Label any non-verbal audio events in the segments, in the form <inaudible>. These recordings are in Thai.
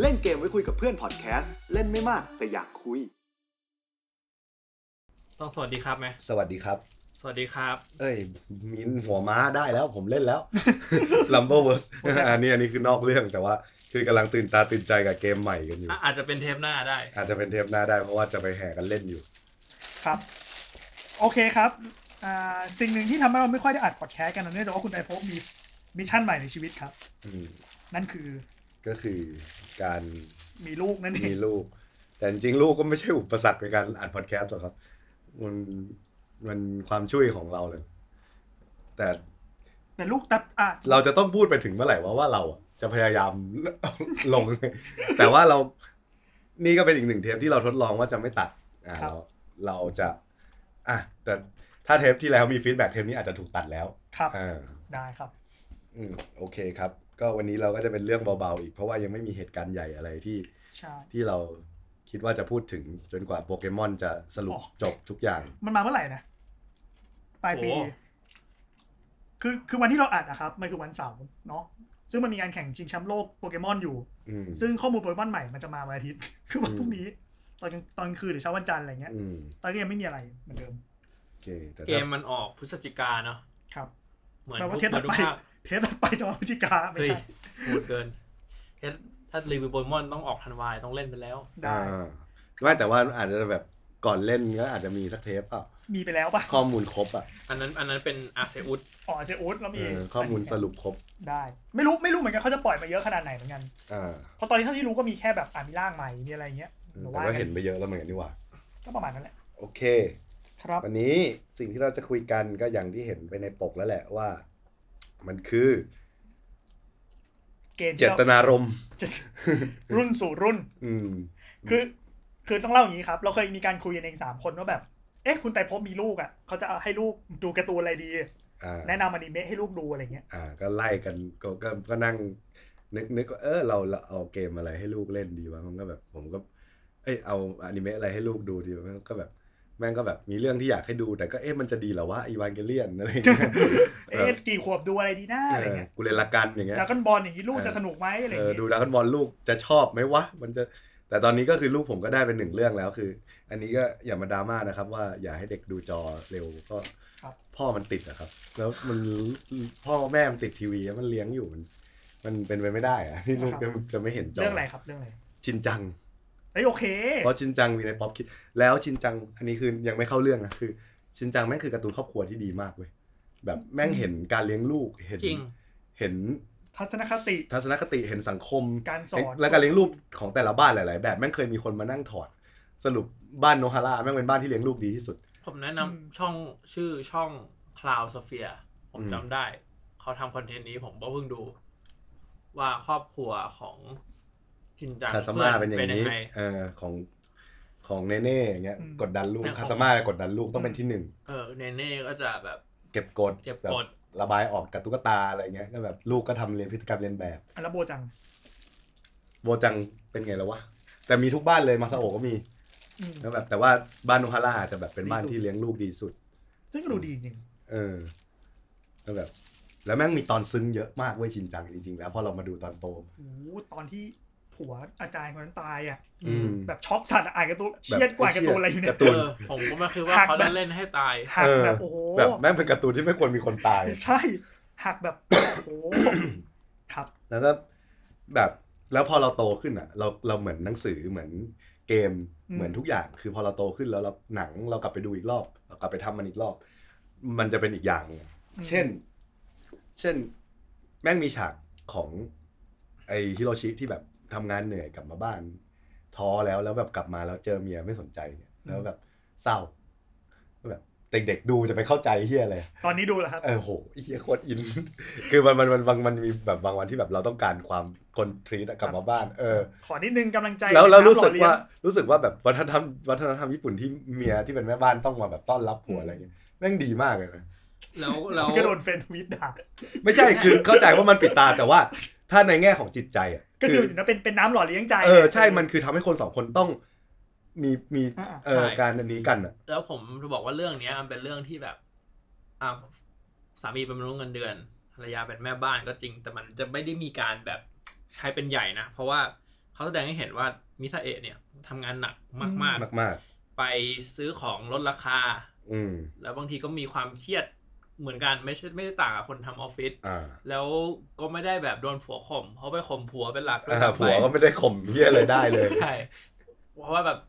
เล่นเกมไว้คุยกับเพื่อนพอดแคสต์เล่นไม่มากแต่อยากคุย ต้องสวัสดีครับไหม สวัสดีครับ สวัสดีครับ เอ้ย มีหัวม้าได้แล้ว ผมเล่นแล้ว <laughs> Lumber w o r s อันนี้อันนี้คือนอกเรื่องแต่ว่า คือกำลังตื่นตาตื่นใจกับเกมใหม่กันอยู่ อ่ะอาจจะเป็นเทปหน้าได้ อาจจะเป็นเทปหน้าได้เพราะว่าจะไปแห่กันเล่นอยู่ ครับ โอเคครับอ่าสิ่งหนึ่งที่ทำให้เราไม่ค่อยได้อัดพอดแคสต์กันนะเนื่องจากว่าคุณไอภพมีมิชชั่นใหม่ในชีวิตครับ อืม นั่นคือ ก็คือการ มีลูกนั่นเอ มี ง ลูก <laughs> แต่จริงๆลูกก็ไม่ใช่อุปสรรคในการอัดพอดแคสต์หรอกครับ มันมันความช่วยของเราเลย แต่ แต่ลูกแต่อ่ะ เราจะต้องพูดไปถึงเมื่อไหร่ว่าว่าเราอะจะพยายาม <laughs> ลง แต่ว่าเรา นี่ก็เป็นอีกหนึ่งเทปที่เราทดลองว่าจะไม่ตัดอ่าเราเราจะ อ่ะแต่ถ้าเทปที่แล้วมีฟีดแบ็กเทปนี้อาจจะถูกตัดแล้ว ครับ อ่า ได้ครับ อืมโอเคครับ ก็วันนี้เราก็จะเป็นเรื่องเบาๆอีก เพราะว่ายังไม่มีเหตุการณ์ใหญ่อะไรที่ ใช่ ที่เราคิดว่าจะพูดถึงจนกว่าโปเกมอนจะสรุป อ๋อ จบทุกอย่าง มันมาเมื่อไหร่นะปลายปี โอ้ คือคือวันที่เราอัดนะครับมันคือวันเสาร์เนาะซึ่งมันมีการแข่งชิงแชมป์โลกโปเกมอนอยู่ อืม ซึ่งข้อมูลโปเกมอนใหม่มันจะมาวันอาทิตย์ <laughs> คือวัน อืม พรุ่งนี้ ตอนกลางตอนกลางคืนหรือเช้าวันจันทร์อะไรเงี้ย อืม ตอนนี้ยังไม่มีอะไรเหมือนเดิม โอเคแต่ เก ถ้าม มันออกพฤศจิกาเนาะ ครับ เหมือน แปลว่า ทุก เทปต่อไป เหมือนทุกภาค เทปต่อไปจะมาพฤศจิกาไม่ เฮ้ย ใช่ <laughs> พูดเกินเทปถ้ารีวิวโปเกมอนต้องออกธันวายต้องเล่นไปแล้ว ได้ อ่าไม่แต่ว่าอาจจะแบบก่อนเล่นก็อาจจะมีสักเทปเปล่า มีไปแล้วปะ ข้อมูลครบอ่ะ อันนั้นอันนั้นเป็นอาเซอุส อ๋อเซอุสแล้วมี เออข้อมูลสรุปครบ ได้ ไม่รู้ไม่รู้เหมือนกันเขาจะปล่อยมาเยอะขนาดไหนเหมือนกัน อ่า เพราะตอนนี้เท่าที่รู้ก็มีแค่แบบอ่ามีร่างใหม่มีอะไรเงี้ย อืม มา แต่ ว่า ก็ กั เห็ น นไปเยอะแล้วเหมือนกันนี่หว่า ก็ประมาณนั้นแหละ โอเค ครับ วันนี้สิ่งที่เราจะคุยกันก็อย่างที่เห็นไปในปกแล้วแหละว่า มันคือ เกณฑ์ เจ ที่ร ตนารมณ์ เจตรุ่นสู่รุ่น อืม คือ คือต้องเล่าอย่างนี้ครับ เราเคยมีการคุยกันเองสามคนว่าแบบ เอ๊ะคุณไต่พบมีลูกอ่ะเขาจะเอาให้ลูกดูการ์ตูนอะไรดี อ่า แนะนำอนิเมะให้ลูกดูอะไรเงี้ย อ่าก็ไล่กันก็ก็ก็นั่งนึกนึกว่าเออเราเราเอาเกมอะไรให้ลูกเล่นดีวะมันก็แบบผมก็ เอ้ยเอาอนิเมะอะไรให้ลูกดูดีวะมันก็แบบแม่งก็แบบมีเรื่องที่อยากให้ดูแต่ก็เอ๊ะมันจะดีเหรอวะอีวานเกเลียนอะไรอย่างเงี้ <laughs> ย เอ๊ะกี่ขวบดูอะไรดีน้า เอ อะไร อ เงี้ย กูเล่นละกันอย่างเงี้ย ดราก้อนบอลอย่างนี้ลูกจะสนุกไหมอะไร เออเงี้ย ดูดราก้อนบอลลูกจะชอบไหมวะมันจะแต่ตอนนี้ก็คือลูกผมก็ได้เป็นหนึ่งเรื่องแล้วคือ อันนี้ก็อย่ามาดราม่านะครับ ว่าอย่าให้เด็กดูจอเร็วก็ ครับ พ่อมันติดอะครับ แล้วมันพ่อแม่มันติดทีวีแล้วมันเลี้ยงอยู่มัน มันเป็นไปไม่ได้อะ <laughs> ที่ลูก ครั จะ บ จะไม่เห็นจอ เรื่องอะไรครับเรื่องอะไร ชินจัง เอ้ยโอเค เพราะชินจังมีในป๊อปคิด แล้วชินจังอันนี้คือยังไม่เข้าเรื่องนะคือ ชินจังแม่งคือการ์ตูนครอบครัวที่ดีมากเว้ยแบบแม่งเห็นการเลี้ยงลูกเห็น จริง เห็น ทัศนคติ ทัศนคติเห็นสังคม การสอน และการเลี้ยงลูกของแต่ละบ้านหลาย ๆ แบบแม่งเคยมีคนมานั่งถอด สรุปบ้านโนฮาร่าแม่งเป็นบ้านที่เลี้ยงลูกดีที่สุด ผมแนะนำ อืม ช่องชื่อช่อง Cloud Sphere ผม อืม จำได้ เขาทำคอนเทนต์นี้ผมก็เพิ่งดู ว่าครอบครัวของจินจัง คาสมา พื่ เป็นอย่างนี้ ไ เออของของเนเน่อย่างเงี้ย อืม กดดันลูก เนี่ยของ คาสมาจะกดดันลูกต้องเป็นที่หนึ่ง เออเนเน่ก็จะแบบ เก็บกด เก็บกด แบบระบายออกกับตุ๊กตาอะไรเงี้ยก็แบบลูกก็ทำเรียนพฤติกรรมเรียนแบบ อันละโบจัง โบจังเป็นไงแล้ววะ แต่มีทุกบ้านเลยมาซาโอะก็มี อืม แล้วแบบแต่ว่าบ้านโนฮาร่าอาจจะแบบเป็นบ้าน ดีสุด ที่เลี้ยงลูกดีสุด ซึ่งก็ดูดีจริง เออแล้วแบบ แล้วแม่งมีตอนซึ้งเยอะมากเว้ยชินจังจริง ๆ แล้วพอเรามาดูตอนโต โอ้โหตอนที่ผัวอาจารย์คนนั้นตายอ่ะ อืม แบบช็อกสัตว์อะอ่านการ์ตูนเชียดกว่าการ์ตูนอะไรอยู่เนี่ย การ์ตูน เออผมก็ไม่คิดว่า หัก เขา แบ จะ บ เล่นให้ตาย หัก เออ แบบโอ้โห แบบแม่งเป็นการ์ตูนที่ไม่ควรมีคนตาย ใช่ หักแบบ โอ้โหครับ แล้วก็แบบแล้วพอเราโตขึ้นอ่ะ เราเราเหมือนหนังสือเหมือนเกม อืม เหมือนทุกอย่าง คือพอเราโตขึ้นแล้วเราหนังเรากลับไปดูอีกรอบ เรากลับไปทำมันอีกรอบ มันจะเป็นอีกอย่างหนึ่งเช่น เช่น แม่งมีฉากของไอฮิโรชิที่แบบทำงานเหนื่อยกลับมาบ้าน ท้อแล้วแล้วแบบกลับมาแล้วเจอเมียไม่สนใจเนี่ยแล้วแบบเศร้าแบบเด็กๆดูจะไปเข้าใจเฮียอะไร ตอนนี้ดูแล้วครับ เออโหเฮียโคตรอิน <laughs> คือมันมันมันบางมันมีแบบบางวันที่แบบเราต้องการความคนทรีตกลับมาบ้าน เออ ขอนิดนึงกำลังใจ แล้วเรา ในน้ำ รู้สึก หล่อเยง ว่ารู้สึกว่าแบบวัฒนธรรมวัฒนธรรมญี่ปุ่นที่เมียที่เป็นแม่บ้านต้องมาแบบต้อนรับผัวอะไรเงี้ยแม่งดีมากเลยนะ แล้วแล้ว ก็โดนเฟรนด์ทวิตด่า ไม่ <laughs> ใช่คือเข้าใจว่ามันปิดตาแต่ว่าถ้าในแง่ของจิตใจอ่ะ ก็คือเดี๋ยวนะเป็นเป็นน้ำหล่อเลี้ยงใจ เออใช่มันคือทำให้คนสองคนต้องมีมี อ่า เอ ใช่ อการอันนี้กันอ่ะ แล้วผมจะบอกว่าเรื่องเนี้ยมันเป็นเรื่องที่แบบอ่ะสามีเป็นมนุษย์เงินเดือนภรรยาเป็นแม่บ้านก็จริง แต่มันจะไม่ได้มีการแบบใช้เป็นใหญ่นะ เพราะว่า เขาแสดงให้เห็นว่ามิซาเอะเนี่ยทำงานหนักมาก มาก ๆ ไปซื้อของลดราคา ๆ อืม แล้วบางทีก็มีความเครียดเหมือนกันไม่ใช่ไม่ได้ต่างกับคนทำออฟฟิศ อ่า แล้วก็ไม่ได้แบบโดนผัวข่มเพราะไปข่มผัวเป็นหลักด้วย อ่า ซ้ำไป ผัวก็ไม่ได้ข่มเฮียอะไรได้เลย ใช่เพราะว่าแบบ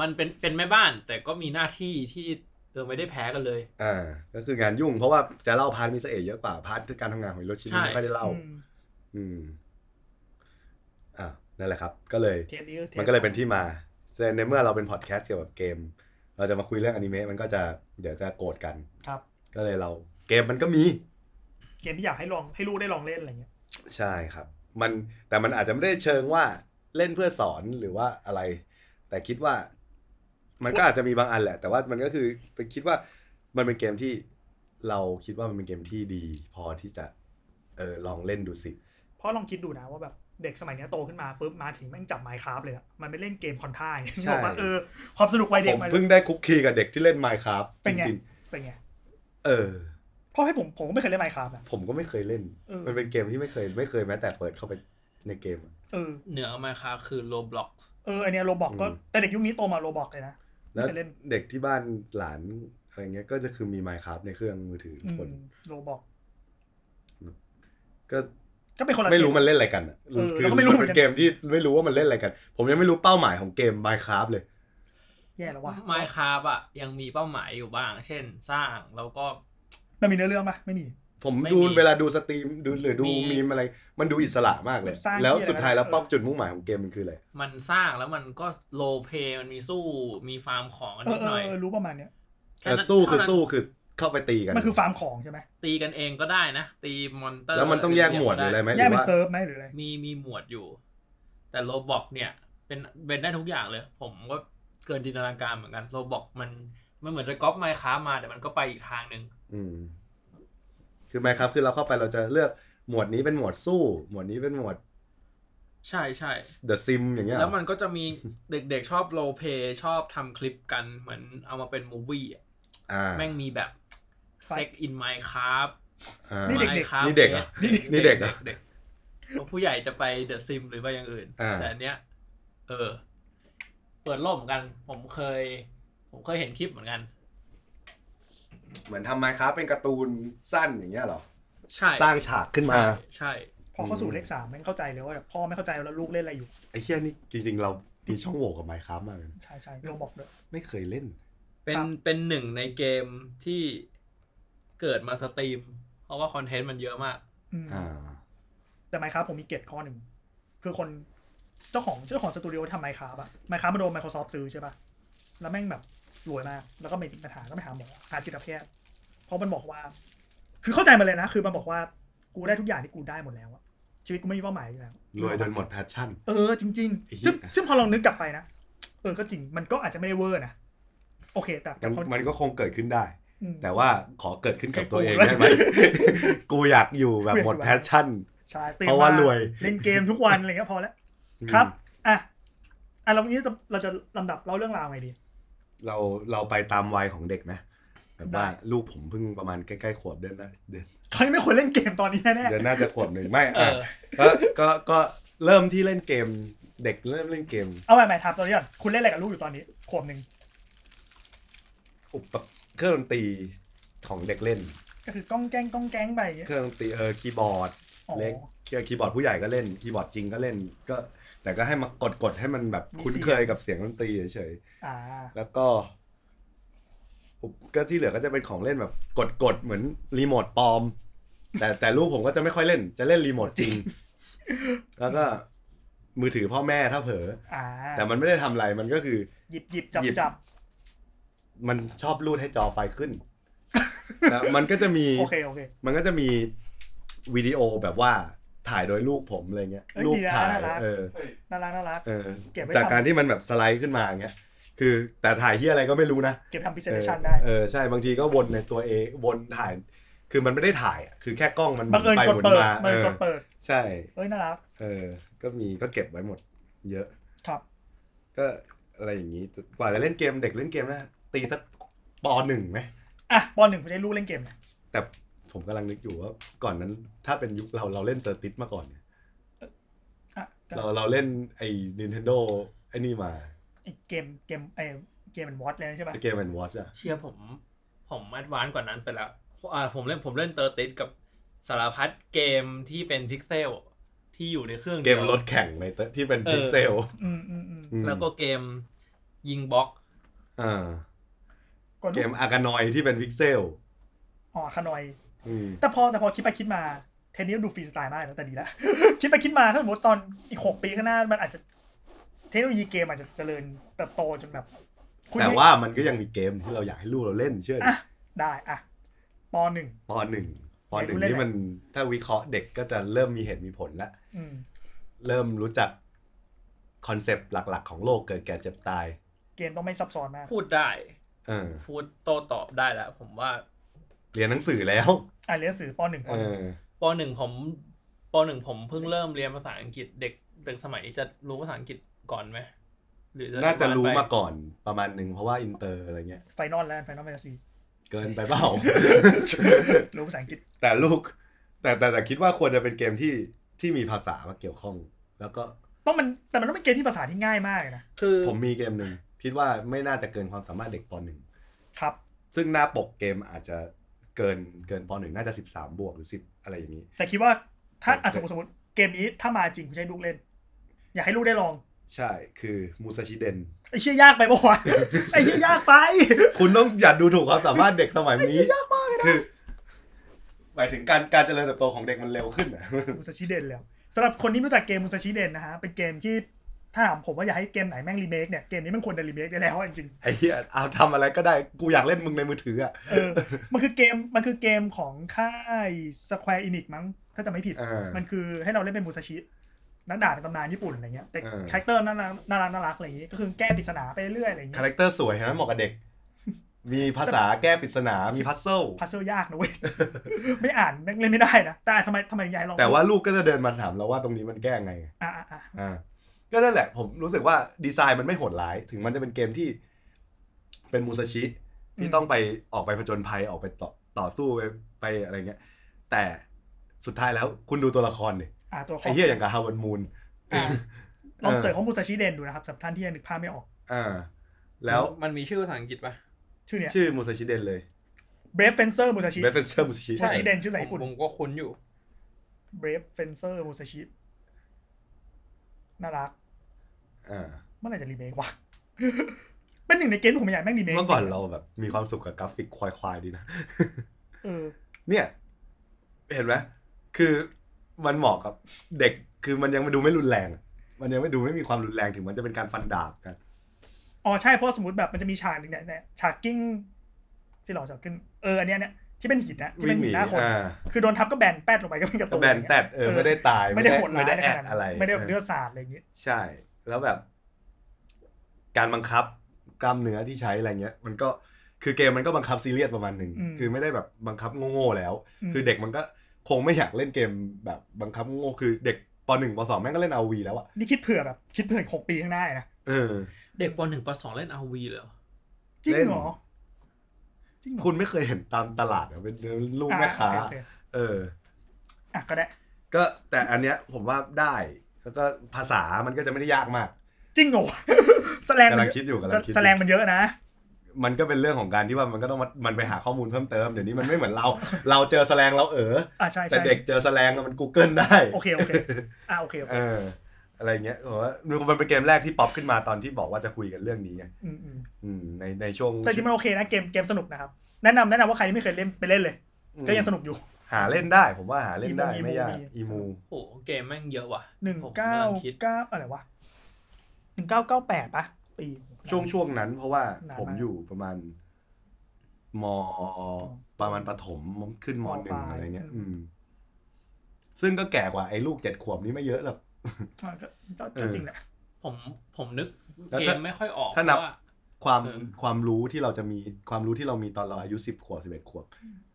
มันเป็นเป็นแม่บ้าน แต่ก็มีหน้าที่ที่เออไม่ได้แพ้กันเลย อ่า ก็คืองานยุ่งเพราะว่าจะเล่าพาร์ทมิสเอะเยอะกว่าพาร์ทการทำงานของฮิโรชิ ใช่ มิไม่ค่อยได้เล่า อืม อืม อ่านั่นแหละครับ ก็เลย เทปนี้ทป มันก็เลยเป็นที่มาแสดงในเมื่อเราเป็นพอดแคสต์เกี่ยวกับเกม เราจะมาคุยเรื่องอนิเมะมันก็จะเดี๋ยวจะโกรธกัน ครับ ก็เลยเราเกมมันก็มี เกมที่อยากให้ลองให้ลูกได้ลองเล่นอะไรเงี้ย ใช่ครับ มันแต่มันอาจจะไม่ได้เชิงว่าเล่นเพื่อสอนหรือว่าอะไร แต่คิดว่า มันก็อาจจะมีบางอันแหละ แต่ว่ามันก็คือเป็นคิดว่ามันเป็นเกมที่เราคิดว่ามันเป็นเกมที่ดี พอที่จะเออลองเล่นดูสิ เพราะลองคิดดูนะว่าแบบเด็กสมัยเนี้ยโตขึ้นมาปุ๊บมาถึงแม่งจับไมค์คราฟเลยอะมันไม่เล่นเกมคอนท่าย ใช่ บอกว่าเออความสนุกวัย ผ เด็ก ม มัน เพิ่งได้คุกคีกับเด็กที่เล่น Minecraft เป็ จ นไง ริง เป็นไง ๆเออ เพราะให้ผมผมก็ไม่เคยเล่นไมค์คราฟนะ ผมก็ไม่เคยเล่น เออ มันเป็นเกมที่ไม่เคย ไม่เคยแม้แต่เปิดเข้าไปในเกมอะ เออ เหนือมาค่ะคือโลบล็อก เอออันเนี้ยโรบอกก็ อืม แต่เด็กยุคนี้โตมาโรบอกเลยนะ แล้ว ไม่เคยเล่น เด็กที่บ้านหลานอะไรเงี้ย ก็จะคือมี Minecraft ในเครื่องมือถือทุกคน โรบอก ก็ ก็เป็นคนละ ไม่รู้ เก มันเล่นอะไรกันอะ เออ คือ เราก็ไม่รู้ มัน เหมื เป็ อน นเกกันมที่ไม่รู้ว่ามันเล่นอะไรกัน ผมยังไม่รู้เป้าหมายของเกม Minecraft เลย แย่แล้วว่ะ ไมค์ครับอ่ะยังมีเป้าหมายอยู่บ้าง เช่นสร้างแล้วก็ มันมีเนื้อเรื่องปะไม่มี ผม ไม่ ดู มี เวลาดูสตรีมดูหรือดู มี มีมอะไร มันดูอิสระมากเลย สร้าง แล้ว ที่อะไร สุดท้ายแล้ว เออ เป้าจุดมุ่งหมายของเกมมันคืออะไร มันสร้างแล้วมันก็โลเพมันมีสู้มีฟาร์มของกัน เอ นิ อ ดหเอน่ อ อย เออรู้ประมาณเนี้ย แค่ แต่ นั้น สู้คือ เท่านั้น สู้คือเข้าไปตีกัน มันคือฟาร์มของใช่ไหม ตีกันเองก็ได้นะ ตีมอนเตอร์ แล้วมันต้องแยกหมวดหรืออะไรไหมห แย รื ก อ เป็น ว่า เซิร์ฟไหมหรืออะไร มีมีหมวดอยู่ แต่โลบอกเนี่ย เป็นเป็นได้ทุกอย่างเลย ผมก็เกินจินตนาการเหมือนกันโลบอกมันมันเหมือนจะก๊อปไมค์ครับมาแต่มันก็ไปอีกทางหนึ่ง อืมคือ Minecraft คือเราเข้าไปเราจะเลือกหมวดนี้เป็นหมวดสู้ หมวดนี้เป็นหมวด ใช่ใช่ The Sim อย่างเงี้ยเหร แล้ว อ มันก็จะมีเด็กๆชอบโลเพชอบทำคลิปกันเหมือนเอามาเป็นมูฟวี่อะ อ่า แม่งมีแบบเซ็กอินไมค์ครับ อ่า นี่เด็ก นี่เด็กเหรอนี่เด็กเหรอ เด็กเพราะผู้ใหญ่จะไปเดอะซิมหรือไปอย่างอื่น อ่า แต่อันเนี้ย เออ เปิดล่มกัน ผมเคย ผมเคยเห็นคลิปเหมือนกัน เหมือนทำ Minecraft เป็นการ์ตูนสั้นอย่างเงี้ยเหรอ ใช่ สร้างฉากขึ้นมา ใช่ ๆพอเข้าสู่เลขสามแม่งเข้าใจเลยว่าแบบพ่อไม่เข้าใจแล้วลูกเล่นอะไรอยู่ ไอ้เฮียนี่จริง ๆ เรามีช่องโหว่กับไมค์ครับมากเลยนะ ใช่ใช่โรบอกด้วย ไม่เคยเล่น เป็น ครับ เป็นหนึ่งในเกมที่เกิดมาสตรีม เพราะว่าคอนเทนต์มันเยอะมาก อืม อ่า แต่ไมค์ครับผมมีเกตข้อหนึ่ง คือคนเจ้าของเจ้าของสตูดิโอที่ทำไมค์ครับอะไมค์ครับมาโดน Microsoft ซื้อใช่ปะแล้วแม่งแบบรวยมาก แล้วก็มีปัญหาก็ไปหาหมอหาจิตแพทย์ เพราะมันบอกว่า คือเข้าใจมันเลยนะ คือมันบอกว่ากูได้ทุกอย่างที่กูได้หมดแล้วอะชีวิตกูไม่มีเป้าหมายอยู่แล้ว รวยจนหมดแพชชั่น เออจริง ไอ้เหี้ยๆซึ่งซึ่งพอลองนึกกลับไปนะ เออก็จริงมันก็อาจจะไม่ได้เวอร์นะโอเค แต่แต่ มัน เขา มันก็คงเกิดขึ้นได้ อืม แต่ว่าขอเกิดขึ้นกับตัวเอง ให้ ได้ไหกูม <laughs> กูอยากอยู่แบบหมด <laughs> กูอยากอยู่ แพชชั่น ใช่ตื่น เพราะ มา ว่ารวย เล่นเกมทุกวันอะไรเงี้ยพอแล้ว ครับ อ่ะ อ่ะเราวันนี้จะเราจะลำดับเล่าเรื่องราวไงดี เราเราไปตามวัยของเด็กนะแบบว่า ได้ ลูกผมเพิ่งประมาณใกล้ๆขวบเดือนหนะเดือน เขายังไม่ควรเล่นเกมตอนนี้แน่ เดือนหน่าจะขวบหนึ่งไม่ เอ อ่ะ อ ก็ก็ก็เริ่มที่เล่นเกม เด็กเริ่มเล่นเกม ๆเอาใหม่ๆถามตอนนี้ก่อน คุณเล่นอะไรกับลูกอยู่ตอนนี้ ขวบหนึ่ง อุปกรณ์เครื่องดนตรีของเด็กเล่น ก็คือก้องแกงก้องแกงไปอย่างเงี้ย เครื่องดนตรีเออคีย์บอร์ด อ๋อ เล็กคีย์บอร์ดผู้ใหญ่ก็เล่นคีย์บอร์ดจริงก็เล่นก็แต่ก็ให้มากดกดให้มันแบบ มีเสียง คุ้นเคยกับเสียงดนตรีเฉย อ่า ๆแล้วก็อุปก็ที่เหลือก็จะเป็นของเล่นแบบกดกดเหมือนรีโมทปลอม แต่แต่ลูกผมก็จะไม่ค่อยเล่น จะเล่นรีโมทจริ <laughs> ง แล้วก็มือถือพ่อแม่ถ้าเผลอ อ่า แต่มันไม่ได้ทำอะไรมันก็คือ หยิบหยิบจับ หยิบ จับ มันชอบรูดให้จอไฟ <laughs> ขึ้น แล้วมันก็จะมี โอเค โอเค มันก็จะมีวิดีโอแบบว่าถ่ายโดยลูกผมอะไรเงี้ย เอ้ย ลูก ดีนะ ถ่าย น่ารัก เออ น่ารักน่ารัก เออ เก็บไว้ จาก ทำ การที่มันแบบสไลด์ขึ้นมาอย่างเงี้ย คือแต่ถ่ายที่อะไรก็ไม่รู้นะ เก็บทำพิเศ เอ ษ อ ชันได้ เออใช่บางทีก็วนในตัวเองวนถ่าย คือมันไม่ได้ถ่ายอะคือแค่กล้องมัน บังเอิญ ไป กด หมุน เปิด มา บัง เออเอิญก ดเปิด ใช่ เอ้ยน่ารัก เออก็มีก็เก็บไว้หมด เยอะ ครับ ก็อะไรอย่างงี้กว่าจะเล่นเกมเด็กเล่นเกมนะตีสักปหนึ่งไหม อ่ะปอนหนึ่งไปได้ลูกเล่นเกมนะ แต่ผมกำลังนึกอยู่ว่าก่อนนั้นถ้าเป็นยุคเราเราเล่นเตอร์ติสมาก่อนเนี่ย อ่ะ เราเราเล่นไอ้ Nintendo ไอ้นี่มา ไอ้เกมเกมไอ้เกมมันวอตเลยใช่ป่ะ เกมแอนด์วอชอะ เชียร์ผม ผมแอดวานซ์กว่านั้นไปแล้วอ่าผมเล่นผมเล่นเตอร์ติสกับสารพัดเกมที่เป็นพิกเซลที่อยู่ในเครื่อง เก ดีย ม ว รถแข่งในเตที่เป็น เออ พิกเซล อืมอืมอืม อืม แล้วก็เกมยิงบล็อก อ่า ก่อน เกมอากานอยที่เป็นพิกเซล อ๋อขนอย อืม แต่พอแต่พอคิดไปคิดมาเทนนิสดูฟรีสไตล์มากนะ <laughs> แต่ดีแล้ว คิดไปคิดมาถ้าสมมติตอนอีกหกปีข้างหน้ามันอาจจะเทคโนโลยีเกมอาจจะเจริญเติบโตจนแบบคุณ แต่ว่ามันก็ยังมีเกมที่เราอยากให้ลูกเราเล่นเชื่อดิ ได้อะปหนึ่ง ปหนึ่งปหนึ่ง เด็กรุ่นแรก นี่มันถ้าวิเคราะห์เด็กก็จะเริ่มมีเหตุมีผลละ อืม เริ่มรู้จักคอนเซปต์หลัก ๆ ของโลกเกิดแก่เจ็บตาย เกมต้องไม่ซับซ้อนมาก พูดได้ เออ พูดโต้ตอบได้แล้ว ผมว่า เรียนหนังสือแล้ว อ่านหนังสือปหนึ่งป เอ หนึ่ง อ ปหนึ่งผมปหนึ่งผมเพิ่งเริ่มเรียนภาษาอังกฤษเด็กเด็กสมัยนี้จะรู้ภาษาอังกฤษก่อนไหมหรือ น่าจะรู้ ไป มาก่อนประมาณหนึ่งเพราะว่าอินเตอร์อะไรเงี้ย ไฟนอลแล้วไฟนอลแฟนตาซี เกินไปเปล่า รู้ภาษาอังกฤษ แต่ลูก แต่แต่แต่คิดว่าควรจะเป็นเกมที่ที่มีภาษามาเกี่ยวข้อง แล้วก็ ต้องมันแต่มันต้องเป็นเกมที่ภาษาที่ง่ายมากเลยนะ คือ ผมมีเกมหนึ่งคิดว่าไม่น่าจะเกินความสามารถเด็กปหนึ่ง ครับ ซึ่งหน้าปกเกมอาจจะเกินเกินปหนึ่งน่าจะสิบสามบวกหรือสิบอะไรอย่างนี้ แต่คิดว่าถ้าอ่ะ โอเค สมมติสมมติเกมนี้ถ้ามาจริงคุณจะให้ลูกเล่น อยากให้ลูกได้ลอง ใช่คือมูซาชิเดน ไอ้เชี่ยยากไปปะวะ <laughs> ไอ้เชี่ยยากไป คุณต้องอย่าดูถูกความสามารถเด็กสมัยนี้คือหมายถึงการการเจริญเติบโตของเด็กมันเร็วขึ้นอะ มูซาชิเดนแล้วสำหรับคนที่ไม่รู้จักเกมมูซาชิเดนนะฮะ เป็นเกมที่ถ้าถามผมว่าอยากให้เกมไหนแม่งรีเมคเนี่ย เกมนี้มันควรจะรีเมคได้แล้วอะจริง ไอ้เหี้ยเอาทำอะไรก็ได้กูอยากเล่นมึงในมือถืออ่ะ ๆเออ มันคือเกมมันคือเกมของค่าย Square Enix มั้ง ถ้าจะไม่ผิด อ่า มันคือให้เราเล่นเป็นมูซาชิ นักดาบเป็นตำนานญี่ปุ่นอะไรเงี้ยแต่ เออ คาแรคเตอร์น่ารักน่ารักน่ารักอะไรอย่างงี้ก็คือแก้ปริศนาไปเรื่อยอะไรอย่าง คา เงี้แรยคเตอร์สวยเห็นไหมเหมาะกับเด็ก มีภาษาแก้ปริศนามีพัซเซิล พัซเซิลยากนะเว้ย ไม่อ่านแม่งเล่นไม่ได้นะ <laughs> แต่ทำไมทำไมยายลอง แต่ว่าลูกก็จะเดินมาถามเราว่าตรงนี้มันแก้ไง อ่ะอ่ะอ่ะ อ่าก็นั่นแหละ ผมรู้สึกว่าดีไซน์มันไม่โหดร้าย ถึงมันจะเป็นเกมที่ เป็นมูซาชิ ที่ต้องไปออกไปผจญภัยออกไปต่อต่อสู้ไปไปอะไรเงี้ย แต่สุดท้ายแล้วคุณดูตัวละครดิ อ่ะตัวละค ไอ้ ร เหี้ยอย่างกับฮาวเวิร์ดมูน อ่ะลองเสิร์ช เออ ของมูซาชิเดนดูนะครับสำหรับท่านที่ยังนึกภาพไม่ออก อ่าแล้ว มันมีชื่อภาษาอังกฤษปะ ชื่อเนี่ย ชื่อมูซาชิเดนเลย เบรฟเฟนเซอร์มูซาชิ เบฟเฟนเซอร์มูซาชิ ใช่ Resident ชื่อภาษาญี่ปุ่น ผมผมก็คุ้นอยู่ เบรฟเฟนเซอร์มูซาชิน่ารัก อ่า เมื่อไหร่จะรีเม <laughs> ควะ เป็นหนึ่งในเกมที่ผมอยากแม่งรีเมค เมื่อก่อนเราแบบมีความสุขกับกราฟิกควายๆดีนะ เออ เนี่ยเห็นไหมคือมันเหมาะกับเด็กคือมันยังไม่ดูไม่รุนแรง มันยังไม่ดูไม่มีความรุนแรงถึงมันจะเป็นการฟันดาบกัน อ๋อใช่เพราะสมมติแบบมันจะมีฉากหนึ่งเนี่ยเนี่ยฉากกิ้งที่หล่อฉากกิ้งเอออันเนี้ยเนี่ยที่เป็นหินนะที่ วิ่ เป็ ง น ห หิ นี นหน้าคน อ่า คือโดนทับก็แบนแป๊ดลงไปก็เป็นกระ ก็ ตุน แบนแตดเออไม่ได้ตาย ไม่ได้โหดร้าย ไม่ได้แอ ข ด นานั้น อะไร ไม่ได้ เอ เลื อ อดสาดอะไรอย่างงี้ ใช่ แล้วแบบ การบังคับกล้ามเนื้อที่ใช้อะไรเงี้ย มันก็คือเกมมันก็บังคับซีเรียสประมาณหนึ่งคือไม่ได้แบบบังคับโง่ๆแล้ว ม คือเด็กมันก็คงไม่อยากเล่นเกมแบบบังคับโง่ๆคือเด็กปหนึ่งปสองแม่งก็เล่นเอาวีแล้วอะ นี่คิดเผื่อแบบคิดเผื่ออีกหกปีข้างหน้านะ เออ เด็กปหนึ่งปสองเล่นอาวีเหรอ จริง เล่น เหรอจริงเหรอ คุณไม่เคยเห็นตามตลาดเหรอเป็นลูก อ่ะ แม่ค้า โอเคโอเค เออ อ่ะก็ได้ ก็แต่อันเนี้ยผมว่าได้ แล้วก็ภาษามันก็จะไม่ได้ยากมาก จริงเหรอ แสลง กำ มั ลังนเย คิดอยู่ อะ กำลังคิดอ แสลง ยู่ มันเยอะนะ มันก็เป็นเรื่องของการที่ว่ามันก็ต้องมามันไปหาข้อมูลเพิ่มเติมเดี๋ยวนี้มันไม่เหมือนเรา <laughs> เราเจอแสลงเราเออ อ่ะใช่ แต่ ใช่ เด็กเจอแสลงมัน Google ได้ โอเคโอเคอ่ะโอเคโอเค เออ อะไรเงี้ยผมว่ามันเป็นเกมแรกที่ป๊อปขึ้นมาตอนที่บอกว่าจะคุยกันเรื่องนี้ไง อืมอืม อืมในในช่วง แต่จริงมันโอเคนะเกมเกมสนุกนะครับ แนะนำแนะนำว่าใครที่ไม่เคยเล่นไปเล่นเลย ก็ยังสนุกอยู่ หาเล่นได้ผมว่าหาเล่นได้ อีมู ไม่ยาก อี อี มู มู โอ้โหเกมแม่งเยอะว่ะ หนึ่ง ผม เก้าก ำลังคิด เก้าอะไรวะหนึ่งเก้าเก้าแปดปะปี ช่วงช่วงนั้น เพราะว่าน านมาก ผมอยู่ประมาณมประมาณประถมขึ้นม ม หนึ่ง ปลาย อะไรเงี้ย อืม ซึ่งก็แก่กว่าไอ้ลูกเจ็ดขวบนี้ไม่เยอะหรอก อ่ะก็ก็ก็จริงแหละ ผมผมนึก แล้ว เก ถ้าม ไม่ค่อยออก ถ้านับ ว่ ความ เออ ความรู้ที่เราจะมีความรู้ที่เรามีตอนเราอายุสิบขวบสิบเอ็ดขวบ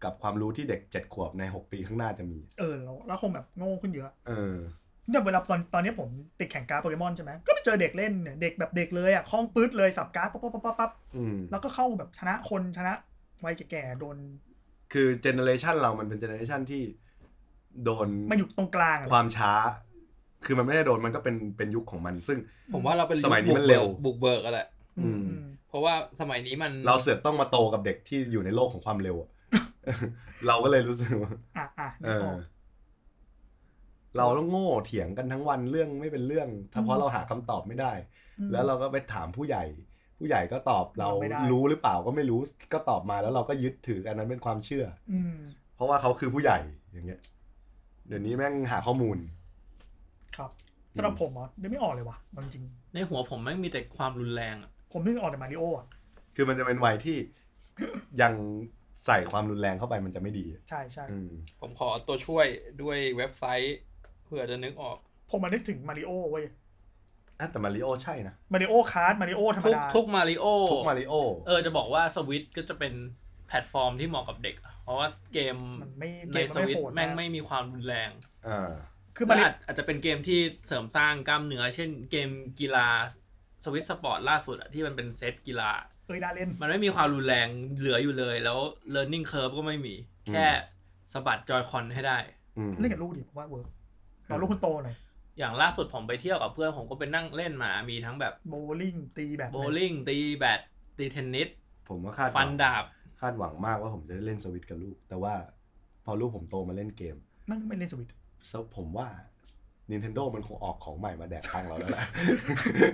กับความรู้ที่เด็กเจ็ดขวบในหกปีข้างหน้าจะมี เออเราเราคงแบบโง่ขึ้นเยอะ เออ เนี่ยเวลาตอนตอนนี้ผมติดแข่งการ์ดโปเกมอนใช่ไหมก็ไปเจอเด็กเล่นเนี่ยเด็กแบบเด็กเลยอ่ะคล่องปื๊ดเลยสับการ์ดปั๊บปั๊บปั๊บปั๊บ อืม แล้วก็เข้าแบบชนะคนชนะวัยแก่ๆโดน คือเจเนอเรชันเรามันเป็นเจเนอเรชันที่โดน มาอยู่ตรงกลางอะ ความช้า คือมันไม่ได้โดนมันก็เป็นเป็นยุคของมัน ซึ่ง ผมว่าเราเป็น สมัยนี้ บุก มันเร็ว บิกบุกเบิกกันแหละ อืมอืม เพราะว่าสมัยนี้มัน เราเสือกต้องมาโตกับเด็กที่อยู่ในโลกของความเร็วอะ <laughs> เราก็เลยรู้สึกว่า อ่ะอ่ะ เอ นึกอ อ อก เราต้องโง่เถียงกันทั้งวันเรื่องไม่เป็นเรื่องถ้าเพ อื ราะ ม เราหาคำตอบไม่ได้ ม แล้วเราก็ไปถามผู้ใหญ่ ผู้ใหญ่ก็ตอบเรา ไม่ได้ รู้หรือเปล่าก็ไม่รู้ก็ตอบมาแล้วเราก็ยึดถืออันนั้นเป็นความเชื่อ อืม เพราะว่าเขาคือผู้ใหญ่อย่างเงี้ย เดี๋ยวนี้แม่งหาข้อมูล ครับสำหรับผมเหรอเดี๋ยวไม่ออกเลยว่ะเอาจริง ในหัวผมแม่งมีแต่ความรุนแรงอะ ๆผมนึกออกแต่มาริโออ่ะ คือมันจะเป็นวัยที่ ยังใส่ความรุนแรงเข้าไปมันจะไม่ดี ใช่ใช่ อืม ผมขอตัวช่วยด้วยเว็บไซต์เผื่อจะนึกออก ผมมานึกถึงมาริโอเว้ย อ่ะแต่มาริโอใช่นะ มาริโอคาร์ดมาริโอธรรม ทุก ดา ทุกมาริโอ ทุกมาริโอ เออจะบอกว่าสวิตก็จะเป็นแพลตฟอร์มที่เหมาะกับเด็ก เพราะว่าเกม มันไม่เก ใน ม ส มัน วิ ไม่ ต โหด แม่ง าก ไม่มีความรุนแรง อ่า คือมา และ ริ อาจอาจจะเป็นเกมที่เสริมสร้างกล้ามเนื้อ เช่นเกมกีฬาสวิตสปอร์ตล่าสุดอะที่มันเป็นเซตกีฬา เอ้ยได้เล่น มันไม่มีความรุนแรงเหลืออยู่เลย แล้ว learning curve ก็ไม่มี แค่สะบัดจอยคอนให้ได้ อืม เล่นกับลูกดิผมว่าเวิร์กเราลูกคุณโตหน่อย อย่างล่าสุดผมไปเที่ยวกับเพื่อนผมก็ไปนั่งเล่นมา มีทั้งแบบ โบลิ่งตีแบบไหน โบลิ่งตีแบดตีเทนนิส ผมก็คาดหวัง ฟันดาบ คาดหวังมากว่าผมจะได้เล่นสวิตช์กับลูก แต่ว่าพอลูกผมโตมาเล่นเกม แมันไม่เล่นสวิตช์ ซะผมว่า Nintendo มันคงออกของใหม่มาแดกข้างเรา <laughs> แล้วล่ะ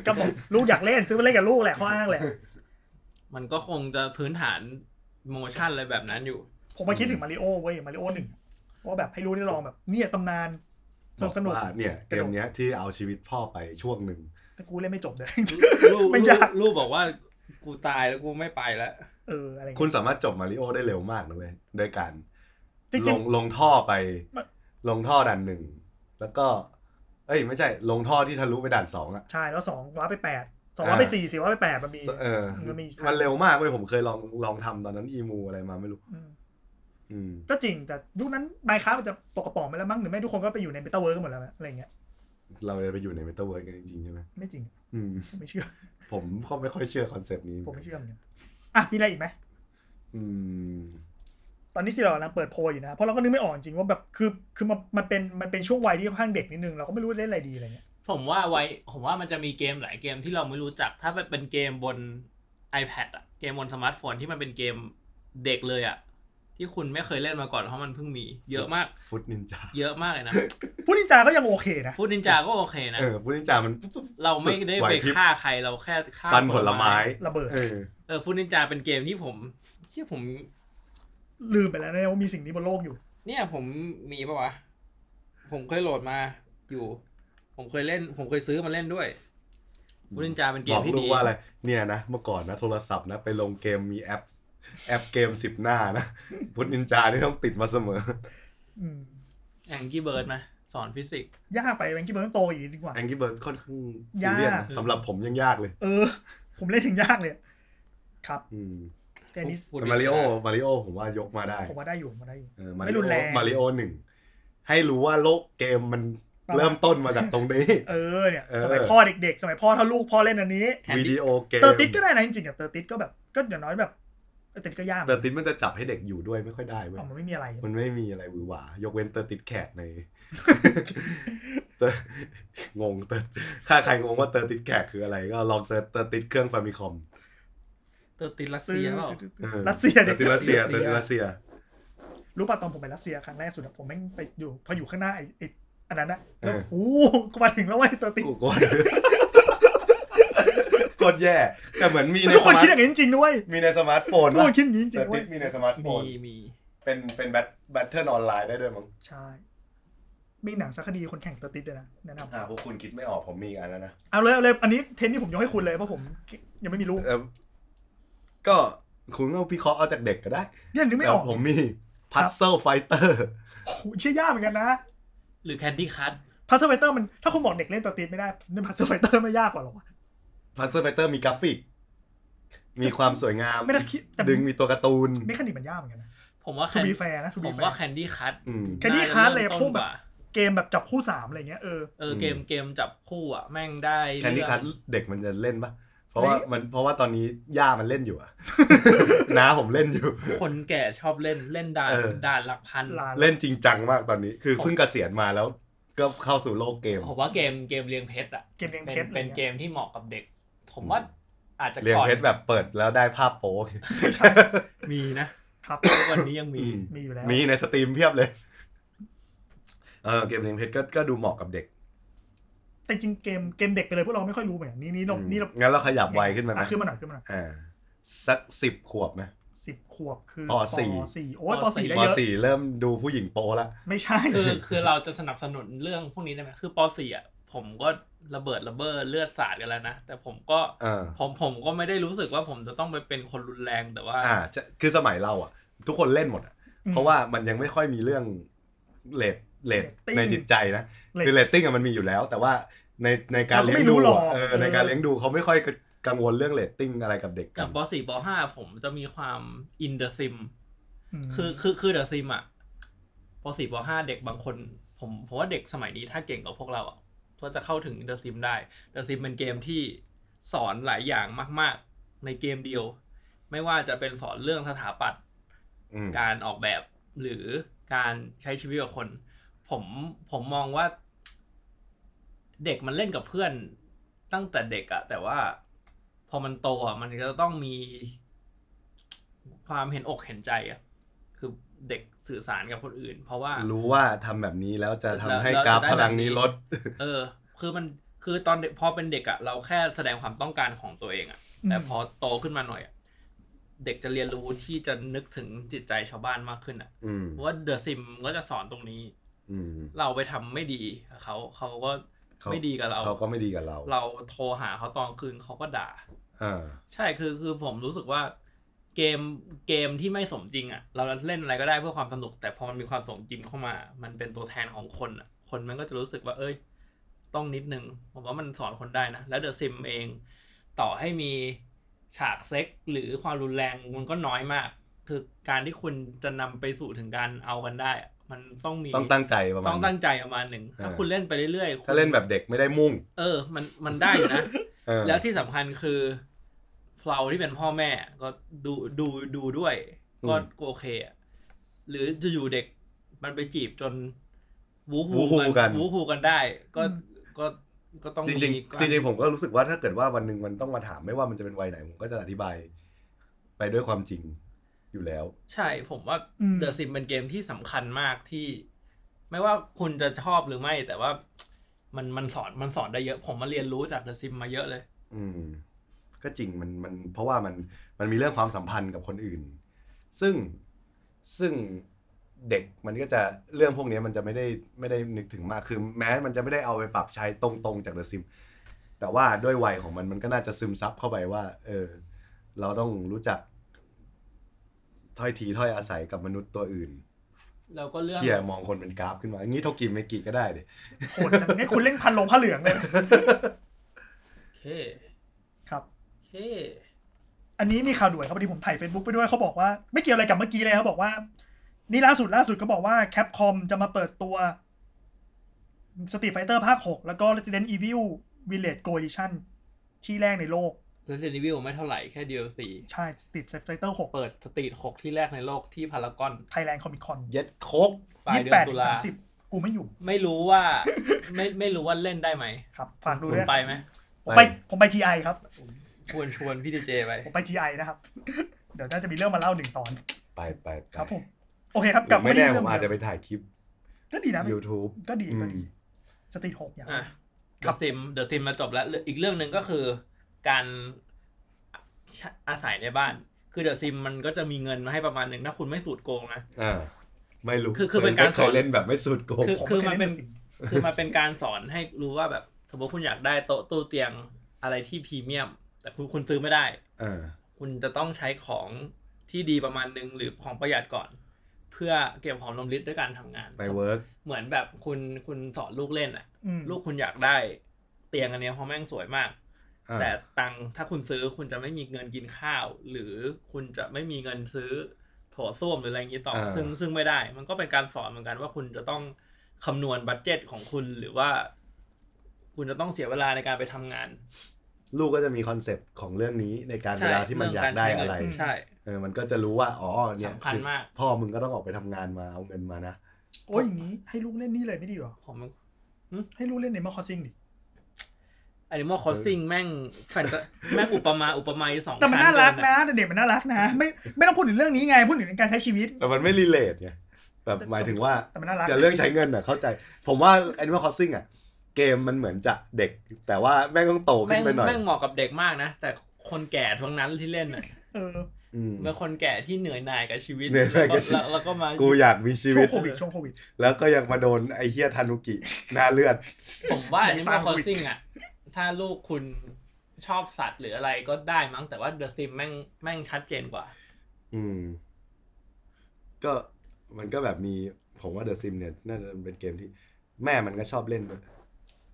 ก็บอกลูกอยากเล่นซื้อมาเล่นกับลูกแหละข้ออ้างแหละ มันก็คงจะพื้นฐานโมชั่นอะไรแบบนั้นอยู่ ผมมาคิดถึงมาริโอเว้ยมาริโอหนึ่งว่าแบบให้ลูกได้ลองแบบเนี่ยตำนานสนุกสนุก บอว่าเนี่ยเกมเนี้ยที่เอาชีวิตพ่อไปช่วงหนึ่ง แต่กูเล่นไม่จบเลย <laughs> ลูก มันยาก ลูกบอกว่ากูตายแล้วกูไม่ไปแล้ว เอออะไรอย่าง คุ เงี้ย ณสามารถจบมาริโอได้เร็วมากนะเว้ยโดยการ จริงๆ ลงลงท่อไป มัน ลงท่อด่านหนึ่ง แล้วก็ เอ้ย ไม่ใช่ ลงท่อที่ทะลุไปด่านสองอะ ใช่แล้วสองว้าไปแปดสองว้าไปสี่สี่ว้าไปแปดมันมี เออ มันมีทาง มันเร็วมากเว้ยผมเคยลองลองทำตอนนั้นอีมูอะไรมาไม่รู้ อืม อืม ก็จริงแต่ยุคนั้นไมค้ามันจะตกกระป๋องไปแล้วมั้งหรือไม่ทุกคนก็ไปอยู่ในเมตาเวิร์กนหมดแล้วอะไรอย่างเงี้ย เราจะไปอยู่ในเมตาเวิร์กันจริงๆใช่ไหม ไม่จริง อืม ไม่เชื่อ ผมก็ไม่ค่อยเชื่อคอนเซปต์นี้ ผมไม่เชื่อเหมือนกันอ่ะมีอะไรอีกไหม อืม ตอนนี้สิเรากำลังเปิดโพลอยู่นะ เพราะเราก็นึกไม่ออกจริงๆว่าแบบคือคือมันมันเป็นมันเป็นช่วงวัยที่ค่อนข้างเด็กนิดนึงเราก็ไม่รู้เล่นอะไรดีอะไรเงี้ย ผมว่าไว้ผมว่ามันจะมีเกมหลายเกมที่เราไม่รู้จัก ถ้าเป็นเกมบน iPad อะเกมบนสมาร์ทโฟนที่มันเป็นเกมเด็กเลยอะที่คุณไม่เคยเล่นมาก่อนเพราะมันเพิ่งมี เยอะมาก ฟุตนินจา เยอะมากเลยนะ พูดนินจาก็ยังโอเคนะ พูดนินจาก็โอเคนะ เออฟุตนินจามันปุ๊บปุ๊บ เราไม่ได้ ไหว ไป พริบ ฆ่าใครเราแค่ฆ่า ฟันผลไม้ ระเบิด เออ เออฟูนินจาเป็นเกมที่ผมเชื่อผม ลืมไปแล้วนะว่ามีสิ่งนี้บนโลกอยู่ เนี่ยผมมีปะวะ ผมเคยโหลดมาอยู่ ผมเคยเล่น ผมเคยซื้อมาเล่นด้วย อืม บูนินจาเป็นเก บอ ม ก ที่ ลูก ดี ว่าอะไร เนี่ยนะ เมื่อก่อนนะ โทรศัพท์นะ ไปลงเกมมีแอป แอปเกมสิบหน้านะ ฟุตนินจานี่ต้องติดมาเสมอ อืม แองกี้เบิร์ดไหมสอนฟิสิกส์ ยากไปแบงกี้เบิร์ตโตอีกนิดดีกว่า แองกี้เบิร์ดค่อนข้างซีเรียส ยาก นะสำหรับผมยังยากเลย เออ ผมเล่นถึงยากเลย ครับ อืม แต่อันนี้ ฟูนิน แต่ จ มาริโอมาริโอผมว่ายกมาได้ ผมว่าได้อยู่ผมว่าได้อยู่ เออมา ไม่ ริ รุ โอน แรง มาริโอหนึ่ง ให้รู้ว่าโลกเกมมันเริ่มต้นมาจากตรงนี้ เออเนี่ย เออ สมัยพ่อเด็กๆ สมัยพ่อถ้าลูกพ่อเล่นอันนี้ แคน วิ ดี้ ดีโอเกม เตอร์ติดก็ได้นะจริงๆอะเตอร์ติดก็แบบก็อย่างน้อยแบบเตอร์ติดก็ยาก เตอร์ติดมันจะจับให้เด็กอยู่ด้วยไม่ค่อยได้เว้ย เอามันไม่มีอะไร <laughs> มันไม่มีอะไรหวือหวายกเว้นเตอร์ติดแขกใน <laughs> เตอร์งงเตอร์ถ้าใครงงว่าเตอร์ติดแขกคืออะไร ก็ลองเซิร์ชเตอร์ติดเครื่องฟามิคอม เตอร์ตินรัสเซียเปล่า ออ รัสเซีย เต เด็ อก ร์ติดรัสเซียเตอร์ติดรัสเซีย รู้ป่ะตอนผมไปรัสเซียครั้งแรกสุดอะผมแม่งไปอยู่พออยู่ข้างหน้าไอ้ไอ้อันนั้นนะ เออ โอ้โหกูมาถึงแล้วเว้ยตัวติด กูกดกดแย่ แต่เหมือนมีใน ทุก ส คน มา คิ ร์ ดอ ท ย่างนี้จริงๆด้วย มีในสมาร์ทโฟน ทุกค ว่ะ นคิดอย่างนี้เตจริ อง ร์ติๆเว้ ด ย มีในสมาร์ทโฟ มี น มี เป็นเป็นแบทแบทเทิลออนไลน์ได้ด้วยมั้ง ใช่มีหนังสักคดีคนแข่งตัวติดด้วยนะแนะน อ่าพวกคุณคิดไม่ออกผมมีอีกอันแล้วนะ ำเอาเลยเอาเลยอันนี้เทนที่ผมยกให้คุณเลยเพราะผมยังไม่มีลูก เอ่อก็คุณก็พิเคราะห์เอาจากเด็กก็ได้ เนี่ยนึกไม่ แต่ ออก ผมมีพัซเซิลไฟเตอร์ โอ้โหเชื่อยากเหมือนกันนะ หรือแคนดี้คัท พัซเซอร์ไฟเตอร์มันถ้าคุณบอกเด็กเล่นตัวติดไม่ได้เนี่ยพัซเซอร์ไฟเตอร์ไม่ยากกว่าหรอกวะ พัซเซอร์ไฟเตอร์มีกราฟิก มีความสวยงาม ไม่ได้คิดแต่ ดึงมีตัวการ์ตูน เมคานิกมันยากเหมือนกันนะ ผมว่าแค ทู น บีแฟร์นะทู ผ บี ม แฟ ว่า ร์ แคนดี้คัท อืม Candy Crush เลยพวกแบบ ว่า เกมแบบจับคู่สามอะไรเงี้ยเออ เออเกมเกมจับคู่อ่ะ แม่งได้ แคนดี้ เรื่อง คัทเด็กมันจะเล่นปะเพราะว่ามันเพราะว่าตอนนี้ย่ามันเล่น <laughs> อยู่อะ น้าผมเล่นอยู่ คนแก่ชอบเล่นเล่นด่าน เออ ด่านหลักพัน หลาน เล่นจริงจังมากตอนนี้ คือเพิ่งเกษียณมาแล้ว ก็เข้าสู่โลกเกม ผมว่าเกมเกมเรียงเพชรอ่ะ เกมเลี้ยง เป็น เพชรอะไร เป็นเก เงี้ย มที่เหมาะกับเด็ก ผม อืม ว่าอาจจะ เรียง ก่อน เพชรแบบเปิดแล้วได้ภาพโป๊ มีนะครับ ทุกวันนี้ยังมี อืม มีอยู่แล้ว มีในสตรีมเพียบเลย เออเกมเลี้ยงเพชรก็ก็ดูเหมาะกับเด็ก แต่จริงเกมเกมเด็กไปเลยพวกเราไม่ค่อยรู้เหมือนกันนี่นี่เรา อืม นี่เรา งั้นเราขยับไวขึ้นมาไหม อ่ะขึ้นมาหน่อยขึ้นมาหน่อย อ่า สักสิบขวบไหม สิบขวบคือ ปสี่ สี่โอ้ยปสี่ได้มปเยอะ สี่เริ่มดูผู้หญิงโปละ ไม่ใช่ คือคือเราจะสนับสนุนเรื่องพวกนี้ได้ไหมคือปสี่อ่ะผมก็ระเบิดระเบ้อเลือดสาดกันแล้วนะ แต่ผมก็ เออ ผมผมก็ไม่ได้รู้สึกว่าผมจะต้องไปเป็นคนรุนแรงแต่ว่า อ่าจะคือสมัยเราอ่ะ ทุกคนเล่นหมดอะเพราะว่ามันยังไม่ค่อยมีเรื่องเลดเลดในจิตใจนะ เลย คือเรตติ้งอะมันมีอยู่แล้ว แต่ว่าในในการ เราก็ เลี้ย ไม่ ง รู้ ดู หรอก อะเออ เออ ในการเลี้ยงดูเขาไม่ค่อยกังวลเรื่องเรตติ้งอะไรกับเด็กกั กัน บปสี่ปห้าผมจะมีความอินเดอะซิม ม คือคือคือเดอะซิมอ่ะปสี่ปห้าเด็กบางคน ผมผมว่าเด็กสมัยนี้ถ้าเก่งกว่าพวกเราอ่ะก็จะเข้าถึงเดอะซิมได้เดอะซิมเป็นเกมที่สอนหลายอย่างมาก ๆ ในเกมเดียว ไม่ว่าจะเป็นสอนเรื่องสถาปัตย์ อืม การออกแบบหรือการใช้ชีวิตกับคน ผมผมมองว่า เด็กมันเล่นกับเพื่อนตั้งแต่เด็กอะแต่ว่าพอมันโตอะมันก็ต้องมีความเห็นอกเห็นใจอะคือเด็กสื่อสารกับคนอื่น เพราะว่า รู้ว่าทำแบบนี้แล้วจะทำให้ แล้ว กราฟ แล้วจะได้ พลังนี้ แบบนี้ ลด เออ คือมันคือตอนเด็กพอเป็นเด็กอะเราแค่แสดงความต้องการของตัวเองอะแต่พอโตขึ้นมาหน่อยอะเด็กจะเรียนรู้ที่จะนึกถึงจิตใจชาวบ้านมากขึ้นอะ อืม เพราะว่าเดอะซิมก็จะสอนตรงนี้ อืม เราไปทำไม่ดีกับเขาเขาก็ เขา ไม่ดีกับเรา เขาก็ไม่ดีกับเรา เราโทรหาเขาตอนคืนเขาก็ด่า อ่า ใช่คือคือผมรู้สึกว่าเกมเกมที่ไม่สมจริงอะ่ะ เราเล่นอะไรก็ได้เพื่อความสนุก แต่พอมันมีความสมจริงเข้ามา มันเป็นตัวแทนของคนอะ่ะ คนมันก็จะรู้สึกว่า เอ้ย ต้องนิดนึง ผมว่ามันสอนคนได้นะ แล้วเดอะซิมเอง ต่อให้มีฉากเซ็กหรือความรุนแรงมันก็น้อยมาก คือการที่คุณจะนำไปสู่ถึงการเอากันได้อะมันต้องมี ต้องตั้งใจประมาณ ต้องตั้งใจประมาณหนึ่งถ้า เออ คุณเล่นไปเรื่อยๆคุณ ถ้าเล่นแบบเด็กไม่ได้มุ่ง เออ มันมันได้อยู่นะ เออ แล้วที่สำคัญคือเราที่เป็นพ่อแม่ก็ดูดูดูด้วย ก็ก็โอเคอะหรือจะอยู่ๆเด็กมันไปจีบจนวู วูฮูกัน วูฮูกันได้ ก็ก็ก็ต้อง จริง มีการ ๆจริงๆผมก็รู้สึกว่าถ้าเกิดว่าวันหนึ่งมันต้องมาถามไม่ว่ามันจะเป็นวัยไหนผมก็จะอธิบาย ไปด้วยความจริงอยู่แล้ว ใช่ผมว่า อืม เดอะซิมเป็นเกมที่สำคัญมากที่ ไม่ว่าคุณจะชอบหรือไม่ แต่ว่ามันมันสอนมันสอนได้เยอะ ผมมาเรียนรู้จากเดอะซิมมาเยอะเลย อืมก็จริงมันมันเพราะว่ามันมันมีเรื่องความสัมพันธ์กับคนอื่น ซึ่งซึ่งเด็กมันก็จะเรื่องพวกนี้มันจะไม่ได้ไม่ได้นึกถึงมากคือแม้มันจะไม่ได้เอาไปปรับใช้ตรงๆจากเดอะซิม แต่ว่าด้วยวัยของมันมันก็น่าจะซึมซับเข้าไปว่า เออ เราต้องรู้จัก ถ้อยทีถ้อยอาศัยกับมนุษย์ตัวอื่น แล้วก็เรื่อง เที่ยมองคนเป็นกราฟขึ้นมาอย่างนี้เท่ากิมเมกิก็ได้ดิ โหดจังเนี่ยคุณเล่นพันลงผ้าเหลืองเลย โอเค ครับ โอเค อันนี้มีข่าวด่วนครับพอดีผมถ่าย Facebook ไปด้วยเขาบอกว่า ไม่เกี่ยวอะไรกับเมื่อกี้เลยเขาบอกว่า นี่ล่าสุดล่าสุดก็บอกว่าแคปคอมจะมาเปิดตัว Street Fighter ภาค 6 แล้วก็ Resident Evil Village Go Edition ที่แรกในโลก Resident Evil ไม่เท่าไหร่แค่ DLC ใช่ Street Fighter เปิดสตรีท6ที่แรกในโลกที่พารากอน 6 Thailand Comic Con เย็ดโคก ปลายเดือน 28 ตุ ถึง ลา 30 กูไม่อยู่ ไม่รู้ว่า <laughs> ไม่ไม่รู้ว่าเล่นได้ไหม ครับ ฝากดู คุ ด้ ณ วย ไปไหม ผมไปผมไป TI ครับ ชวนชวนพี่ดีเจไป ผมไป TI นะครับ เดี๋ยวน่าจะมีเรื่องมาเล่าหนึ่งตอน ไปไปไป ครับผม โอเคครับกลับ ไม่แน่ ที่ ผ เรื่ มอาจจะไป เดิ ถ่ายคลิป ก็ดีนะ YouTube ก็ดีก็ดี อืม สตรีทหกอย่าง อ่ะ ครั เดอะบซิมเดอะซิมมาจบแล้ว อีกเรื่องหนึ่งก็คือการอาศัยในบ้าน คือเดอะซิมมันก็จะมีเงินมาให้ประมาณหนึ่งถ้าคุณไม่สูดโกงนะ อ่าไม่รู้ คือคือเป็นการ ไม่ ส เค อน ยเล่นแบบไม่สุดโกง คือ ผม คือ เคย มัน เล่น เป็น เดอะซิม <laughs> คือมันเป็นการสอนให้รู้ว่าแบบ สมมติคุณอยากได้โต๊ะตู้เตียงอะไรที่พรีเมียม แต่คุณคุณซื้อไม่ได้ อ่า คุณจะต้องใช้ของที่ดีประมาณหนึ่งหรือของประหยัดก่อน เพื่อเก็บหอมรอมริบด้วยการทำงาน ไปเวิร์ก เหมือนแบบคุณคุณสอนลูกเล่นอะ อืม ลูกคุณอยากได้เตียงอันเนี้ยเพราะแม่งสวยมาก อ่า แต่ตังค์ถ้าคุณซื้อคุณจะไม่มีเงินกินข้าว หรือคุณจะไม่มีเงินซื้อโถส้วมหรืออะไรอย่างนี้ต่ออา ซึ่งซึ่งไม่ได้ มันก็เป็นการสอนเหมือนกันว่าคุณจะต้องคำนวณบัตเจตของคุณหรือว่า คุณจะต้องเสียเวลาในการไปทำงาน ลูกก็จะมีคอนเซปต์ของเรื่องนี้ในการเวลาที่มันอยากได้อะไร เงกาใช้เงินใช่ เออมันก็จะรู้ว่าอ๋อเนี่ย สำคัญมาก คือพ่อมึงก็ต้องออกไปทำงานมาเอาเงินมานะ โอ้ยอย่างนี้ให้ลูกเล่นนี่เลยไม่ดีหรอ ผม อืม ให้ลูกเล่น Animal Crossing ดิ Animal Crossing แม่งแฟนตาแม่งอุปมาอุปไมยสอง แต่มัน ชั้ น่ารัก เ นะแต่เด็กมันน่ารักนะ ไม่ไม่ต้องพูดถึงเรื่องนี้ไงพูดถึงการใช้ชีวิต แต่มันไม่รีเลทไงแบบหมายถึงว่า แต่มันน่ารัก แต่เรื่องใช้เงินอ่ะเข้าใจ ผมว่า Animal Crossing อ่ะ เกมมันเหมือนจะเด็ก แต่ว่าแม่งต้องโตขึ้ แม่ น ง ไปหน่อย แม่งเหมาะกับเด็กมากนะ แต่คนแก่ทั้งนั้นที่เล่นอ่ะ เออ อืม เป็นคนแก่ที่เหนื่อยหน่ายกับชีวิต เหนื่อยหน่ายกับชีวิต แล้วแล้วก็มา กูอยากมีชี ช่ วิ ว ต งโควิดช่วงโควิด แล้วก็ยังมาโดนไอเฮียทานุกิ หน้าเลือด ผมว่า ไหน Animal บ้าง Crossing อ่ะ ถ้าลูกคุณชอบสัตว์หรืออะไรก็ได้มั้งแต่ว่า The Sims แม่งแม่งชัดเจนกว่า อืม ก็มันก็แบบมีผมว่าเดอะซิมเนี่ย น่าจะเป็นเกมที่ แม่มันก็ชอบเล่นด้วย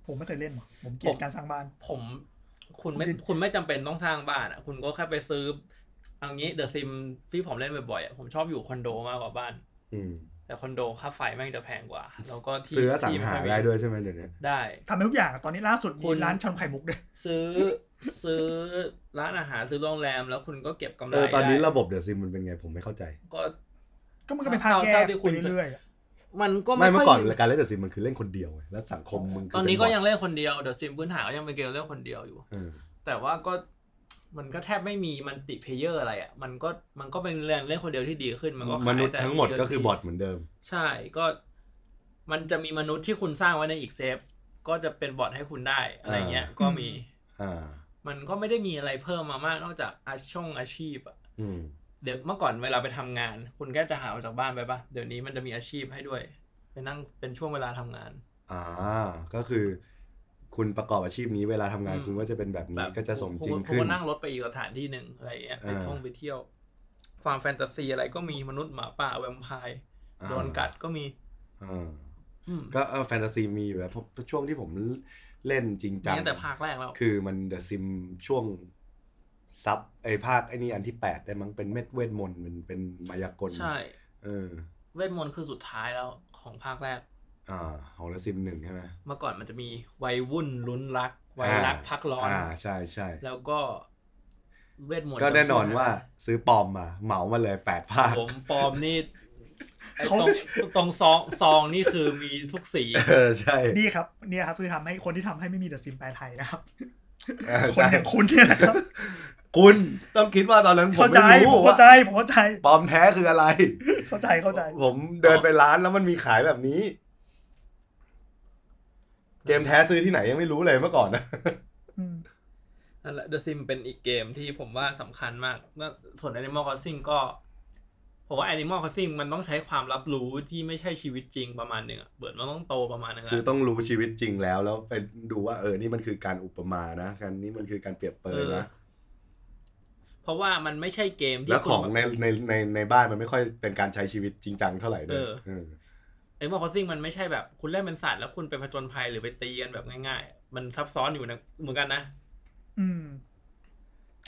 ผมไม่เคยเล่นหรอกผมเกลียดการสร้างบ้าน ผมคุณไม่คุณไม่จำเป็นต้องสร้างบ้านอ่ะ คุณก็แค่ไปซื้อเอางี้เดอะซิมที่ผมเล่นบ่อยๆอ่ะผมชอบอยู่คอนโดมากกว่าบ้าน อืม แต่คอนโดค่าไฟแม่งจะแพงกว่า แล้วก็ที่ ซื้ออสัง ที่ม่ หา ค่อยมี ได้ด้วยใช่ไหมเดี๋ยวนี้ ได้ ทำให้ทุกอย่างอะตอนนี้ล่าสุด คุ มี ณ ร้านชำไข่มุกด้วย ซื้อซื้อร้านอาหารซื้อโรงแรม แล้วคุณก็เก็บกำไร เออตอนนี้ ได้ ระบบเดอะซิมมันเป็นไงผมไม่เข้าใจ ก็ ก็มันก็เป็นภาคแย เจ้าก ที่คุณไปเรื่อยๆอะ มันก็ ไม่ ไม่ เมื่ ค่ อ อย ก่อนการเล่นเดอะซิมมันคือเล่นคนเดียวไงแล้วสังคมมึงคื ตอนนี้ เป็ ก็ บท ยังเล่นคนเดียวเดอะซิมพื้นฐานก็ยังเป็นเกมเล่นคนเดียวอยู่ เออ แต่ว่าก็มันก็แทบไม่มีมันติเพเยอร์อะไรอ่ะมันก็มันก็เป็นเล่นเล่นคนเดียวที่ดีขึ้นมันก็ขาย มนุษย์ แต่ ทั้งหมดก็คือ DLC บอทเหมือนเดิม ใช่ก็มันจะมีมนุษย์ที่คุณสร้างไว้ในอีกเซฟ ก็จะเป็นบอทให้คุณได้อะไรเงี้ย อ่า ก็มี อ่า มันก็ไม่ได้มีอะไรเพิ่มมามากนอกจากอาช่องอาชีพอะ อืม เดี๋ยวเมื่อก่อนเวลาไปทำงาน คุณก็จะหาออกจากบ้านไปปะเดี๋ยวนี้มันจะมีอาชีพให้ด้วยไปนั่งเป็นช่วงเวลาทำงาน อ่า ก็คือ คุณประกอบอาชีพนี้เวลาทำงาน อืม คุณก็จะเป็นแบบ แบ นี้ บ ก็จะสมจริง คุณคุณ ขึ้น ก็นั่งรถไปอีกสถานที่หนึ่งอะไรเงี้ยไป อ่า ท่องไปเที่ยว ความแฟนตาซีอะไรก็มีมนุษย์หมาป่าแวมไพร์ อ่า โดนกัดก็มี อ่า อืม ก็เออแฟนตาซีมีอยู่แล้วเพราะช่วงที่ผมเล่นจริงจัง มีตั้งแต่ภาคแรกแล้ว คือมันเดอะซิมช่วงซับไอภาคไอนี่อันที่แปดได้มั้งเป็นเม็ดเวทมนต์มันเป็นมายากล ใช่ เออ เวทมนต์คือสุดท้ายแล้วของภาคแรก อ่าของเดอะซิมหนึ่งใช่ไหม เมื่อก่อนมันจะมีวัยวุ่นลุ้นรัก วัยรักพักร้อน อ่าใช่ใช่ แล้วก็เวทมนต์ ก็แน่นอน จำชื่ ว่า ไม่ไ ซื้อปลอมมา เหมามาเลยแปดภา ด้ ค ผมปลอมนี่ไอ้ เขา ตรงตรงซองซองนี่คือมีทุก <laughs> สี เออ ใช่ นี่ครับเนี่ยครับคือทำให้คนที่ทำให้ไม่มีเดอะซิมแปลไทยนะครับ เออ คน ใช่ อย่างคุณเนี่ยนะครับ <coughs> คุณต้องคิดว่าตอนนั้นผม เข้าใจ ไม่ ผม รู้ เข้า ว่า ใจผมเข้าใจ ปลอมแท้คืออะไร เข้าใจเข้าใจ ผมเดินไปร้านแล้วมันมีขายแบบนี้ เกมแท้ซื้อที่ไหนยังไม่รู้เลยเมื่อก่อนนะ อืม นั่นแหละ The Sim เป็นอีกเกมที่ผมว่าสำคัญมากแล้วส่วน Animal Crossing ก็ ผมว่า Animal Crossing มันต้องใช้ความรับรู้ที่ไม่ใช่ชีวิตจริงประมาณหนึ่งอะเบิร์ดมันต้องโตประมาณหนึ่ง <coughs> คือ อะ ต้องรู้ชีวิตจริงแล้ว แล้วไปดูว่าเออนี่มันคือการอุปมานะการนี่มันคือการเปรียบเปรยนะ เพราะว่ามันไม่ใช่เกมที่ แล้วของ คุณ ใน แบบ ในในในบ้านมันไม่ค่อยเป็นการใช้ชีวิตจริงจังเท่าไหร่ด้วย เออ เออ Animal Crossing มันไม่ใช่แบบคุณเล่นเป็นสัตว์แล้วคุณไปผจญภัยหรือไปตีกันแบบง่ายๆ มันซับซ้อนอยู่นะเหมือนกันนะ อืม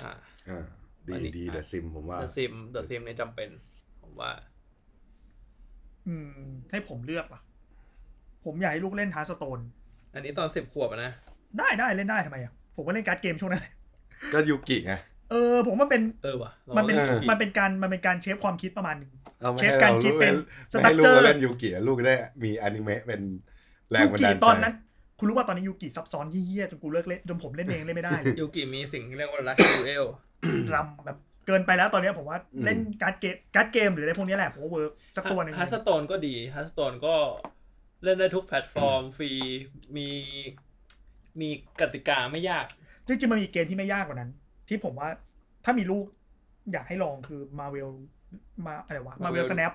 อ่า อ่าดี อันนี้ ดี อ่ะ เดอะซิมผมว่า The Sim The Sim เนี่ยจำเป็น ผมว่า อืมให้ผมเลือกว่ะผมอยากให้ลูกเล่นฮาร์สโตน อันนี้ตอนสิบขวบอะนะ ได้ได้เล่นได้ทำไมอ่ะผมก็เล่นการ์ดเกมช่วงนั้นแห <laughs> ละ ก็ยูกิไง เออ ผมว่ามันเป็น เออว่ะรา มันเป็น ล่ อ มันเป็นการมันเป็นการเชฟความคิดประมาณหนึง เอาไม่ เชฟ ให้ การ เรา คิด ลูก เป็น เล่น ส ไม่ ตั๊ ให้ ก ลู เจ ก อร์ มาเล่นยูกิลูกได้มีอนิเมะเป็นแรง ยู บัน กิ ดาลใจ ตอนนั้น คุณรู้ว่าตอนนี้ยูกิซับซ้อนเยี่ยๆจนกูเลิกเล่นจนผมเล่นเองเล่นไม่ได้เลย ยูกิมีสิ่งที่เรียกว่า Rush Duel รำแบบเกินไปแล้วตอนเนี้ยผมว่าเล่นการ์ดเกมการ์ดเกมหรืออะไรพวกเนี้ยแหละผมว่าเวิร์กสักตัวหนึ่ง ฮัสโตนก็ดีฮัสโตนก็เล่นได้ทุกแพลตฟอร์ม ฟรี มีมีกติกาไม่ยาก จริงๆมันมีเกมที่ไม่ยากกว่านั้น ที่ผมว่าถ้ามีลูกอยากให้ลองคือ Marvel มาอะไรวะ Marvel Marvel Snap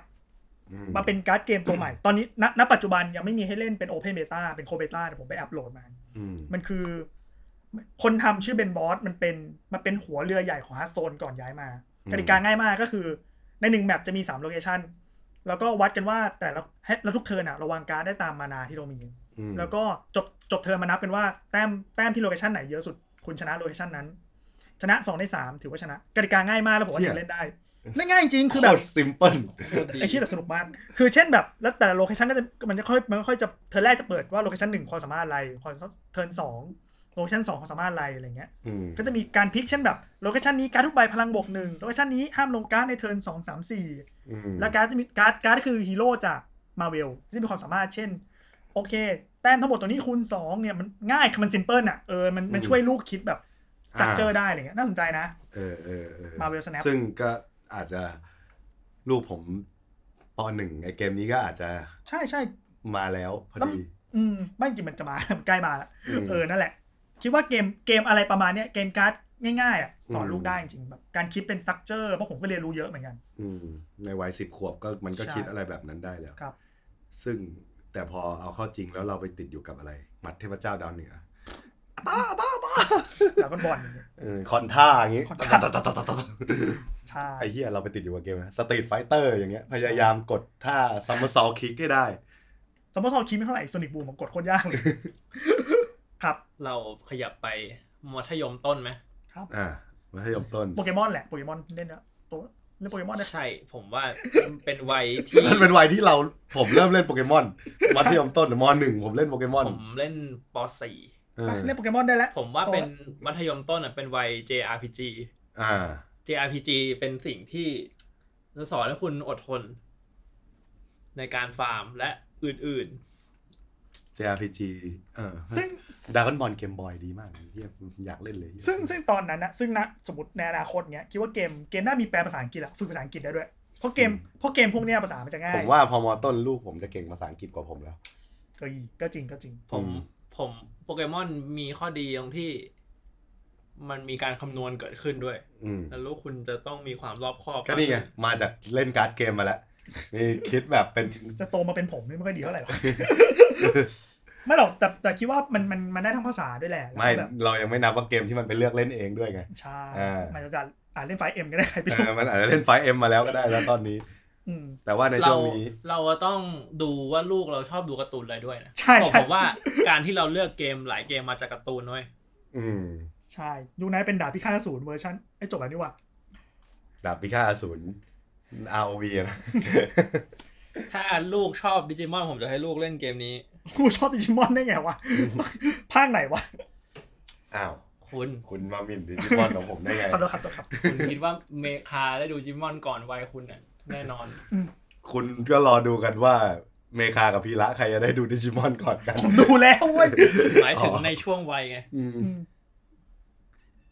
อืม มาเป็นการ์ดเกมตัวใหม่ ตอนนี้ณณปัจจุบันยังไม่มีให้เล่นเป็น Open Beta เป็น Co Beta แต่ผมไปอัปโหลดมา อืม มันคือ คนทำชื่อเบนบอสมันเป็นมันเป็นหัวเรือใหญ่ของฮาร์ t โซนก่อนย้ายมากติกาง่ายมากก็คือ ในหนึ่งแมปจะมี3ามโลเคชันแล้วก็วัดกันว่าแต่ละให้แล้วทุกเทิร์นอะเระวังการ์ดได้ตามมานาที่เรามี อืม แล้วก็จบจบเทอมมานับเป็นว่าแต้มแต้มที่โลเคชันไหนเยอะสุดคุณชนะโลเคชันนั้น ชนะ 2 ใน 3 ถือว่าชนะกติกาง่ายมากแล้วผมว่าเด็กเล่นได้เล่นง่ายจริงๆคือแบบ โตรซิมเพิล โคตรดี ไอ้ที่แต่สนุกมาก คือเช่นแบบ แล้วแต่ละโลเคชันก็จะมันจะค่อยมันค่อยจะเทอร์นแรกจะเปิดว่าโลเคชันหนึ่งความสามารถอะไรความเทอร์นสองโลเคชันสองความสามารถอะไรอะไรเงี้ย อืม ก็จะมีการพลิกเช่นแบบโลเคชันนี้การดทุกใบพลังบวกหนึ่งโลเคชันนี้ห้ามลงการ์ดในเทิร์นสองสามสี่ อืม แล้วการ์ดจะมีการ์ดการ์ดคือฮีโร่จากมาเวลที่มีความสามารถเช่น โอเค แต้มทั้งหมดตัวนี้คูณสองเนี่ยมันง่ายมันซิมเพิลอ่ะเออมันมันช่วยลูกคิดแบบสตั๊กเจอได้อะไรเงี้ยน่าสนใจนะ เออเออเออ Marvel Snap ซึ่งก็อาจจะลูกผมปหนึ่งไอเกมนี้ก็อาจจะ ใช่ใช่ มาแล้วพอ แล้ว ดี อืมไม่จริงมันจะมา <laughs> ใกล้มาละ อืม เออนั่นแหละ คิดว่าเกมเกมอะไรประมาณเนี้ยเกมการ์ดง่ายๆอ่ะสอน อืม ลูกได้จริงๆแบบการคิดเป็นสตั๊กเจอร์เพราะผมก็เรียนรู้เยอะ <laughs> เหมือนกัน อืมในวัยสิบขวบก็มันก็ ใช่ คิดอะไรแบบนั้นได้แล้ว ครับ ซึ่งแต่พอเอาเข้าจริงแล้วเราไปติดอยู่กับอะไร มัดเทพเจ้าดาวเหนือ แล้วก็บอล เออคอนท่าอย่างงี้ ค่อนข้าง ตะตะตะตะตะตะ ใช่ ไอ้เหี้ยเราไปติดอยู่กับเกมนะสตรีทไฟเตอร์อย่างเงี้ย พยายามกดท่าซัมเมอร์ซอลคิกให้ได้ สมมติเราคิดไม่เท่าไหร่โซนิคบูมผมกดโคตรยาก <laughs> เลย ครับ เราขยับไปมัธยมต้นไหม อ่ามัธยมต้น โปเกมอนแหละโปเกมอนเล่นเนอะตัวเล่นโปเกมอนนะ ใช่ผมว่าเป็นวัยที่ นั่นเป็นวัยที่เราผมเริ่มเล่นโปเกมอนมัธยมต้นมหนึ่งผมเล่นโปเกมอน ผมเล่นป .4 เออ เล่นโปเกมอนได้แล้ว ผมว่าเป็นมัธยมต้นอ่ะเป็นวัย JRPG อ่า JRPG เป็นสิ่งที่จะสอนให้คุณอดทน ในการฟาร์มและอื่น JRPG เออ ซึ่ง ดากอนบอลเกมบอยดีมากเหี้ยอยากเล่นเลย ซึ่งซึ่งตอนนั้นนะซึ่งนะสมมติในอนาคตเนี้ยคิดว่าเกมเกมน่ามีแปลภาษาอังกฤษอะฝึกภาษาอังกฤษได้ด้วยเพราะเกม อืม เพราะเกมพวกเนี้ยภาษามันจะง่า ผ ย มว่าพอมอต้นลูกผมจะเก่งภาษาอังกฤษกว่าผมแล้ว เอ้ยก็จริงก็จริง ๆ ผม อืม ผมโปเกมอนมีข้อดีตรงที่ มันมีการคำนวณเกิดขึ้นด้วย อืม แล้วลูกคุณจะต้องมีความรอบคอบ ก็นี่ไง มาจากเล่นการ์ดเกมมาแล้วนี่คิดแบบเป็น จะโตมาเป็นผมนี่ไม่ค่อยดีเท่าไหร่หรอก ไม่หรอกแต่แต่คิดว่ามันมันมันได้ทั้งภาษาด้วยแหละแล้วก็ ไม่ แบบ เรายังไม่นับว่าเกมที่มันไปเลือกเล่นเอง <laughs> ด้วยไง ใช่ อ่า หมายถึงการอ่านเล่นไฟเอ็มก็ได้ใครไป เอ ดู อมันอาจจะเล่นไฟเอ็มมาแล้วก็ได้แล้วตอนนี้ อืม แต่ว่าในช่ เรา วงนี้ เราต้องดูว่าลูกเราชอบดูการ์ตูนอะไรด้วยนะ ใช่ ผม ใช่ ผมว่าการที่เราเลือกเกมหลายเกมมาจากการ์ตูนด้วย อืม ใช่ยูไนเป็นดาบพิฆาตอสูรเวอร์ชันไอ้ยจบแล้วนี่หว่า ดาบพิฆาตอสูร ROV นะ ถ้าลูกชอบดิจิมอนผมจะให้ลูกเล่นเกมนี้ กูชอบดิจิมอนได้ไงวะ ภาคไหนวะ อ้าว คุณ คุณมาหมินดิจิมอนของผมได้ไง <laughs> ขับรถขับรถขับ คุณคิดว่าเมคาได้ดูดิจิมอนก่อนวัยคุณน่ะแน่นอน คุณก็รอดูกันว่าเมคากับพีระใครจะได้ดูดิจิมอนก่อนกัน ผมดูแล้วเว้ย หมายถึง อ๋อ ในช่วงวัยไง อืม อืม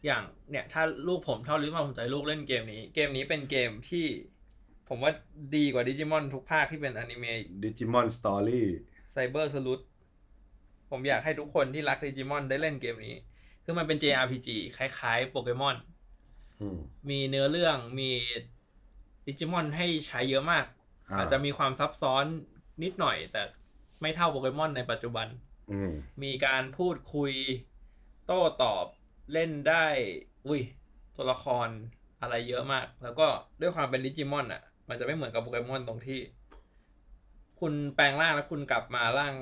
อย่างเนี่ยถ้าลูกผมชอบลิมอนผมจะให้ลูกเล่นเกมนี้ เกมนี้เป็นเกมที่ ผมว่าดีกว่าดิจิมอนทุกภาคที่เป็นอนิเมะ ดิจิมอนสตอรี่ ไซเบอร์สลุดผมอยากให้ทุกคนที่รักดิจิมอนได้เล่นเกมนี้ คือมันเป็น JRPG คล้ายๆโปเกมอน อืม มีเนื้อเรื่องมีดิจิมอนให้ใช้เยอะมาก อ่า อาจจะมีความซับซ้อนนิดหน่อย แต่ไม่เท่าโปเกมอนในปัจจุบัน อืม มีการพูดคุยโต้ตอบเล่นได้ อุ้ย ตัวละครอะไรเยอะมาก แล้วก็ด้วยความเป็นดิจิมอนอ่ะ มันจะไม่เหมือนกับโปเกมอนตรงที่ คุณแปลงร่างแล้วคุณกลับมาร่าง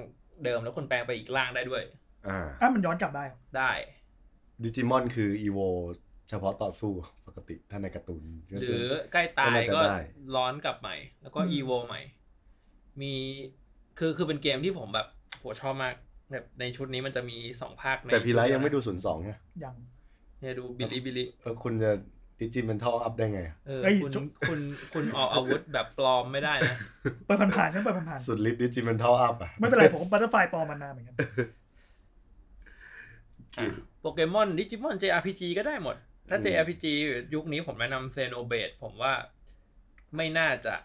เดิมแล้วคุณแปลงไปอีกร่างได้ด้วย อ่า อ่ะมันย้อนกลับได้เหรอ ได้ ดิจิมอนคืออีโวเฉพาะต่อสู้ปกติถ้าในการ์ตูนก็ ห จะ รือใกล้ตาก็ยก็ น่าจะได้ ร้อนกลับใหม่ แล้วก็อีโวใหม่ มีคือคือเป็นเกมที่ผมแบบโหชอบมากแบบในชุดนี้มันจะมีสองภาคใน แต่พีระ ชุเว ยังไม่ นะ ดูศูนย์สองเนี่ย ยัง เนี่ยดูบิลิบิลิ เออคุณจะดิจิมันท่ออัพได้ไงอะ เออ เอ้ย คุณ จุ๊บ คุณคุณ <laughs> ออกอาวุธแบบปลอมไม่ได้นะ เปิดผ่านๆก็เปิดผ่าน สุดฤทธิ์ดิจิมันท่ออัพอ่ะ ๆไม่เป็นไรผมบัตเตอร์ไฟปลอมมานานเหมือนกัน โปเกมอนดิจิมอน JRPG ก็ได้หมด ถ้า JRPG ยุคนี้ผมแนะนำเซโนเบดผมว่าไม่น่าจะ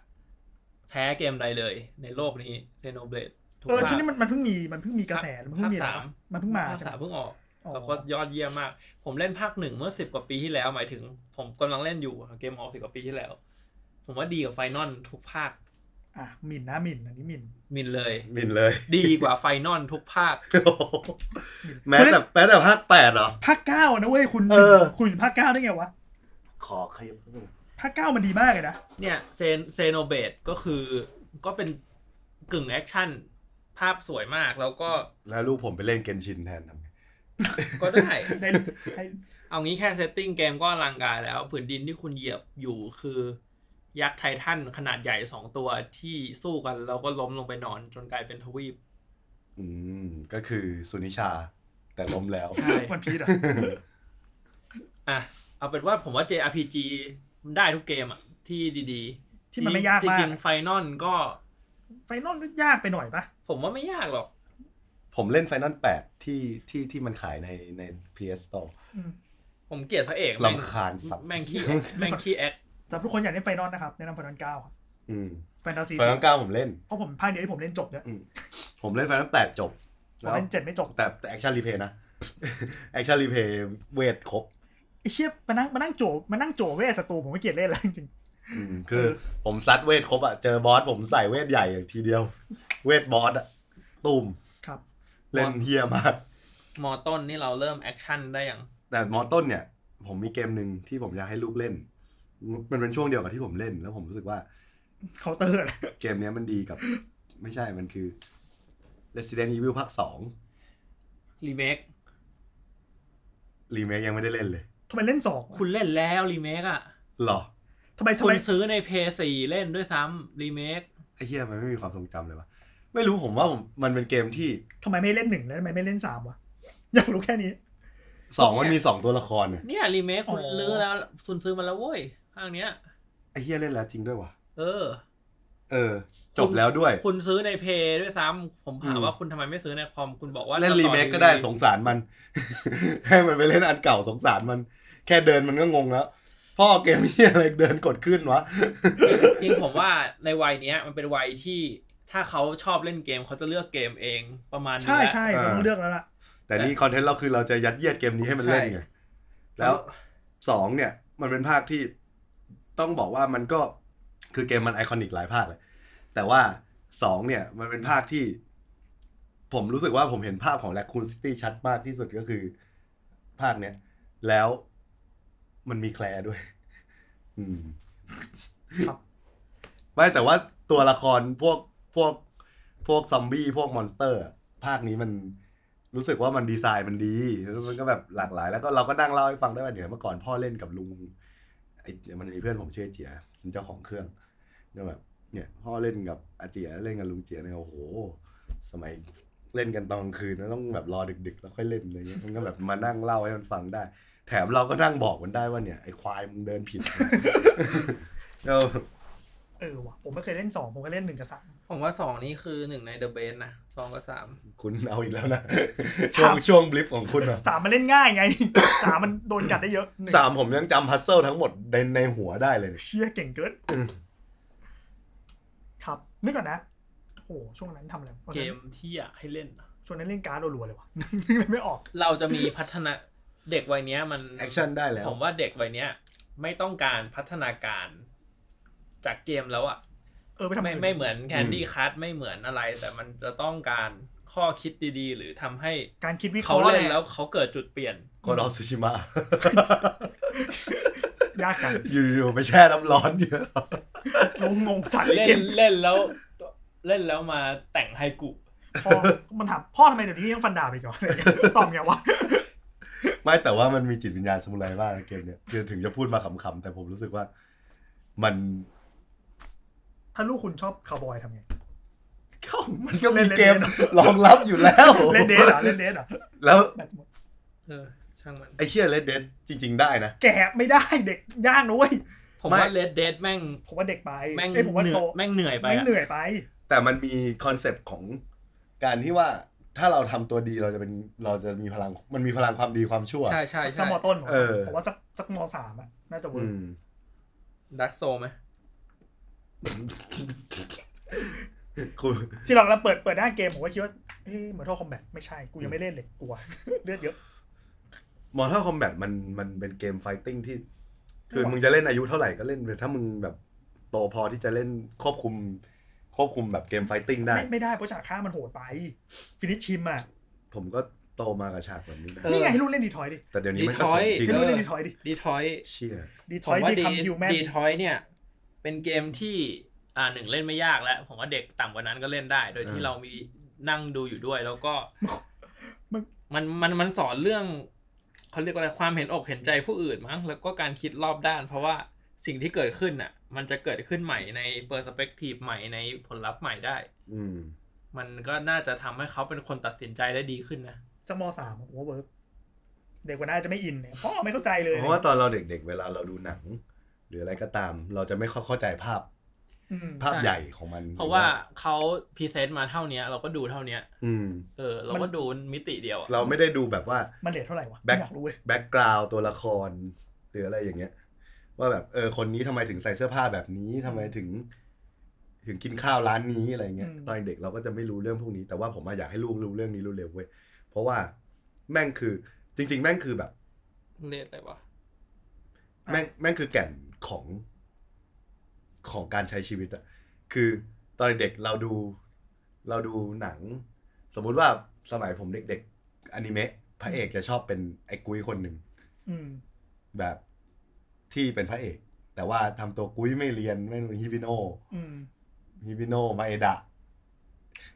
แพ้เกมใดเลยในโลกนี้เซโนเบดถูก เออ ภา ชุด ค นี้มันมันเพิ่งมีมันเพิ่งมีกระแสหรือมันเพิ่งมีอะภาคสาวไระ ม มันเพิ่งมา ภาค ใช่ สาม ไหม เพิ่งออก อ๋อ แล้วก็ยอดเยี่ยมมาก ผมเล่นภาคหนึ่งเมื่อสิบกว่าปีที่แล้ว หมายถึง ผมกำลังเล่นอยู่เกมออกสิบกว่าปีที่แล้ว ผมว่าดีกว่าไฟนอลทุกภาค อ่ะหมิ่นนะหมิ่นอันนี้หมิ่น มินเลย มินเลย ดีกว่าไฟนอลทุกภาค โอ้โห <laughs> แม้แต่แม้แต่ภาคแปดเหรอ ภาคเก้านะเว้ยคุณ เออ คุณเห็นภาคเก้าได้ไงวะ ขอขยับนิดนึง ภาคเก้ามันดีมากเลยนะ เนี่ยเซนเซโนเบตก็คือก็เป็นกึ่งแอคชั่น ภาพสวยมากแล้วก็ แล้วลูกผมไปเล่นเกนชินแทนทำไง ก็ได้ <laughs> ได้ให้ เอางี้แค่เซตติ้งเกมก็อลังการแล้วผืนดินที่คุณเหยียบอยู่คือ ยักษ์ไททันขนาดใหญ่สองตัวที่สู้กันแล้วก็ล้มลงไปนอนจนกลายเป็นทวีป อืมก็คือสุนิชา แต่ล้มแล้ว ใช่ มันพีดอ่ะ อ่ะเอาเป็นว่าผมว่า JRPG มันได้ทุกเกมอะที่ดีๆ ที่มันไม่ยาก จ มาก ริงๆไฟนอลก็ ไฟนอลก็ยากไปหน่อยปะ ผมว่าไม่ยากหรอก <laughs> ผมเล่น Final 8 ที่ที่ที่มันขายในใน PS Store อืม ผมเกลียดพระเอกแม่ง รำคาญสัตว์ แม่งขี้แอ๊กแม่งขี้แอ๊ก สำหรับทุกคนอยากเล่นไฟนอลนะครับแนะนำไฟนอลเก้าครับ อืม แฟนตาซี ไฟนอลเก้าผมเล่น เพราะผมภาคเดียวที่ผมเล่นจบเนี่ย ผมเล่นไฟนอลแปดจบ ผมเล่นเจ็ดไม่จบ แต่แต่แอคชั่นรีเพย์นะ <laughs> แอคชั่นรีเพย์เวทครบ ไอ้เชี่ยมานั่งมานั่งโจมมานั่งโจมเวทศัตรูผมไม่เกลียดเล่นแล้วจริง อืมคือผมซัดเวทครบอ่ะ เจอบอสผมใส่เวทใหญ่อย่างทีเดียว เวทบอสอ่ะตูม ๆครับ เล่นเฮียมาก มอต้นนี่เราเริ่มแอคชั่นได้ยัง แต่มอต้นเนี่ย ผมมีเกมหนึ่งที่ผมอยากให้ลูกเล่น มันเป็นช่วงเดียวกับที่ผมเล่น แล้วผมรู้สึกว่า เคาน์เตอร์อะไร เกมเนี้ยมันดีกับ ไม่ใช่มันคือ Resident Evil ภาคสอง รีเมค รีเมคยังไม่ได้เล่นเลย ทำไมเล่นสอง คุณเล่นแล้วรีเมคอ่ะ หรอ ทำไมทำ คุ ไม ณซื้อในเพย์สี่เล่นด้วยซ้ำรีเมค ไอ้เฮียมันไม่มีความทรงจำเลยวะไม่รู้ผมว่าผมมันเป็นเกมที่ ทำไมไม่เล่นหนึ่งแล้วทำไมไม่เล่นสามวะอยากรู้แค่นี้ สองมันมีสองตัวละครเนี่ย เนี่ยรีเมคคุณ อ๋อ ลื้อแล้วซุนซื้อมาแล้วเว้ยภาคเนี้ย ไอ้เฮียเล่นแล้วจริงด้วยวะ เออ เออ จบแล้วด้วย คุณซื้อในเพย์ด้วยซ้ำผมถาม อืม ว่าคุณทำไมไม่ซื้อในคอมคุณบอกว่า เล่น จะต่อ รีเมคก็ได้ DVD สงสารมัน <laughs> ให้มันไปเล่นอันเก่าสงสารมัน แค่เดินมันก็งงแล้ว พ่อเกมเฮียอะไรเดินกดขึ้นวะ จริงๆผมว่าในวัยเนี้ยมันเป็นวัยที่ถ้าเขาชอบเล่นเกมเขาจะเลือกเกมเองประมาณนี้ ใช่ แหละ ใช่ เออ ผมต้องเลือกแล้วล่ะ แต่นี่คอนเทนต์เราคือเราจะยัดเยียดเกมนี้ให้มันเล่นไง แล้วสองเนี่ย มันเป็นภาคที่ต้องบอกว่ามันก็คือเกมมันไอคอนิกหลายภาคเลย แต่ว่าสองเนี่ย มันเป็นภาคที่ ผมรู้สึกว่าผมเห็นภาพของแลคูนซิตี้ชัดมากที่สุดก็คือ ภาคเนี้ยแล้วมันมีแคลร์ด้วย อืม ครับ ไม่แต่ว่าตัวละครพวกพวกพวกซอมบี้พวกมอนสเตอร์อะภาคนี้มันรู้สึกว่ามันดีไซน์มันดีแล้วมันก็แบบหลากหลาย แล้วก็เราก็นั่งเล่าให้ฟังได้ว่าเดี๋ยวเมื่อก่อนพ่อเล่นกับลุงไอ้เนี่ยมันมีเพื่อนผมชื่อไอ้เจียเป็นเจ้าของเครื่องก็แบบ เนี่ย พ่อเล่นกับอาเจียเล่นกับลุงเจียเนี่ยโอ้โห สมัยเล่นกันตอนกลางคืนนะต้องแบบรอดึกๆ แล้วค่อยเล่นอะไรเงี้ยมันก็แบบมานั่งเล่าให้มันฟังได้ แถมเราก็นั่งบอกมันได้ว่าเนี่ยไอ้ควายมึงเดินผิด เออ เออว่ะผมไม่เคยเล่นสองผมก็เล่นหนึ่งกับสาม ผมว่าสองนี้คือหนึ่งในเดอะเบสนะสองกับสาม คุณเอาอีกแล้ว <laughs> นะ สาช่วมงช่วงบลิปของคุณอะ สามมันเล่นง่ายไง สามมันโดนกัดได้เยอะหนึ่ง สามผมยังจำพัซเซิลทั้งหมดในในหัวได้เลยเนี่ย เชี่ยเก่งเกินครับ นึกก่อนนะโอ้โหช่วงนั้นทำอะไรวะ เกมที่อยากให้เล่นอะ ช่วงนั้นเล่นการ์ดรัวๆเลยวะ <laughs> นึกอะไรไม่ออก เราจะมีพัฒนาเด็กวัยเนี้ยมัน แอคชั่นได้แล้ว ผมว่าเด็กวัยเนี้ย ไม่ต้องการพัฒนาการ จากเกมแล้วอะ เออไปทำ ไม่ ย่าง ไม่เหมือนแคนดี้คัทไม่เหมือนอะไร แต่มันจะต้องการข้อคิดดีๆ หรือทำให้ การคิดวิเค เขา ราะห์ เล่น หะ แล้วเขาเกิดจุดเปลี่ยน ก็รอซูชิมะ ยากจัง <laughs> อยู่ๆไปแช่น้ำร้อนเยอะ <laughs> เรางงสัตว์ เล่ เก น ม เล่นแล้วเล่นแล้วมาแต่งไฮกุ พ่อมันถามพ่อทำไมเดี๋ยวนี้ยังฟันดาบอีกเหรออะไรอย่างเงี้ยตอบไงวะ ไม่แต่ว่ามันมีจิตวิญญาณสมุไรมากนะเกมเนี้ยคือถึงจะพูดมาขำๆแต่ผมรู้สึกว่า มัน ถ้าลูกคุณชอบคาวบอยทำไง เข้ามันก็ เล่ มี นๆ เกมรองรับอยู่แล้ว เล่นเดทเหรอเล่นเดทเหรอ <laughs> แล้ว แบบหมด เออ ช่างมัน ไอเชี่ยเลดเดนจริง ๆ ได้นะ แก่ไม่ได้เด็กยากนะเว้ย ผม ไม่ ว่า Red Dead แม่ง ผมว่าเด็กไป แม่ง เอ้ยผมว่า เหนื่อ โต ยแม่งเหนื่อยไป ไม่ อะ เหนื่อยไป แต่มันมีคอนเซปต์ของการที่ว่าถ้าเราทำตัวดีเราจะเป็นเราจะมีพลังมันมีพลังความดีความชั่ว ใช่ใช่ สัก ใช่ มอต้นผม เออ ผมว่าสักสักมสามอะน่าจะเวิ อื ร์ก <laughs> ม ดักโซไหม คุณ สิหลังเราเปิดเปิดหน้าเกมผมก็คิดว่า เอ๊ะเหมือนท่อคอมแบทไม่ใช่ กูยังไม่เล่นเลยกลัว <laughs> เลือดเยอะ มอร์ทัลคอมแบทมันมันเป็นเกมไฟติ้งที่ คือ ไม่ไหว มึงจะเล่นอายุเท่าไหร่ก็เล่นไปถ้ามึงแบบโตพอที่จะเล่นควบคุม ควบคุมแบบเกมไฟติ้งได้ ไม่ไม่ได้เพราะฉากฆ่ามันโหดไป ฟินิชชิมอะ ผมก็โตมากับฉากแบบนี้นะ นี่ไงให้ลูกเล่นดีทอยดิ แต่เดี๋ยวนี้มันก็สมจริง ให้ลูก แล้ว เล่นดีทอยดิ ดีทอย เชี่ย ดี ผ ท ม อย ว่าดีดีคำฮิวแมน ดีทอยเนี่ย เป็นเกมที่อ่าหนึ่งเล่นไม่ยากแล้ว ผมว่าเด็กต่ำกว่านั้นก็เล่นได้ โดยที่เรามีนั่งดูอยู่ด้วย แล้วก็มันมันมันสอนเรื่องเขาเรียกว่าอะไรความเห็นอกเห็นใจผู้อื่นมั้งแล้วก็การคิดรอบด้าน เพราะว่าสิ่งที่เกิดขึ้นอ่ะ มันจะเกิดขึ้นใหม่ในเปอร์สเปกทีฟใหม่ในผลลัพธ์ใหม่ได้ อืม มันก็น่าจะทำให้เขาเป็นคนตัดสินใจได้ดีขึ้นนะ สักมสามผมว่าเวิร์กเด็กกว่าน่าจะไม่อินเนี่ยพ่อไม่เข้าใจเลย เพราะว่าตอนเราเด็กๆ เวลาเราดูหนัง หรืออะไรก็ตาม เราจะไม่ค่อยเข้าใจภาพ อืม ภาพใหญ่ของมัน เพราะว่าเขาพรีเซนต์มาเท่าเนี้ยเราก็ดูเท่าเนี้ย อืม เออเราก็ดูมิติเดียวอะ เราไม่ได้ดูแบบว่า มันเลทเท่าไหร่วะ แบ็ค อยากรู้เว้ย แบ็กกราวตัวละคร หรืออะไรอย่างเงี้ย ว่าแบบเออคนนี้ทำไมถึงใส่เสื้อผ้าแบบนี้ทำไมถึง ถึงกินข้าวร้านนี้อะไรเงี้ยตอนเด็กเราก็จะไม่รู้เรื่องพวกนี้ แต่ว่าผมอะอยากให้ลูกรู้เรื่องนี้รู้เร็วเว้ยเพราะว่าแม่งคือจริง ๆ แม่งคือแบบ เรียกอะไรวะ แม่งแม่งคือแก่นของของการใช้ชีวิตอะคือตอนเด็กเราดูเราดูหนัง สมมุติว่าสมัยผมเด็กๆอนิเมะพระเอกจะชอบเป็นไอ้กุ้ยคนหนึ่ง อืม แบบที่เป็นพระเอก แต่ว่าทำตัวกุ้ยไม่เรียนไม่รู้ฮิบิโนะ อืม ฮิบิโนะมาเอดะ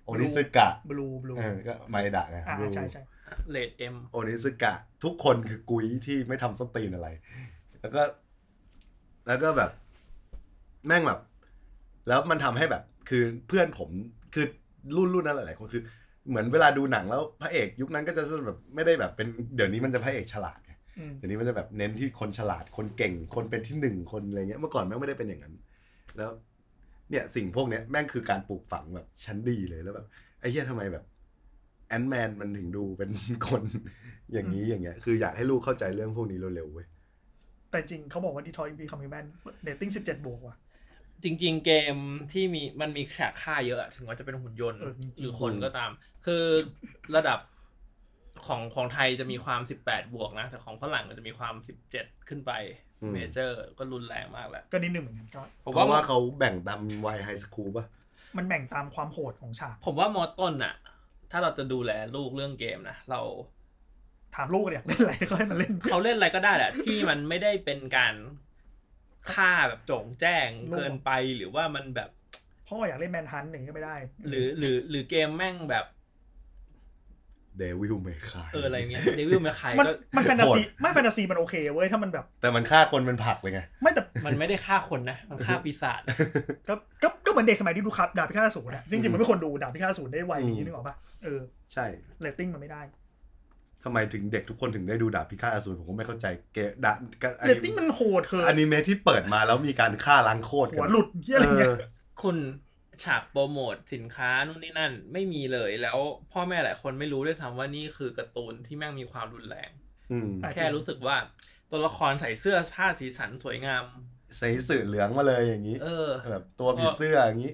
โอนิซึกะ บลู บลู เออก็มาเอดะนะ อ่า ใช่ใช่ เลดเอ็ม โอนิซึกะ ทุกคนคือกุ้ยที่ไม่ทำส้นตีนอะไร แล้วก็ แล้วก็แบบ แม่งแบบ แล้วมันทำให้แบบ คือเพื่อนผมคือรุ่นรุ่นนั้นหลายๆคนคือ เหมือนเวลาดูหนังแล้วพระเอกยุคนั้นก็จะแบบไม่ได้แบบเป็นเดี๋ยวนี้มันจะพระเอกฉลาดไง อืม เดี๋ยวนี้มันจะแบบเน้นที่คนฉลาดคนเก่งคนเป็นที่หนึ่งคนอะไรเงี้ยเมื่อก่อนแม่งไม่ได้เป็นอย่างนั้น แล้ว เนี่ยสิ่งพวกเนี้ยแม่งคือการปลูกฝังแบบชั้นดีเลยแล้วแบบไอ้เหี้ยทำไมแบบแอนแมนมันถึงดูเป็น คน <laughs> อย่างนี้อย่างเงี้ย คืออยากให้ลูกเข้าใจเรื่องพวกนี้เร็วๆเว้ย แต่จริงเขาบอกว่าดีทอยบีคอมมิวแมนเดตติ้งสิบเจ็ดบวกว่ะ จริง ๆ เกมที่มีมันมีฉากฆ่าเยอะอะถึงว่าจะเป็นหุ่นยนต์ เออจริงๆ หรือคนก็ตาม คือระดับของของไทยจะมีความ 18 บวกนะ แต่ของฝรั่งก็จะมีความ 17 ขึ้นไป อืม เมเจอร์ก็รุนแรงมากแหละ ก็นิดหนึ่งเหมือนกันก็ ผม เพ ว่า ราะว่าเขาแบ่งตามวัยไฮสคูลป่ะ มันแบ่งตามความโหดของฉาก ผมว่ามอต้นอะถ้าเราจะดูแลลูกเรื่องเกมนะเรา ถามลูกเลยอยากเล่นอะไร <laughs> ก็ให้มันเล่น เขาเล่นอะไรก็ได้แหละ ที่มันไม่ได้เป็นการฆ่าแบบโจงแจ้งเกินไปหรือว่ามันแบบ พ่ออยากเล่นแมนฮันต์อย่างนี้ยก็ไม่ได้ หรือหรือหรือเกมแม่งแบบ เดวิลเมคาย เอออะไรเงี้ยเดวิลเมคาย มัน ก็ มันแฟนตาซีไม่แฟนตาซีมันโอเคเว้ยถ้ามันแบบ แต่มันฆ่าคนเป็นผักเลยไง ไม่แต่ มันไม่ได้ฆ่าคนนะ มันฆ่าปีศาจ ก็ก็ก็เหมือนเด็กสมัยที่ดูครับดาบพิฆาตอสูรนะจริงจริงๆมันไม่ควรดูดาบพิฆาตอสูรได้ไวย อื นี้ ม นึกออกปะเออ ใช่ เรตติ้งมันไม่ได้ ทำไมถึงเด็กทุกคนถึงได้ดูดาบพิฆาตอสูรผมก็ไม่เข้าใจเกะดาบ เรตติ้งมันโหดเธอ อนิเมะที่เปิดมาแล้วมีการฆ่าล้างโคตรกัน หัวหลุดเหี้ยอะไรเงี้ย คุณฉากโปรโมทสินค้านู่นนี่นั่น ไม่มีเลยแล้วพ่อแม่หลายคนไม่รู้ด้วยซ้ำว่านี่คือการ์ตูนที่แม่งมีความรุนแรง อืม อ่ะ แค่รู้สึกว่าตัวละครใส่เสื้อผ้าสีสันสวยงาม ใส่สื่อเหลืองมาเลยอย่างนี้ เออ แบบตัวผีเสื้ออย่างนี้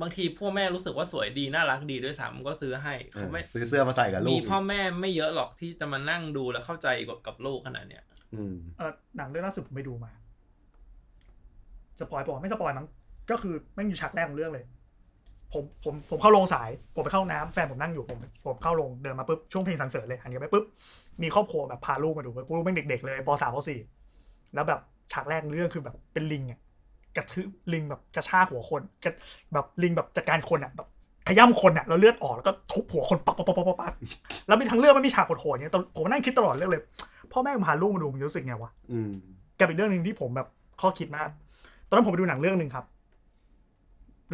บางทีพ่อแม่รู้สึกว่าสวยดีน่ารักดีด้วยซ้ำก็ซื้อให้เขาไม่ เออซื้อเสื้อมาใส่กับลู มี ก พ่อแม่ไม่เยอะหรอกที่จะมานั่งดูแล้วเข้าใจกับกับลูกขนาดเนี้ย อืม เออหนังเรื่องล่าสุดผมไปดูมาสปอยบอกไม่สปอยมั้งก็คือแม่งอยู่ฉากแรกของเรื่องเลย ผมผมผมเข้าโรงสาย ผมไปเข้าน้ำแฟนผมนั่งอยู่ผมผมเข้าโรงเดินมาปุ๊บช่วงเพลงสรรเสริญเลยหันกลับไปปุ๊บมีครอบครัวแบบพาลูกมาดูลูกแม่งเด็กๆเลยปสามปสี่แล้วแบบฉากแรกเรื่องคือแบบเป็นลิงอะกระทืบลิงแบบกระชากหัวคนกระแบบลิงแบบจัดการคนอะแบบขย้ำคนอะแล้วเลือดออกแล้วก็ทุบหัวคนปักปักปักปักปักปักแล้วมีทั้งเรื่องมันมีฉากโหดๆอย่างเงี้ยตอนผมนั่งคิดตลอดเรื่องเลยพ่อแม่ผมพาลูกมาดูผมจะรู้สึกไงวะ อืม กับอีกเรื่องหนึ่งที่ผมแบบข้อคิดมาก ตอนนั้นผมไปดูหนังเรื่องหนึ่งครับ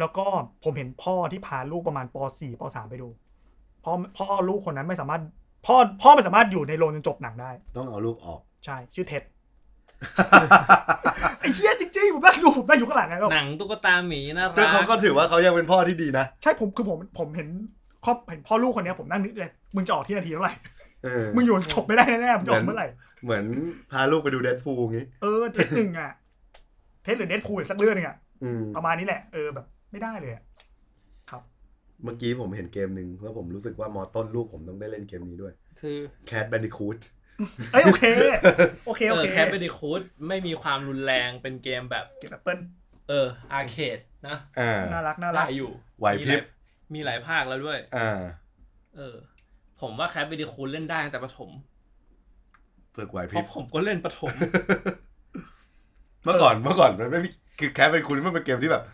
แล้วก็ผมเห็นพ่อที่พาลูกประมาณป .4 ป .3 ไปดู พ่อพ่อลูกคนนั้นไม่สามารถ พ่อพ่อไม่สามารถอยู่ในโรงจนจบหนังได้ ต้องเอาลูกออก ใช่ ชื่อเท็ด ไอ้เหี้ยจริงๆ ผมนั่งดูผมนั่งอยู่ข้างหลังไงแล้ว หนังตุ๊กตาหมีน่า แต่ รั เขา ก ก็ถือว่าเขายังเป็นพ่อที่ดีนะ ใช่ผมคือผมผมเห็นครอบเห็นพ่อลูกคนเนี้ยผมนั่งนึกเลยมึงจะออกที่นาทีเท่าไหร่ เออ มึงอยู่จบไม่ได้แน่ๆมึงจะออกเมื่อไหร่ เหมือนพาลูกไปดูเดดพูลงี้ เออเท็ดหนึ่งอ่ะ เท็ดหรือเดดพูลอีกสักเรื่องหนึงอ่ะ อืม ประมาณนี้แหละเออแบบ ไม่ได้เลยอะ เมื่อกี้ผมเห็นเกมหนึ่งแล้วผมรู้สึกว่ามอต้นลูกผมต้องได้เล่นเกมนี้ด้วย คือ แคดแบนดิคูด เอ้ยโอเคโอเค เออโอเค แคปเปอร์ดิคูดไม่มีความรุนแรงเป็นเกมแบบ เก็บแอปเปิ้ล เอออาร์เคดนะ อ่า น่ารักน่ารั ได้ ก อยู่ ไหวพริบ มีหลายมีหลายภาคแล้วด้วย อ่า เออ ผมว่าแคปเปอร์ดิคูดเล่นได้ตั้งแต่ประถม ฝึกไหวพ เพ ริบ ราะผมก็เล่นประถม <laughs> เมื่อก่อนเมื่อก่อนมันไม่มีคือแคดแบนดิคูดมันเป็นเกมที่แบบ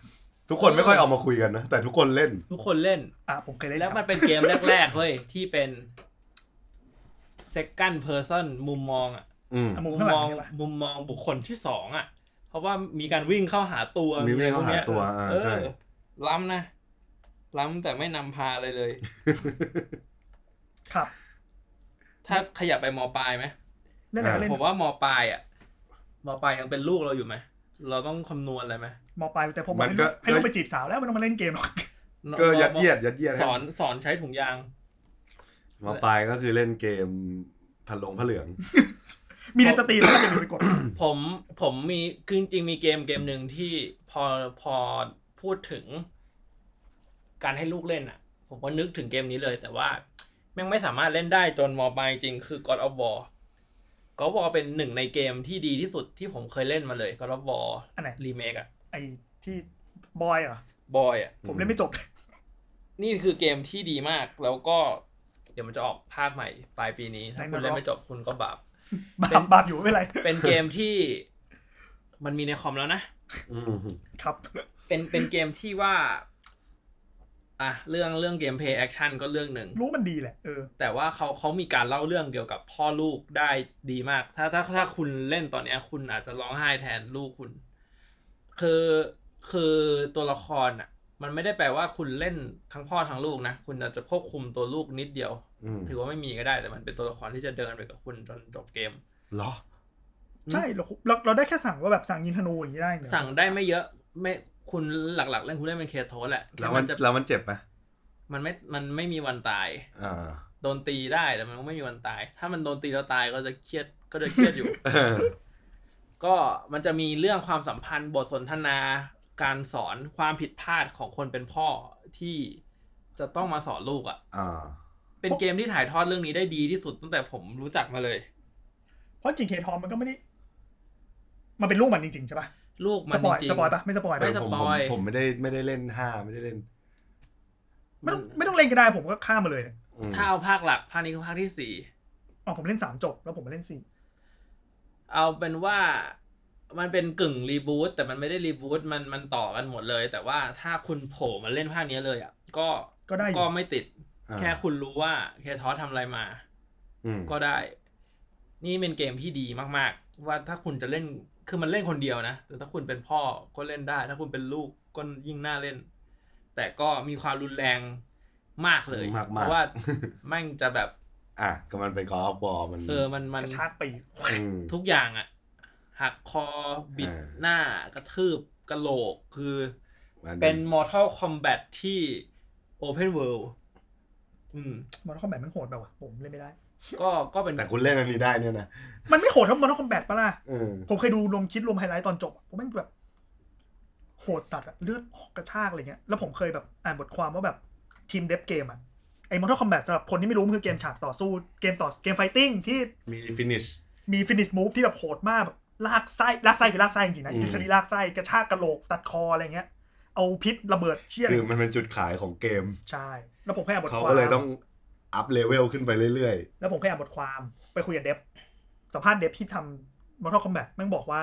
ทุกคนไม่ค่อยเอามาคุยกันนะแต่ทุกคนเล่น ทุกคนเล่น อ่ะผมเคยเล่น แล้ว ครับ มันเป็นเกมแรกๆเฮ้ยที่เป็น second person มุมมองอะ อืม อ่ะมุ มุมมข้างห ม ลั อง ง ใช่ปะ มุมมองบุคคลที่สองอ่ะ เพราะว่ามีการวิ่งเข้าหาตัว มีวิ่งเข้าหาตัว มีอะไรพกเนี้ยเอ อ่าใช่ อล้ำนะ ล้ำแต่ไม่นำพาอะไรเลย ครับ ถ้าขยับไปมอปลายไหม เล่นอะไรก็เล่น ผมว่ามอปลายอ่ะมอปลายยังเป็นลูกเราอยู่ไหม เราต้องคำนวณอะไรไหม มอปลายแต่ผมบอ มั ก น ให้ ก็ ลูกให้ลูกไปจีบสาวแล้วไม่ต้องมาเล่นเกมหร <laughs> อก ก็ยัดเยียดยัดเยียด สอนสอนใช้ถุงยาง มาปลายก็คือเล่นเกมพันลงพระเหลือง มีในสตรีมแล้วอย่าลืมไปกด <coughs> ผมผมมีคือจริงๆมีเกมเกมหนึ่งที่พอพอพูดถึง การให้ลูกเล่นอ่ะ ผมก็นึกถึงเกมนี้เลย แต่ว่าแม่งไม่สามารถเล่นได้จนมอปลายจริงคือ God of War God of War เป็นหนึ่งในเกมที่ดีที่สุดที่ผมเคยเล่นมาเลย God of War อันไหน รีเมคอะ ไอ้ที่บอยเหรอ่ะ บอยอะ ผมเล่นไม่จบ <laughs> นี่คือเกมที่ดีมากแล้วก็เดี๋ยวมันจะออกภาคใหม่ปลายปีนี้ถ้าคุณเล่นไม่จบคุณก็บาป บา เป็น ปบาปอยู่ไม่เป็นไร <laughs> เป็นเกมที่มันมีในคอมแล้วนะ อืม ครับ เป็นเป็นเกมที่ว่า อ่ะเรื่องเรื่องเกมเพย์แอคชั่นก็เรื่องหนึ่ง รู้มันดีแหละเออ แต่ว่าเขาเขามีการเล่าเรื่องเกี่ยวกับพ่อลูกได้ดีมาก ถ้าถ้าถ้าคุณเล่นตอนเนี้ย คุณอาจจะร้องไห้แทนลูกคุณ คือคือตัวละครอ่ะ มันไม่ได้แปลว่าคุณเล่นทั้งพ่อทั้งลูกนะ คุณอาจจะควบคุมตัวลูกนิดเดียว อืม ถือว่าไม่มีก็ได้แต่มันเป็นตัวละครที่จะเดินไปกับคุณจนจบเกม เหรอ ใช่เราเราเราได้แค่สั่งว่าแบบสั่งยิงธนูอย่างนี้ได้เนี่ย สั่งได้ไม่เยอะไม่คุณหลักๆเล่นคุณเล่นเป็นเคโทสแหละ แล้ว ค่ มัน จะ แล้วมันเจ็บไหม มันไม่มันไม่มีวันตาย อ่า <laughs> โดนตีได้แต่มันก็ไม่มีวันตาย ถ้ามันโดนตีแล้วตายก็จะเครียดก็จะเครียดอยู่ <laughs> ก็มันจะมีเรื่องความสัมพันธ์บทสนทนา การสอนความผิดพลาดของคนเป็นพ่อที่จะต้องมาสอนลูกอ่ะ อ่า เป็นเกมที่ถ่ายทอดเรื่องนี้ได้ดีที่สุดตั้งแต่ผมรู้จักมาเลย เพราะจริงเคทอมมันก็ไม่ได้ มันเป็นลูกมันจริงๆใช่ปะ ลูกมั ส น ป จ อย ริง สปอยปะไม่สปอย ไม่ ปะ ส ผม ป ผ อ ม ย ผมไม่ได้ไม่ได้เล่นห้าไม่ได้เล่น ไม่ต้องไม่ต้องเล่นก็ได้ผมก็ข้ามมาเลยเนี่ย อืม ถ้าเอาภาคหลักภาคนี้คือภาคที่สี่ อ๋อผมเล่นสามจบแล้วผมมาเล่นสี่ เอาเป็นว่ามันเป็นกึ่งรีบูตแต่มันไม่ได้รีบูตมันมันต่อกันหมดเลย แต่ว่าถ้าคุณโผล่มาเล่นภาคนี้เลยอ่ะก็ ก็ได้อยู่ ก็ไม่ติด อ่า แค่คุณรู้ว่าเคทอสทำอะไรมา อืม ก็ได้ นี่เป็นเกมที่ดีมากๆ ว่าถ้าคุณจะเล่นคือมันเล่นคนเดียวนะ แต่ถ้าคุณเป็นพ่อก็เล่นได้ ถ้าคุณเป็นลูกก็ยิ่งน่าเล่น แต่ก็มีความรุนแรงมากเลย มาก เพ มาก ราะ <laughs> ว่าแม่งจะแบบ อ่ะก็มันเป็นกอล์ฟบอลมัน เออมันมัน กระชากปีก ม ทุกอย่างอะหักคอบิด อ่า หน้ากระทืบกระโหลก คือ มั เป็น Mortal Kombat ที่ Open World อืม มอนคอมแบทมันโหดแบบว่ะผมเล่นไม่ได้ ก็ก็เป็น แต่คุณเล่นอันนี้ได้เนี่ยนะ มันไม่โหดเท่ามอนคอมแบทปะล่ะ เออ ผมเคยดูรวมคิดรวมไฮไลท์ตอนจบอะผมแม่งแบบโหดสัตว์อะเลือดออกกระชากอะไรเงี้ย แล้วผมเคยแบบอ่านบทความว่าแบบทีมเดฟเกมอะไอ้มอเตอร์คอมแบทสำหรับคนที่ไม่รู้มันคือเกมฉากต่อสู้เกมต่อเกมไฟติ้งที่ มีฟินิช มีฟินิชมูฟที่แบบโหดมากแบบลากไส้ลากไส้คือลากไส้จริงๆนะ อืม จิชรีลากไส้กระชากกระโหลกตัดคออะไรเงี้ย เอาพิษระเบิดเชี่ย คือมันเป็นจุดขายของเกม ใช่แล้วผมเคยอ่านบท เขา ความ ก็เลยต้องอัพเลเวลขึ้นไปเรื่อย แล้วผมเคยอ่านบทความไปคุยกับเดฟสัมภาษณ์เดฟที่ทำมอเตอร์คอมแบทแม่งบอกว่า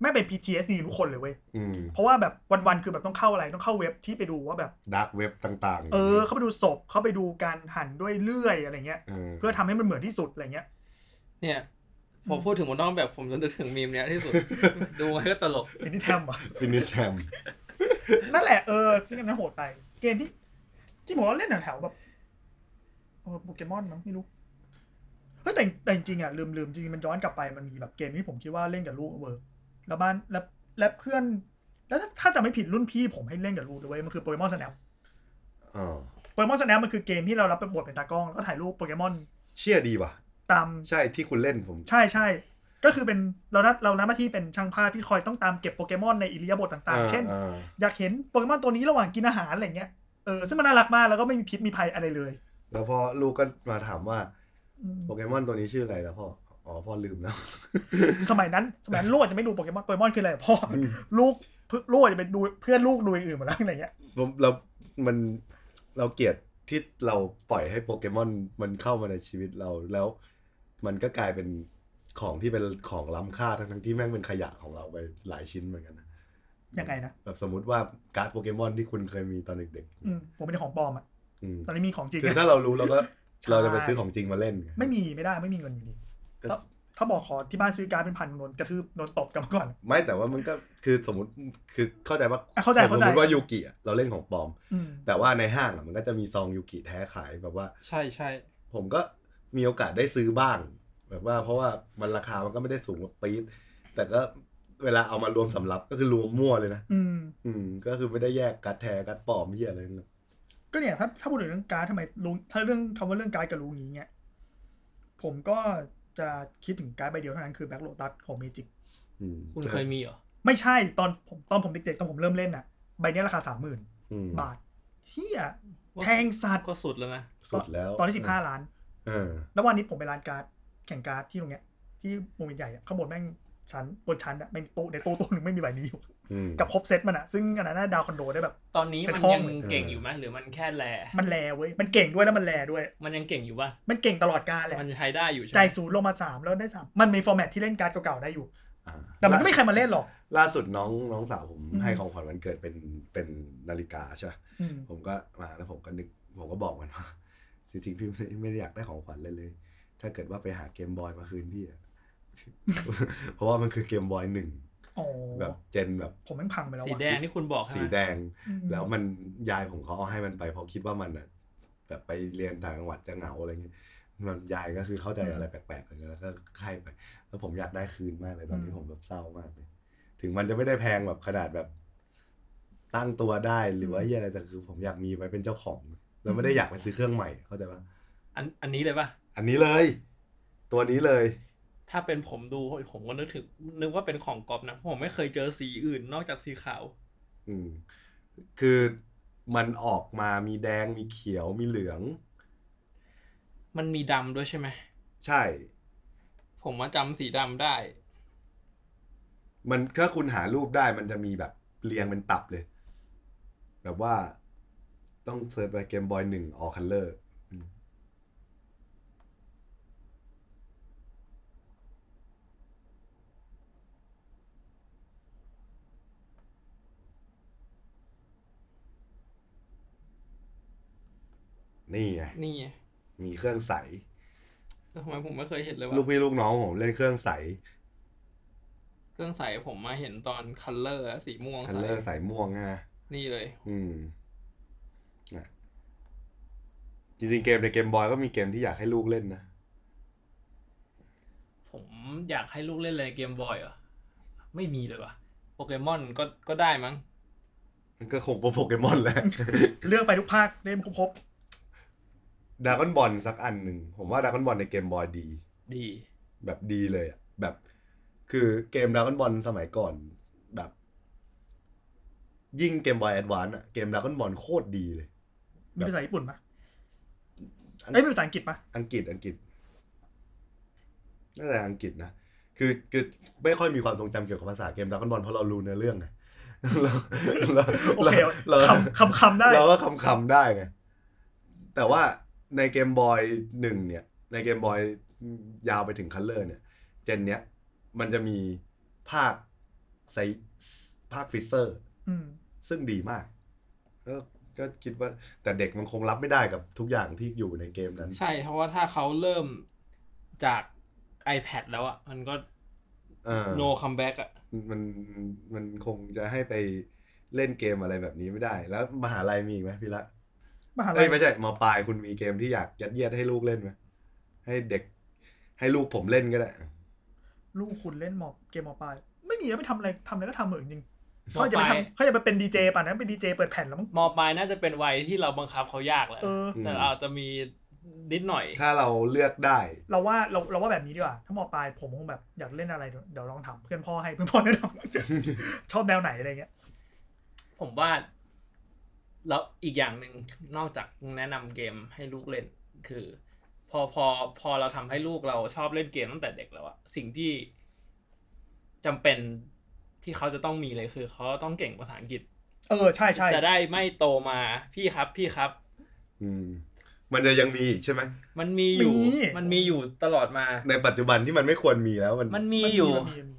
แม่งเป็น PTSD ทุกคนเลยเว้ย ๆอืม เพราะว่าแบบวันๆคือแบบต้องเข้าอะไรต้องเข้าเว็บที่ไปดูว่าแบบ ดักเว็บต่าง เออ เขาไปดูศพเขาไปดูการหั่นด้วยเลื่อยอะไรเงี้ย เพื่ เพื่ อ อทำให้มันเหมือนที่สุดอะไรเงี้ย เนี่ย ผมพูดถึงมอนต้องแบบผมจะนึกถึงมีมเนี้ยที่สุด <laughs> ดูไว้ก็ตลก สิ่งที่ทำอ่ะ ฟินิชแฮม นั่นแหละเออซึ่งอันนั้นโหดไปเกมที่ที่ผมว่าเล่นแถวๆแบบเออโปเกมอนมั้งไม่รู้เฮ้ยแต่แต่จริงๆอ่ะลืมลืมจริงๆมันย้อนกลับไปมันมีแบบเกมที่ผมคิดว่าเล่นกับลูกเวิร์กแล้วบ้านแล้วและเพื่อน แล้วถ้าถ้าจะไม่ผิดรุ่นพี่ผมให้เล่นกับลูกด้วยมันคือโปเกมอนสแนป อ๋อ โปเกมอนสแนปมันคือเกมที่เรารับเป็นบทเป็นตากล้องแล้วก็ถ่ายรูปโปเกมอน เชี่ยดีว่ะ ตาม ใช่ที่คุณเล่นผม ใช่ใช่ ก็คือเป็นเรานัดเรานัดหน้าที่เป็นช่างภาพที่คอยต้องตามเก็บโปเกมอนในอิริยาบถต่างๆ เช่น อ่า อยากเห็นโปเกมอนตัวนี้ระหว่างกินอาหารอะไรเงี้ย เออ ซึ่งมันน่ารักมากแล้วก็ไม่มีพิษมีภัยอะไรเลย แล้วพอลูกก็มาถามว่า อืม โปเกมอนตัวนี้ชื่ออะไรแล้วพ่อ อ๋อพ่อลืมแล้ว สมัยนั้นสมัยนั้นลูกอาจจะไม่ดูโปเกมอนโปเกมอนคืออะไร <laughs> พ่ออลูกเพื่อนลูกอาจจะไปดูเพื่อนลูกดูอย่างอื่นหมดแล้วอะไรเงี้ย <laughs> ผมเรา มัน เราเกลียดที่เราปล่อยให้โปเกมอนมันเข้ามาในชีวิตเรา แล้ว มันก็กลายเป็นของที่เป็นของล้ำค่าทั้งทั้งๆที่แม่งเป็นขยะของเราไปหลายชิ้นเหมือนกันนะ ยังไงนะ แบบสมมติว่าการ์ดโปเกมอนที่คุณเคยมีตอนเด็ก อืมผมเป็นของปลอมอ่ะ ๆอืม ตอนนี้มีของจริง คือถ้าเรารู้เราก็ ใช่ เราจะไปซื้อของจริงมาเล่น ไม่มีไม่ได้ไม่มีเงินอยู่ดี ก็ ถ้าถ้าบอกขอที่บ้านซื้อการดเป็นพันโดนกระทืบโดนตบกันมาก่อน ไม่แต่ว่ามันก็คือสมมติคือเข้าใจว่า อ่ะเข้าใจ สม เข้าใจ มติว่ายูกิอะเราเล่นของปลอม อืม แต่ว่าในห้างอะมันก็จะมีซองยูกิแท้ขายแบบว่า ใช่ใช่ ผมก็มีโอกาสได้ซื้อบ้าง แบบว่าเพราะว่ามันราคามันก็ไม่ได้สูงแบบปี๊ดแต่ก็ เวลาเอามารวมสำรับก็คือรวมมั่วเลยนะ อืม อืม ก็คือไม่ได้แยกกัดแท้กัดปลอมเหี้ยอะไรนั่นนะ ก็เนี่ยถ้าถ้าพูดถึงเรื่องการดทำไมลุงถ้าเรื่องคำว่าเรื่องการดกับลุงนี้เนี่ยผมก็จะคิดถึงการดใบเดียวเท่านั้นคือแบ็คโลตัสของเมจิก อืม คุณเคยมีเหรอ ไม่ใช่ตอนผมตอนผมเด็กๆตอนผมเริ่มเล่นน่ะใบเนี้ยราคาสามหมื่น อืม บาทเชี่ยแพงสัตว์ ก็สุดแล้วนะ สุดแล้ว ตอนที่สิบห้าล้าน เออ แล้ววันนี้ผมไปร้านการ์ดแข่งการ์ดที่ตรงเนี้ยที่วงเวียนใหญ่อะข้างบนแม่งชั้นบนชั้นอะไม่มีตู้ในตู้ตู้หนึ่งไม่มีใบนี้อยู่ อืม กับครบเซตมันอะซึ่งอันนั้นน่ะดาวคอนโดได้แบบ ตอนนี้ เป็น มัน ห้อง ยัง เลย เก่งอยู่ไหมหรือมันแค่แล มันแลเว้ยมันเก่งด้วยแล้วมันแลด้วย มันยังเก่งอยู่ป่ะ มันเก่งตลอดกาลแหละ มันใช้ได้อยู่ใช่ ใจ ไหม ศูนย์ลงมาสามแล้วได้สามมันมีฟอร์แมตที่เล่นการ์ดเก่าๆได้อยู่ อ่า แต่มันก็ไม่มีใครมาเล่นหรอก ล่าสุดน้องน้องสาวผม อืม ให้ของขวัญวันเกิดเป็นเป็นนาฬิกาใช่ปะ อืม ผมก็มาแล้วผมก็นึกผมก็บอกมันว่า <laughs> จริงๆ พี่ไม่ไม่ได้อยากได้ของขวัญเลยเลย ถ้าเกิดว่าไปหาเกมบอยมาคืนพี่อะ <laughs> เพราะว่ามันคือเกมบอยหนึ่ง อ๋อ แบบเจนแบบ ผมแม่งพังไปแล้ว สี ว่ะ แดงที่คุณบอกใช่ สี ไหม แดง อืม แล้วมันยายผมเขาเอาให้มันไปเพราะคิดว่ามันอ่ะแบบไปเรียนต่างจังหวัดจะเหงาอะไรเงี้ยมันยายก็คือเข้าใจอะไรแปลกๆเลยแล้วก็ให้ไป แล้วผมอยากได้คืนมากเลยตอนนี้ผมแบบเศร้ามากเลยถึงมันจะไม่ได้แพงแบบขนาดแบบ ตั้งตัวได้หรือว่าเหี้ยอะไรแต่คือ ผมอยากมีไว้เป็นเจ้าของแล้วไม่ได้อยากไปซื้อเครื่องใหม่เข้าใจปะ อันอันนี้เลยป่ะ อันนี้เลย ตัวนี้เลย ถ้าเป็นผมดูผมก็นึกถึงนึกว่าเป็นของกอบนะผมไม่เคยเจอสีอื่นนอกจากสีขาว อืมคือมันออกมามีแดงมีเขียวมีเหลือง มันมีดำด้วยใช่ไหม ใช่ ผมว่าจำสีดำได้ มันถ้าคุณหารูปได้มันจะมีแบบเรียงเป็นตับเลย แบบว่าต้องเซิร์ชไปเกมบอยหนึ่งออคัลเลอร์นี่ไง นี่ไง มีเครื่องใส แล้วทำไมผมไม่เคยเห็นเลยว่า ลูกพี่ลูกน้องผมเล่นเครื่องใส เครื่องใสผมมาเห็นตอนคัลเลอร์สีม่วง คัล ใส เลอร์ใสม่วงนะ นี่เลย อืมนะจริงๆเกมในเกมบอยก็มีเกมที่อยากให้ลูกเล่นนะ ผมอยากให้ลูกเล่นอะไรเกมบอยเหรอไม่มีเลยว่ะโปเกมอนก็ก็ได้มั้ง มันก็คงโปเกมอนแหละ <laughs> เลือกไปทุกภาคเล่นครบ ดากอนบอลสักอันหนึ่ง ผมว่าดากอนบอลในเกมบอยดี ดี แบบดีเลยอะแบบ คือเกมดากอนบอลสมัยก่อน แบบ ยิ่งเกมบอยแอดวานอะเกมดากอนบอลโคตรดีเลย ๆมีภาษาญี่ปุ่นปะ อัน เอ้ยมีภาษาอังกฤษปะ อังกฤษอังกฤษน่าจะอังกฤษนะคือคือไม่ค่อยมีความทรงจำเกี่ยวกับภาษาเกมดากอนบอลเพราะเรารู้เนื้อเรื่อง <laughs> ไงเราเรา โอเค เรา คำคำคำได้ เราก็คำคำๆได้ไง แต่ว่าในเกมบอยหนึ่งเนี่ย ในเกมบอยยาวไปถึงคัลเลอร์เนี่ย เจนเนี้ยมันจะมีภาคไซภาคฟิเซอร์ อืม ซึ่งดีมากก็ก็คิดว่าแต่เด็กมันคงรับไม่ได้กับทุกอย่างที่อยู่ในเกมนั้น ใช่เพราะว่าถ้าเขาเริ่มจาก iPad แล้วอ่ะ มันก็ เออ no comeback อ่ะ มันมันคงจะให้ไปเล่นเกมอะไรแบบนี้ไม่ได้ แล้วมหาลัยมีอีกไหมพี่ละ มหาลั เอ้ ย ยไม่ใช่มปลายคุณมีเกมที่อยากยัดเยียดให้ลูกเล่นไหมให้เด็ก ให้ลูกผมเล่นก็ได้ ลูกคุณเล่นหมอบเกมหมอปลายไม่มีอะไปทำอะไรทำอะไรก็ทำเหมือนจริง หมอป เขา ลาย จะไปทำเขาจะไปเป็นดีเจป่ะนะเป็นดีเจเปิดแผ่นแล้วมั้ง มปลายน่าจะเป็นวัยที่เราบังคับเขายากแหละ เออ แต่เราอาจจะมีนิดหน่อย ถ้าเราเลือกได้ เราว่าเราเราว่าแบบนี้ดีกว่า ถ้ามอปลายผมคงแบบอยากเล่นอะไรเดี๋ยวเดี๋ยวลองถามเพื่อนพ่อให้เพื่อนพ่อแนะนำ <laughs> ชอบแนวไหนอะไรเงี้ย ผมว่า แล้วอีกอย่างหนึ่งนอกจากแนะนำเกมให้ลูกเล่น คือ พอพอพอเราทำให้ลูกเราชอบเล่นเกมตั้งแต่เด็กแล้วอะสิ่งที่จำเป็นที่เขาจะต้องมีเลยคือเขาต้องเก่งภาษาอังกฤษ เออใช่ใช่ จะได้ไม่โตมาพี่ครับพี่ครับ อืม มันจะยังมีอีกใช่ไหม มันมีอยู่ มันมีอยู่ตลอดมา ในปัจจุบันที่มันไม่ควรมีแล้วมัน มันมี มัน อยู่ มันมีมันมี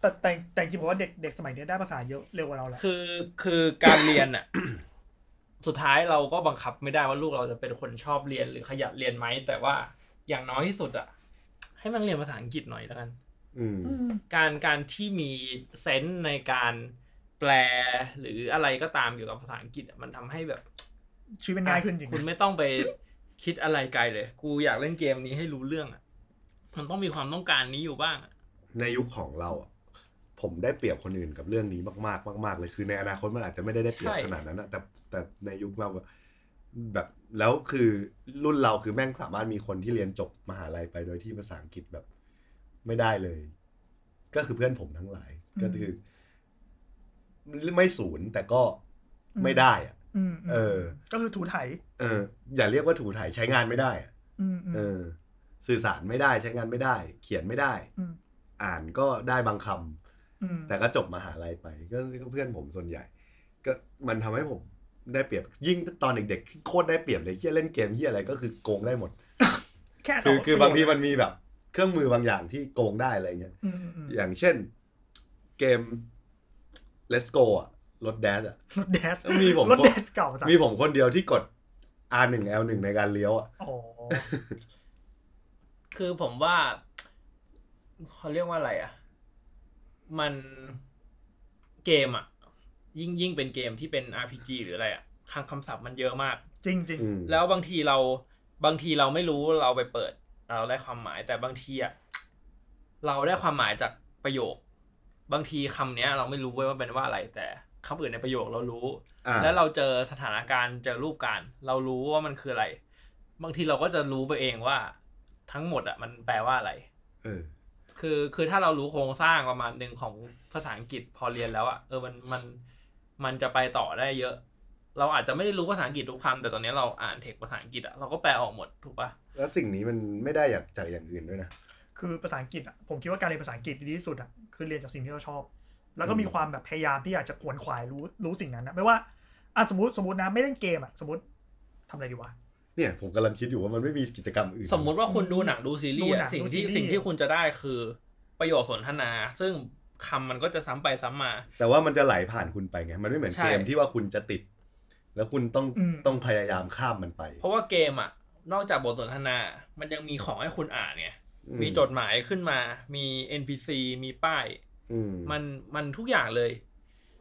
แต่แต่แต่จริงๆผมว่าเด็กเด็กสมัยเนี้ยได้ภาษาเยอะเร็วกว่าเราแหละ คือคือการเรียนอ่ะ <coughs> สุดท้ายเราก็บังคับไม่ได้ว่าลูกเราจะเป็นคนชอบเรียนหรือขยันเรียนไหม แต่ว่าอย่างน้อยที่สุดอ่ะ ให้มันเรียนภาษาอังกฤษหน่อยแล้วกัน อืม อืม การการที่มีเซนส์ในการแปลหรืออะไรก็ตามเกี่ยวกับภาษาอังกฤษอะมันทำให้แบบ ชีวิตมันง่ายขึ้นจริง คุณไม่ต้องไปคิดอะไรไกลเลย กูอยากเล่นเกมนี้ให้รู้เรื่องอ่ะมันต้องมีความต้องการนี้อยู่บ้างอะ ในยุคของเราอะพ ผมได้เปรียบคนอื่นกับเรื่องนี้มากๆมากๆเลยคือในอนาคตมันอาจจะไม่ได้ได้เปรียบ ใช่ ขนาดนั้นนะแต่แต่ในยุคเราแบบแบบแล้วคือรุ่นเราคือแม่งสามารถมีคนที่เรียนจบมหาลัยไปโดยที่ภาษาอังกฤษแบบไม่ได้เลย ก็คือเพื่อนผมทั้งหลาย อืม ก็คือ ไม่ศูนย์แต่ก็ อืม ไม่ได้อะ อืมม เออ ก็คือถูไถ เออ อย่าเรียกว่าถูถ่ายใช้งานไม่ได้อะ อืมอืม เออ สื่อสารไม่ได้ใช้งานไม่ได้ เขียนไม่ได้ อืม อ่านก็ได้บางคำ อืม แต่ก็จบมหาลัยไปก็ก็เพื่อนผมส่วนใหญ่ ก็มันทำให้ผมได้เปรียบยิ่งตอนเด็กๆโคตรได้เปรียบเลยเฮียเล่นเกมเฮียอะไรก็คือโกงได้หมด แค่ คือคือบางทีมันมีแบบ เครื่องมือบางอย่างที่โกงได้อะไรเงี้ย อืมอืมอืม อย่างเช่น เกม Let's Go อ่ะรถแดชอ่ะ รถแดด มีผม รถแดดเก่าจัง มีผมคนเดียวที่กด R1 L1 ในการเลี้ยวอ่ะ อ๋อ คือผมว่าเขาเรียกว่าอะไรอ่ะ มันเกมอ่ะ ยิ่งยิ่งเป็นเกมที่เป็น RPG หรืออะไรอ่ะคำคำศัพท์มันเยอะมาก จริงจริง อืม แล้วบางทีเราบางทีเราไม่รู้เราไปเปิด เราได้ความหมายแต่บางทีอ่ะเราได้ความหมายจากประโยค บางทีคำเนี้ย เราไม่รู้เว้ยว่าเป็นว่าอะไร แต่คำอื่นในประโยคเรารู้ อ่า แล้วเราเจอสถานการณ์เจอรูปการณ์เรารู้ว่ามันคืออะไร บางทีเราก็จะรู้ไปเองว่าทั้งหมดอ่ะมันแปลว่าอะไร เออ คือคือถ้าเรารู้โครงสร้างประมาณหนึ่งของภาษาอังกฤษพอเรียนแล้วอะ่ะเออมันมันมันจะไปต่อได้เยอะ เราอาจจะไม่ได้รู้ภาษาอังกฤษทุกคำแต่ตอนนี้เราอ่านเทคภาษาอังกฤษอะ่ะเราก็แปลออกหมดถูกปะ่ะ แล้วสิ่งนี้มันไม่ได้อยากจากอย่างอื่นด้วยนะ คือภาษาอังกฤษอ่ะผมคิดว่าการเรียนภาษาอังกฤษดีที่สุดอ่ะคือเรียนจากสิ่งที่เราชอบ แล้วก็มีความแบบพยายามที่อยากจะขวนขวายรู้รู้สิ่งนั้นนะไม่ว่าอ่ะสมมติสมมตินะไม่เล่นเกมอ่ะสมมติทำอะไรดีวะ เนี่ย ผมกำลังคิดอยู่ว่ามันไม่มีกิจกรรมอื่น สมมุติว่าคุณดูหนังดูซีรีส์ ดูหนั อะ ง สิ่ง ดูซี ที่ รีส์ สิ่งที่คุณจะได้คือประโยคสนทนา ซึ่งคำมันก็จะซ้ำไปซ้ำมา แต่ว่ามันจะไหลผ่านคุณไปไง มันไม่เหมือน ใช่ เกมที่ว่าคุณจะติด แล้วคุณต้อง อืม ต้องพยายามข้ามมันไป เพราะว่าเกมอะ่ะนอกจากบทสนทนา มันยังมีของให้คุณอ่านไงมีจดหมายขึ้นมา มี NPC มีป้าย อื มันมันทุกอย่างเลย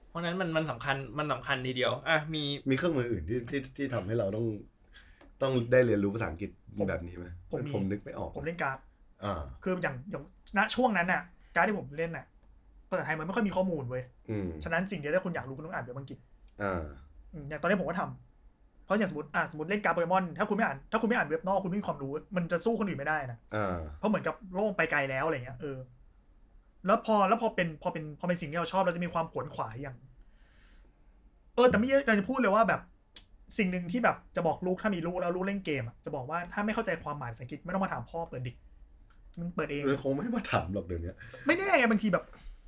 เพราะฉะนั้นมันมันสำคัญมันสำคัญทีเดียว อ่ะมี มีเครื่องมืออื่นที่ที่ที่ทำให้เราต้อง ต้องได้เรียนรู้ภาษาอังกฤษแบบนี้ไหม ผมมี ผมนึกไม่ออก ผมเล่นการ์ด อ่า คืออย่างอย่างณช่วงนั้นน่ะ การ์ดที่ผมเล่นน่ะภาษาไทยมันไม่ค่อยมีข้อมูลเว้ย อืม ฉะนั้นสิ่งเดียวที่คุณอยากรู้คุณต้องอ่านเป็นภาษาอังกฤษ อ่า อืมอย่างตอนนี้ผมก็ทำเพราะอย่างสมมติอ่ะสมมติเล่นการ์ดโปเกมอนถ้าคุณไม่อ่านถ้าคุณไม่อ่านเว็บนอกคุณไม่มีความรู้ มันจะสู้คนอื่นไม่ได้นะ อ่า เพราะเหมือนกับโล่งไปไกลแล้วอะไรเงี้ยเออ แล้วพอแล้วพอเป็นพอเป็นพอเป็นสิ่งที่เราชอบเราจะมีความขวนขวายอย่าง เออ แต่ไม่เราจะพูดเลยว่าแบบ สิ่งหนึ่งที่แบบจะบอกลูกถ้ามีลูกแล้วลูกเล่นเกมอะจะบอกว่าถ้าไม่เข้าใจความหมายภาษาอังกฤษไม่ต้องมาถามพ่อเปิดดิกมึงเปิดเอง คงไม่มาถามหรอกเดี๋ยวนี้ ไม่แน่ไงบางทีแบบ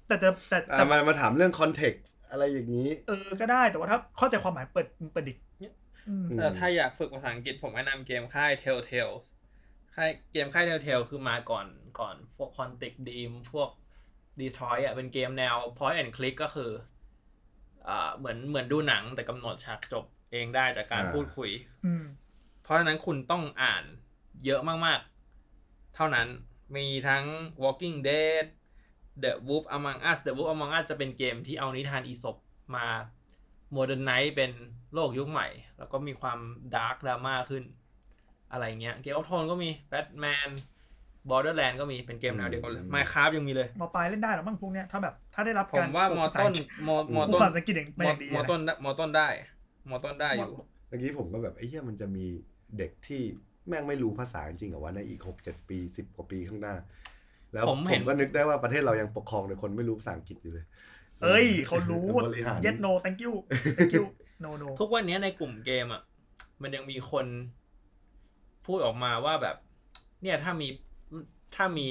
แต่แต่แต่แต่ อ่ามามาถามเรื่องคอนเทกต์อะไรอย่างนี้ เออก็ได้แต่ว่าถ้าเข้าใจความหมายเปิดมึงเปิดดิก เนี่ย อืม อืม แต่ถ้าอยากฝึกภาษาอังกฤษผมแนะนำเกมค่าย Telltale ค่ายเกมค่าย Telltale คือมาก่อนก่อนพวก Contact Dream พวก Detroit อ่ะเป็นเกมแนว Point and Click ก็คืออ่าเหมือนเหมือนดูหนังแต่กำหนดฉากจบเองได้จากการ อ่า พูดคุย อืม เพราะฉะนั้นคุณต้องอ่านเยอะมากๆ เท่านั้น มีทั้ง Walking Dead The Wolf Among Us The Wolf Among Us จะเป็นเกมที่เอานิทานอีสปมา modernize เป็นโลกยุคใหม่ แล้วก็มีความดาร์กดราม่าขึ้น อะไรเงี้ย เกมออฟทนก็มี Batman Borderland ก็มีเป็นเกมแนวเดียวกันเลย Minecraft ยังมีเลย มอปลายเล่นได้หรอมั้งพวกเนี้ยถ้าแบบถ้าได้รับ ผ กาม ร ว่ามอ ภาษา ต้น อังกฤษ มอมอ ปลูก ต้น ภาษาอังกฤษอย่าง ม แม่ อง ดี มอ นะ ต้นมอต้นได้ มอต้นได้อยู่ เมื่อกี้ผมก็แบบไอ้เหี้ยมันจะมีเด็กที่แม่งไม่รู้ภาษาจริงๆเหรอว่าในอีกหกเจ็ดปีสิบกว่าปีข้างหน้า แล้ว ผมเห็น ก็นึกได้ว่าประเทศเรายังปกครองโดยคนไม่รู้ภาษาอังกฤษอยู่เลย เอ้ยเขารู้ บริหาร เย็ดโน thank you thank you <laughs> no no ทุกวันนี้ในกลุ่มเกมอ่ะ มันยังมีคนพูดออกมาว่าแบบ เนี่ยถ้ามีถ้ามี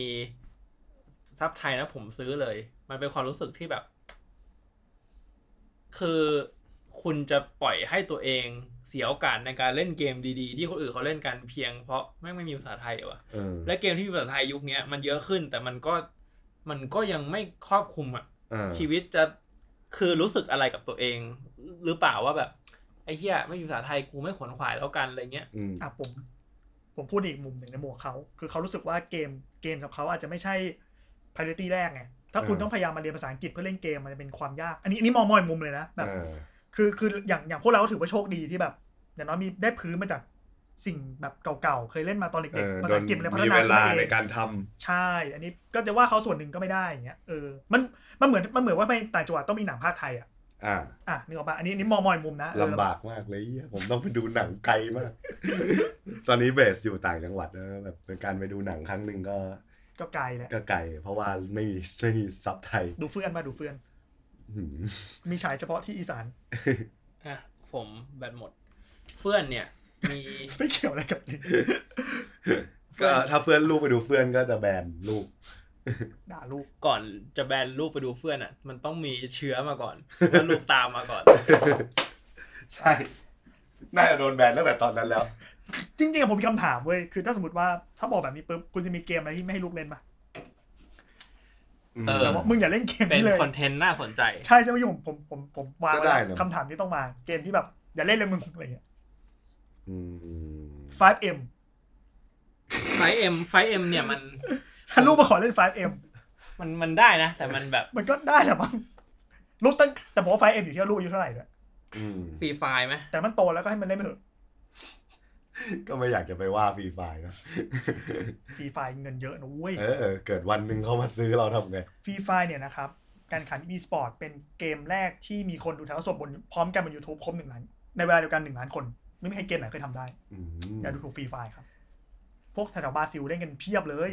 ซับไทยนะผมซื้อเลย มันเป็นความรู้สึกที่แบบ คือคุณจะปล่อยให้ตัวเองเสียโอกาสในการเล่นเกมดีๆ ที่คนอื่นเขาเล่นกันเพียงเพราะแม่งไม่มีภาษาไทยเหรอวะ เออ และเกมที่มีภาษาไทยยุคเนี้ยมันเยอะขึ้น แต่มันก็มันก็ยังไม่ครอบคลุมอ่ะ อ่า ชีวิตจะคือรู้สึกอะไรกับตัวเอง หรือเปล่าว่าแบบ ไอ้เหี้ยไม่มีภาษาไทยกูไม่ขวนขวายแล้วกันอะไรเงี้ย อืม อ่ะผมผมพูดอีกมุมหนึ่งในหมวกเขาคือเขารู้สึกว่าเกมเกมสำหรับเขาอาจจะไม่ใช่ priority แรกไงถ้าคุณต้องพยายามมาเรียนภาษาอังกฤษเพื่อเล่นเกมมันจะเป็นความยาก อันนี้อันนี้มองมองอีกมุมเลยนะแบบ อ่า คือคืออย่างอย่างพวกเราก็ถือว่าโชคดีที่แบบ อย่างน้อยมีได้พื้นมาจาก สิ่งแบบเก่าๆ เคยเล่นมาตอน เอ เด็ก อ ๆภา โด ษาน อังกฤษมันเลยพัฒ มีเวนาขึ้น ลา มา ใน เอง การทำ ใช่ อันนี้ก็จะว่าเขาส่วนหนึ่งก็ไม่ได้อย่างเงี้ยเออมันมันเหมือนมันเหมือนว่าไปต่างจังหวัดต้องมีหนังภาคไทยอ่ะ อ่า อ่ะนึกออกปะอันนี้อันนี้มองมอยมุมนะเออ ลำบากมากเลยเหี้ยผมต้องไปดูหนังไกลมาก <laughs> ตอนนี้เบสอยู่ต่างจังหวัดนะแบบเป็นการไปดูหนังครั้งหนึ่งก็ ก็ไกลแหละ ก็ไกลเพราะว่าไม่มีไม่มีซับไทย ดูเฟื่อนมาดูเฟื่อน หืม มีฉายเฉพาะที่อีสาน อ่ะผมแบตหมด เพื่อนเนี่ย มี ไม่เกี่ยวอะไรกับนี่ ก็ถ้าเพื่อนลูกไปดูเพื่อนก็จะแบนลูก ด่าลูก ก่อนจะแบนรูปไปดูเพื่อนอ่ะ มันต้องมีเชื้อมาก่อนแล้วลูกตามมาก่อน ใช่น่าจะโดนแบนตั้งแต่ตอนนั้นแล้ว จริงๆอะผมมีคำถามเว้ยคือถ้าสมมติว่าถ้าบอกแบบนี้ปุ๊บคุณจะมีเกมอะไรที่ไม่ให้ลูกเล่นปะ เออ แต่ว่ามึงอย่าเล่นเกม เป็น นี้เลย คอนเทนต์น่าสนใจ ใช่ใช่ไหมผมผมผมผมวาง ก็ ไว้ ได้ แล้ว นะ คำถามที่ต้องมาเกมที่แบบ อย่าเล่นเลยมึงอะไรเงี้ย อืม 5M ไฟเอ็มไฟเอ็มเนี่ยมัน ถ้าลูกมาขอเล่น 5M มันมันได้นะ แต่มันแบบ มันก็ได้แหละมั้งลูกตั้งแต่ผมว่า 5M อยู่ที่ว่าลูกอายุเท่าไหร่ด้วย อืม ฟรีไฟไหม แต่มันโตแล้วก็ให้มันเล่นไปเถอะ ก็ไม่อยากจะไปว่าฟรีไฟนะ ฟรีไฟเงินเยอะนะเว้ย เออเออเกิดวันหนึ่งเขามาซื้อเราทำไง ฟรีไฟเนี่ยนะครับ การแข่งขัน e ีสปอร์ตเป็นเกมแรกที่มีคนดูถ่ายทอดสดบนพร้อมกันบน YouTube ครบหนึ่งล้านในเวลาเดียวกันหนึ่งล้านคน ไม่มีใครเกมไหนเคยทำได้ อืม อย่าดูถูกฟรีไฟครับ พวกแถวๆบราซิลเล่นกันเพียบเลย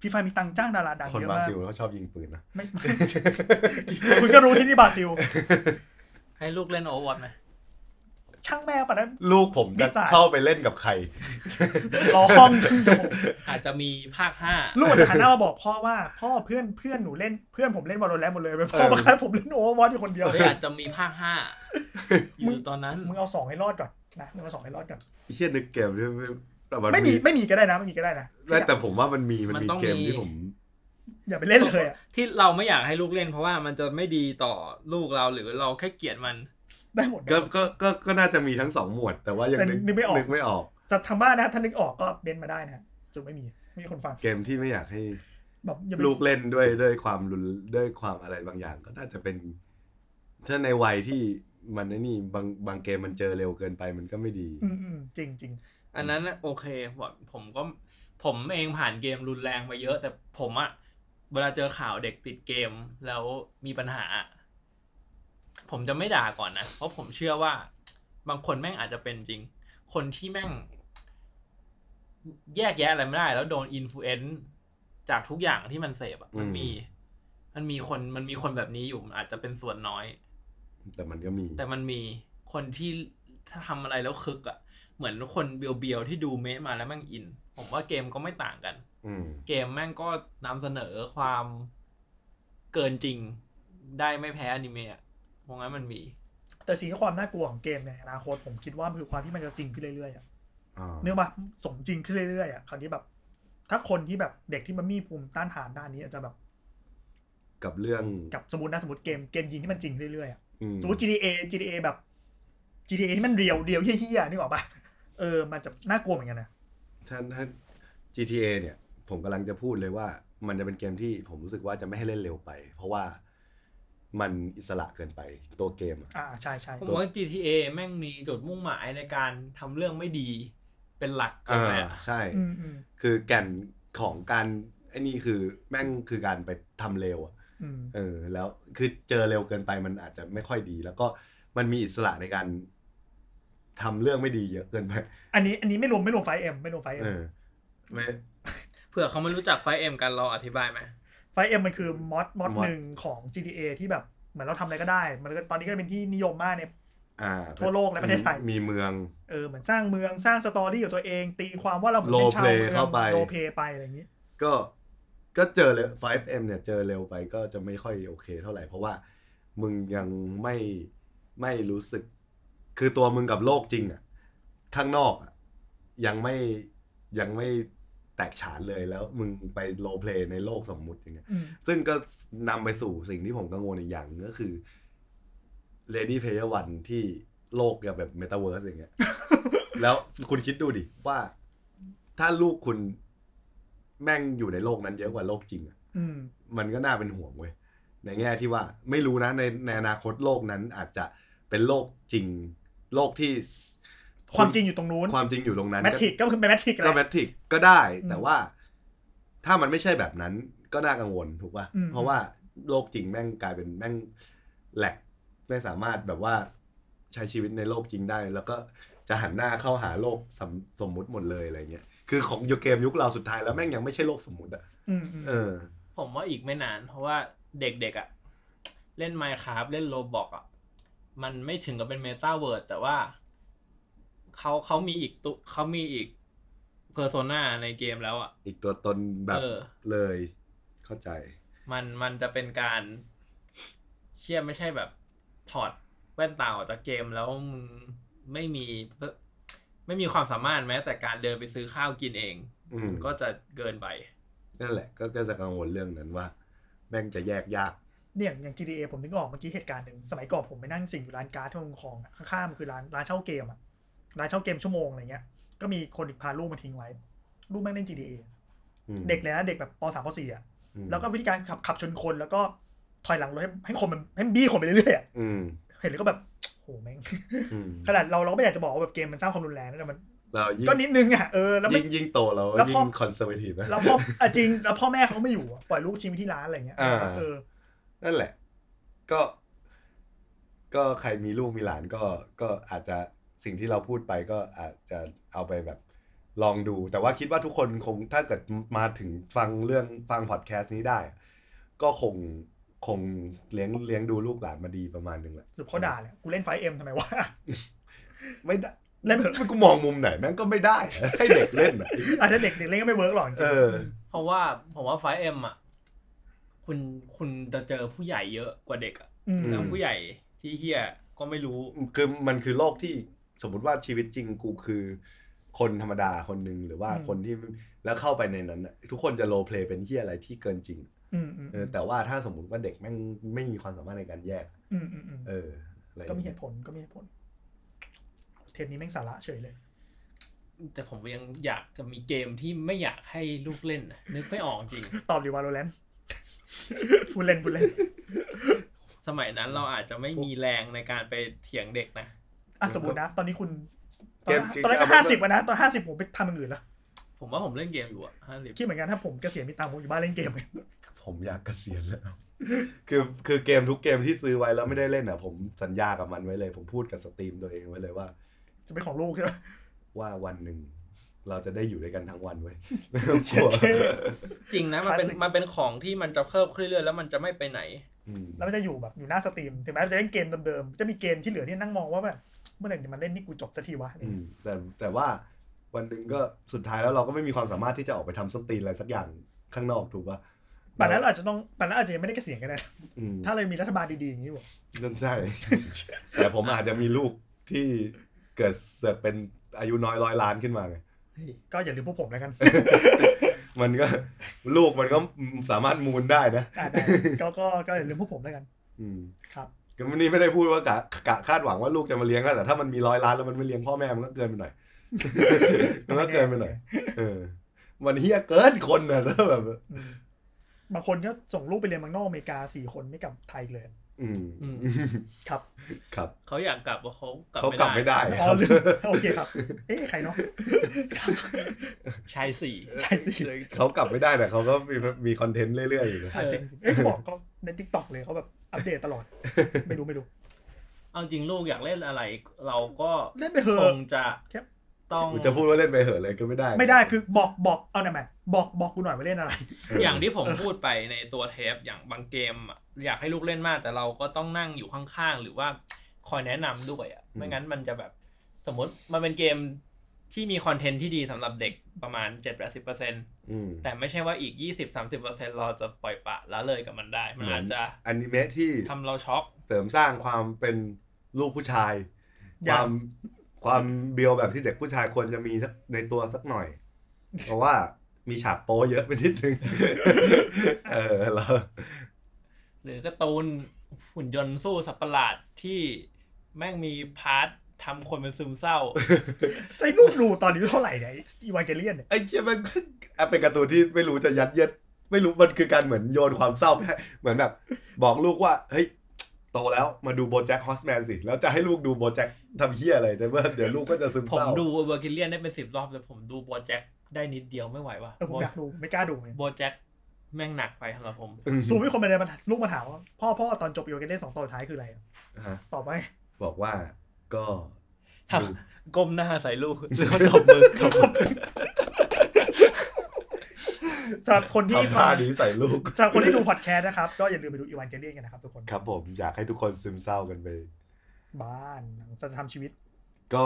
ฟรีไฟมีตังค์จ้างดาราดัง คน เยบรามอะาก ซิลเขาชอบยิงปืนนะ ไม่ <laughs> ไม่ คุณก็รู้ที่นี่บราซิล ให้ลูกเล่นโอวอตไหม ช่างแม่ปะนั้น ลูกผม นิ จะ สัย เข้าไปเล่นกับใคร รอห้องครึ่งชั่วโมง อาจจะมีภาคห้า ลูกหันหน้ามาบอกพ่อว่า พ่อเพื่อนเพื่อนหนูเล่นเพื่อนผมเล่นวอลเลย์หมดเลยไปพ่อ เออ มาคับผมเล่นโอเวอร์วอตอยู่คนเดียว หรืออาจจะมีภาคห้าอยู่ตอนนั้น <laughs> มึงเอาสองให้รอดก่อนนะมึงเอาสองให้รอดก่อน ไอ้เฮียนึกเกมที่ไม่แต่น ไม่มีไม่มีก็ได้นะไม่มีก็ได้นะ ไม่แต่ผมว่ามันมีมัน มัน มี ต้อง เกม มี ที่ผม อย่าไปเล่นเลยอะ ที่เราไม่อยากให้ลูกเล่นเพราะว่ามันจะไม่ดีต่อลูกเราหรือเราแค่เกลียดมัน ได้หมดนะ ก็ก็ก็ก็น่าจะมีทั้งสองหมวด แต่ว่ายัง แต่นึกไม่ออก นึกไม่ออก จากทางบ้านนะถ้านึกออกก็เบนมาได้นะจะไม่มีไม่มีคนฟัง เกมที่ไม่อยากให้ แบบอย่าไป ลูกเล่นด้วยด้วยความรุนด้วยความอะไรบางอย่าง ก็น่าจะเป็น ถ้าในวัยที่มันไอ้นี่บางบางเกมมันเจอเร็วเกินไปมันก็ไม่ดี อืมอืมจริงจริง อันนั้นน่ะโอเคผมผมก็ผมเองผ่านเกมรุนแรงมาเยอะ แต่ผมอะเวลาเจอข่าวเด็กติดเกมแล้วมีปัญหา ผมจะไม่ด่าก่อนนะ เพราะผมเชื่อว่า บางคนแม่งอาจจะเป็นจริง คนที่แม่ง แยกแยะอะไรไม่ได้ แล้วโดนอินฟลูเอนซ์จากทุกอย่างที่มันเสพอะมันมี มันมีคนมันมีคนแบบนี้อยู่มันอาจจะเป็นส่วนน้อย แต่มันก็มี แต่มันมีคนที่ถ้าทำอะไรแล้วคึกอะ่ะ เหมือนคนเบียวๆที่ดูเมะมาแล้วแม่งอิน ผมว่าเกมก็ไม่ต่างกัน อืม เกมแม่งก็นำเสนอความเกินจริงได้ไม่แพ้อนิเมะอะเพราะงั้นมันมี ๆแต่สิ่งที่ความน่ากลัวของเกมในอนาคตผมคิดว่ามันคือความที่มันจะจริงขึ้นเรื่อยๆอะ อ่า เนื่องว่าสมจริงขึ้นเรื่อยๆอ่ะคราวนี้แบบ ถ้าคนที่แบบเด็กที่มันมีภูมิต้านทานด้านนี้อาจจะแบบ กับเรื่อง กับสมมตินะสมมติเกมเกมยิงที่มันจริงเรื่อยๆอ่ะ อืม สมมติ GTA GTA แบบ GTA ที่มันเรียวเรียวเฮี้ยๆนึกออกปะเออมันจะน่ากลัวเหมือนกันนะ ถ้าถ้า GTA เนี่ย ผมกำลังจะพูดเลยว่า มันจะเป็นเกมที่ผมรู้สึกว่าจะไม่ให้เล่นเร็วไป เพราะว่ามันอิสระเกินไปตัวเกมอะ อ่าใช่ใช่ ผมว่า GTA แม่งมีจุดมุ่งหมายในการทำเรื่องไม่ดีเป็นหลักเกินไปอะ ใช่ อืมอืม คือแก่นของการไอ้นี่คือแม่งคือการไปทำเร็วอะ อืม เออ แล้วคือเจอเร็วเกินไปมันอาจจะไม่ค่อยดี แล้วก็มันมีอิสระในการทำเรื่องไม่ดีเยอะเกินไป อันนี้อันนี้ไม่รวมไม่รวมไฟเอ็มไม่รวมไฟเอ็ม เออไม่ เผื่อเขาไม่รู้จักไฟเอ็มกันเราอธิบายไหม ไฟเอ็มมันคือมอดมอด mod หนึ่งของ GTA ที่แบบเหมือนเราทำอะไรก็ได้ มันก็ตอนนี้ก็เป็นที่นิยมมากใน อ่า ทั่วโลกและประเทศไทย มีเมือง เออเหมือนสร้างเมืองสร้างสตอรี่ของตัวเอง ตีความว่าเราเหมือน role เป็นชาวเมือง play เข้าไป โรเพไปอะไรอย่างนี้ ก็ก็เจอเลย 5M เนี่ยเจอเร็วไปก็จะไม่ค่อยโอเคเท่าไหร่ เพราะว่ามึงยังไม่ไม่รู้สึก คือตัวมึงกับโลกจริงอะข้างนอกอะยังไม่ยังไม่แตกฉานเลยแล้วมึงไปโลเพลในโลกสมมุติอย่างเงี้ย อืม ซึ่งก็นำไปสู่สิ่งที่ผมกังวลอีกอย่างหนึ่งก็คือ Lady Player One ที่โลกกับแบบเมตาเวิร์สอย่างเงี้ย <laughs> แล้วคุณคิดดูดิว่าถ้าลูกคุณแม่งอยู่ในโลกนั้นเยอะกว่าโลกจริงอะ อืม มันก็น่าเป็นห่วงเว้ยในแง่ที่ว่าไม่รู้นะในในอนาคตโลกนั้นอาจจะเป็นโลกจริง โลกที่ ความจริงอยู่ตรงนู้น ความจริงอยู่ตรงนั้น แมทริกก็คือเป็นแมทริกแห ก็ ละ แมทริกก็ได้ อืม แต่ว่า ถ้ามันไม่ใช่แบบนั้นก็น่ากังวลถูกป่ะ อืม เพราะว่าโลกจริงแม่งกลายเป็นแม่งแหลกไม่สามารถแบบว่าใช้ชีวิตในโลกจริงได้ แล้วก็จะหันหน้าเข้าหาโลกสมสมมุติหมดเลยอะไรเงี้ยคือของยูเกมยุคเราสุดท้ายแล้วแม่งยังไม่ใช่โลกสมมุติอ่ะ อืมอืม เออ ผมว่าอีกไม่นาน เพราะว่าเด็กๆอะ่ะ เล่น Minecraft เล่น Roblox อะ่ะ มันไม่ถึงกับเป็น Meta w o r d แต่ว่าเขาเขามีอีกตุเขามีอีกเพอร์โซนาในเกมแล้วอะ่ะ อีกตัวตนแบบ เออ เลย เข้าใจ มันมันจะเป็นการเชื่อไม่ใช่แบบถอดแว่นตาออกจากเกมแล้วมึงไม่มีไม่มีความสามารถแม้ แต่การเดินไปซื้อข้าวกินเอง อืม นก็จะเกินไป นั่นแหละก็ก็จะกังวลเรื่องนั้นว่า แม่งจะแยกยาก เนี่ยอย่าง GTA ผมนึกออกเมื่อกี้เหตุการณ์หนึ่งสมัยก่อนผมไปนั่งสิ่งอยู่ร้านการ์ดที่มังคลองอะข้างๆมันคือร้านร้านเช่าเกมอะร้านเช่าเกมชั่วโมงอะไรเงี้ยก็มีคนพาลูกมาทิ้งไว้ ลูกแม่งเล่น GTA อืม เด็กเลยนะเด็กแบบปสามปสี่อะ อืม แล้วก็วิธีการขับขับชนคนแล้วก็ถอยหลังรถให้ให้คนมันให้มันบี้คนไปเรื่อยๆอะ อืม เห็นแล้วก็แบบโหแม่ง <laughs> อืม ขนาดเราเราก็ไม่อยากจะบอกว่าแบบเกมมันสร้างความรุนแรงนะแต่มัน เรายิ่ง ก็นิดนึงอ่ะเออแล้วไม่ ยิ่งยิ่งโตเรา แล้วพ่อ ยิ่งคอนเซอร์วทีฟนะ แล้วพ่อ <laughs> อ่ะจริงแล้วพ่อแม่เขาไม่อยู่อะปล่อยลูกทิ้งไว้ที่ร้านอะไรเงี้ย อ่า เออ นั่นแหละ ก็ ก็ใครมีลูกมีหลานก็ก็อาจจะสิ่งที่เราพูดไปก็อาจจะเอาไปแบบ ลองดู แต่ว่าคิดว่าทุกคนคงถ้าเกิดมาถึงฟังเรื่องฟังพอดแคสต์นี้ได้ ก็คงคงเลี้ยงเลี้ยงดูลูกหลานมาดีประมาณนึงแหละ หรือเขาด่าเลยกูเล่นไฟเอ็มทำไมวะ <laughs> ไม่ได้ เล่นเถอะ กูมองมุมไหนแม่งก็ไม่ได้ ให้เด็กเล่นอ่ะ <laughs> อาจจะเด็กเด็กเล่นก็ไม่เวิร์กหรอกจริงๆ เออ เพราะว่าผมว่าไฟเอ็มอ่ะคุณคุณจะเจอผู้ใหญ่เยอะกว่าเด็กอ่ะ อืม แล้วผู้ใหญ่ที่เฮียก็ไม่รู้ คือมันคือโลกที่สมมุติว่าชีวิตจริงกูคือ คนธรรมดาคนหนึ่งหรือว่าคนที่แล้วเข้าไปในนั้นน่ะทุกคนจะโลเพลย์เป็นที่อะไรที่เกินจริง อืมอืม เออแต่ว่าถ้าสมมติว่าเด็กแม่งไม่มีความสามารถในการแยก อืมอืมอืม เอออะไร ก็มีเหตุผลก็มีเหตุผล เทปนี้แม่งสาระเฉยเลย แต่ผมยังอยากจะมีเกมที่ไม่อยากให้ลูกเล่นน่ะนึกไม่ออกจริง ตอบดีว่าโรแลน <laughs> พูดเล่นพูดเล่น สมัยนั้นเราอาจจะไม่มีแรงในการไปเถียงเด็กนะ อ่ะสมมตินะ ตอนนี้คุณตอ เก น ม นั้นตอนนั้นก็ห้าสิบนะ ตอนห้าสิบผมไปทำอย่างอื่นละ ผมว่าผมเล่นเกมอยู่อะห้าสิบ คิดเหมือนกันถ้าผมเกษียณมีตังค์ผมอยู่บ้านเล่นเกมเลย ผมอยากเกษียณแล้ว <laughs> คือคือเกมทุกเกมที่ซื้อไว้แล้วไม่ได้เล่นอ่ะ ผมสัญญากับมันไว้เลย ผมพูดกับสตรีมตัวเองไว้เลยว่า จะเป็นของลูกใช่ไหม ว่าวันหนึ่งเราจะได้อยู่ด้วยกันทั้งวัน <laughs> ไว้ยไม่ต้องกลัว เท่ จริงนะมันเป็น Classic มันเป็นของที่มันจะเพิ่มขึ้นเรื่อยๆแล้วมันจะไม่ไปไหน อืม แล้วมันจะอยู่แบบอยู่หน้าสตรีมถึงแม้จะเล่นเกมเดิมๆ จะมีเกมที่เหลือที่นั่งมองว่าแบบเมื่อไหร่จะมาเล่นนี่กูจบสักทีวะอะไร อื เงี้ย มแต่แต่ว่าวันหนึ่งก็สุดท้ายแล้วเราก็ไม่มีความสามารถที่จะออกไปทำสตรีนอะไรสักอย่างข้างนอกถูกปะ ป่านนั้นเราอาจจะต้องป่านนั้นอาจจะยังไม่ได้เกษียณกันนะ อืม ถ้าเรามีรัฐบาลดีๆอย่างนี้อยู่ นั่นใช่ แต่ผมอาจจะมีลูกที่เกิดเสือกเป็นอายุน้อยร้อยล้านขึ้นมาไง ก็อย่าลืมพวกผมแล้ <laughs> วกัน มันก็ลูกมันก็สามารถมูลได้นะ อ่ะได้ก็ก็ก็อย่าลืมพวกผมแล้วกัน อืม ครับ ก็วันนี้ไม่ได้พูดว่ากะกะคาดหวังว่าลูกจะมาเลี้ยงนะแต่ถ้ามันมีร้อยล้านแล้วมันไม่เลี้ยงพ่อแม่มันก็เกิน <laughs> ไปหน่อย มันก็เกินไปหน่อยเออ มันเฮี้ยเกินคนนะถ้าแบบ อืมบางคนก็ส่งลูกไปเรียนเมืองนอกอเมริกาสี่คนไม่กลับไทยเลย อืม อืม ครับ ครับ เขาอยากกลับว่าเขากลับ เขากลับไม่ได้ อ๋ ค อ รับ ลืมโอเคครับ เอ๊ะใครเนาะครับ ชายสี่ ใช่สิ เขากลับไม่ได้แต่เขาก็มีมีคอนเทนต์เรื่อยๆอยู่นะ เออ จริงๆเอ๊ะเขาบอกเขาในทิกตอกเลยเขาแบบอัปเดตตลอด ไม่รู้ไม่รู้ เอาจริงลูกอยากเล่นอะไร เราก็ เล่นไปเถ ค อะ งจะ ครับ ต้อง กูจะพูดว่าเล่นไปเหอะเลยก็ไม่ได้ ไม่ได้คือบอกบอกเอาหน่อยไหมบอกบอกกูหน่อยว่าเล่นอะไร อย่างที่ผมพูดไปในตัวเทปอย่างบางเกมอะอยากให้ลูกเล่นมากแต่เราก็ต้องนั่งอยู่ข้างๆ หรือว่าคอยแนะนำด้วยอ่ะไม่งั้นมันจะแบบสมมติมันเป็นเกมที่มีคอนเทนต์ที่ดีสำหรับเด็กประมาณ7 8 0เปอร์เซ็นต์ อืม แต่ไม่ใช่ว่าอีก 20-30%เราจะปล่อยปละละเลยกับมันได้ มันอาจจะ อนิเมะที่ ทำเราช็อก เสริมสร้างความเป็นลูกผู้ชาย อย่าคาวมความเบียวแบบที่เด็กผู้ชายควรจะมีสักในตัวสักหน่อย เพราะว่ามีฉากโป๊เยอะไปนิดนึง <laughs> เออแล้ว หรือการ์ตูนหุ่นยนต์สู้สัตว์ประหลาดที่แม่งมีพาร์ททำคนเป็นซึมเศร้า ใจลูกดูตอนนี้เท่าไหร่เนี่ยอีวานเกเลียนเนี่ย ไอ้เชี่ยมัน <laughs> อ่ะเป็นการ์ตูนที่ไม่รู้จะยัดเยียด ไม่รู้มันคือการเหมือนโยนความเศร้าไปให้เหมือนแบบ บอกลูกว่า เฮ้ย โต โตแล้วมาดูโบแจ็คฮอสแมนสิ แล้วจะให้ลูกดูโบแจ็คทำเฮียอะไรแต่ว่าเดี๋ยวลูกก็ <laughs> จะซึม ผม เศร้า ดูเวอร์กิเลียนได้เป็นสิบรอบแต่ผมดูโบแจ็คได้นิดเดียวไม่ไหวว่ะ เออผมอยากดูไม่กล้าดูเลย โบแจ็คแม่งหนักไปสำหรับผม สูงมีคนมาเลยมาลูกมาถามว่าพ่อพ่อตอนจบโยเกนเล่นสองตอนสุดท้ายคืออะไรอะ ฮะ ตอบไหม บอกว่าก็ ทำ ดู ก้ <laughs> มหน้าใส่ลูกแล้วก็ตบ <laughs> มือตบมือ สำหรับคนที่ ทำ ฟั ท่าง นี้ใส่ลูก สำหรับคนที่ดูพอดแคสต์นะครับ ก็อย่าลืมไปดูอีวานเกเลียนกันนะครับทุกคน ครับผมอยากให้ทุกคนซึมเศร้ากันไป บ้านหนังสัจธรรมชีวิต ก็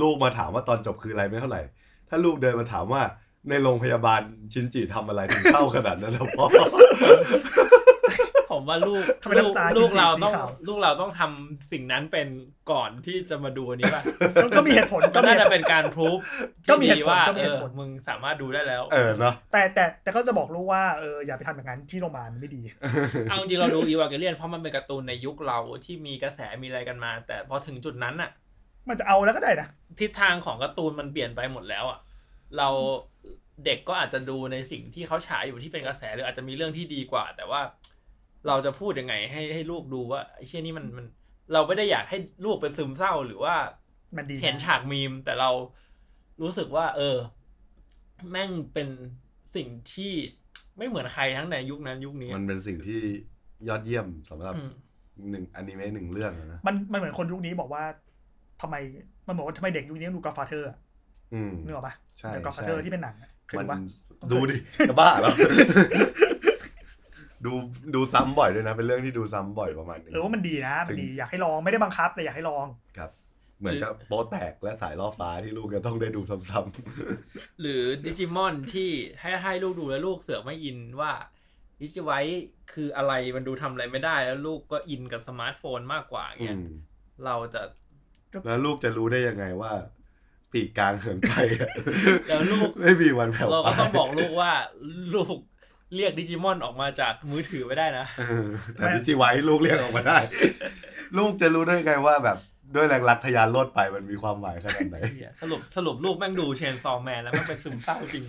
ลูกมาถามว่าตอนจบคืออะไรไม่เท่าไหร่ ถ้าลูกเดินมาถามว่าในโรงพยาบาลชินจิทำอะไรถึงเศร้าขนาดนั้นแล้วพ่อ <laughs> ผมว่าลูก ทำไม ลูก น้ำตา ลูกเรา ชิ้นๆสี ต้อง ขาว ลูกเราต้องทำสิ่งนั้นเป็นก่อนที่จะมาดูอันนี้ป่ะ ก็ก็มีเหตุผล ก็ <laughs> ก็มี น่าจะเหตุผล เป็นการพรูฟ ก็มีเหตุผล ว่า ก็มี เอ เหตุ อ ผล มึงสามารถดูได้แล้ว เออเนาะ แต่แต่แต่ก็จะบอกลูกว่าเอออย่าไปทำอย่างนั้นที่โรงพยาบาลมันไม่ดี เอาจริงๆเราดูอีวาเกเลียนเพราะมันเป็นการ์ตูนในยุคเราที่มีกระแสมีอะไรกันมา แต่พอถึงจุดนั้นน่ะ มันจะเอาแล้วก็ได้นะ ทิศทางของการ์ตูนมันเปลี่ยนไปหมดแล้วอ่ะเราเด็กก็อาจจะดูในสิ่งที่เขาฉายอยู่ที่เป็นกระแสหรืออาจจะมีเรื่องที่ดีกว่า แต่ว่าเราจะพูดยังไงให้ให้ลูกดูว่าไอ้เชี่ยนี่มันมัน เราไม่ได้อยากให้ลูกเป็นซึมเศร้าหรือว่า มันดีะ เห็นฉากมีม แต่เรารู้สึกว่า เออ แม่งเป็นสิ่งที่ไม่เหมือนใครทั้งในยุคนั้นยุคนี้ มันเป็นสิ่งที่ยอดเยี่ยมสำหรับ อืม หนึ่งอนิเมะหนึ่งเรื่องอะนะ มันมันเหมือนคนยุคนี้บอกว่าทำไมมันบอกว่าทำไมเด็กยุคนี้ต้องดูกาฟาเธอร์ อืม เนื้ออกปะ ใช่ เดี๋ยวกาฟา ใช่ เธอร์ที่เป็นหนังอะคือ มั ว่า นดูดิจะบ้าแล้ว <laughs> ดูดูซ้ำบ่อยด้วยนะ เป็นเรื่องที่ดูซ้ำบ่อยประมาณหนึง เออว่ามันดีนะมันดี ถึง อยากให้ลองไม่ได้บังคับแต่อยากให้ลอง ครับเหมือนกับโป๊แตกและสายล่อฟ้าที่ลูกจะต้องได้ดูซ้ำ หรือดิจิมอนที่ให้ให้ลูกดูแล้วลูกเสือกไม่อินว่าดิจิไว้คืออะไรมันดูทำอะไรไม่ได้ แล้วลูกก็อินกับสมาร์ทโฟนมากกว่า ๆอื เงี้ย ม เราจะ แล้วลูกจะรู้ได้ยังไงว่า ปีกกลางเหินไปอะ แล้วลูก ไม่มีวันแผ่ว เรา ไป ก็ต้องบอกลูกว่าลูกเรียกดิจิมอนออกมาจากมือถือไม่ได้นะ เออแต่ดิจิไว้ลูกเรียกออกมาได้ ลูกจะรู้ได้ไงว่าแบบด้วยแรงรักทะยานโลดไปมันมีความหมายขนาดไหน เหี้ยสรุปสรุปลูกแม่งดูเชนซอมแมนแล้วแม่งเป็นซึมเศร้า <laughs> จริง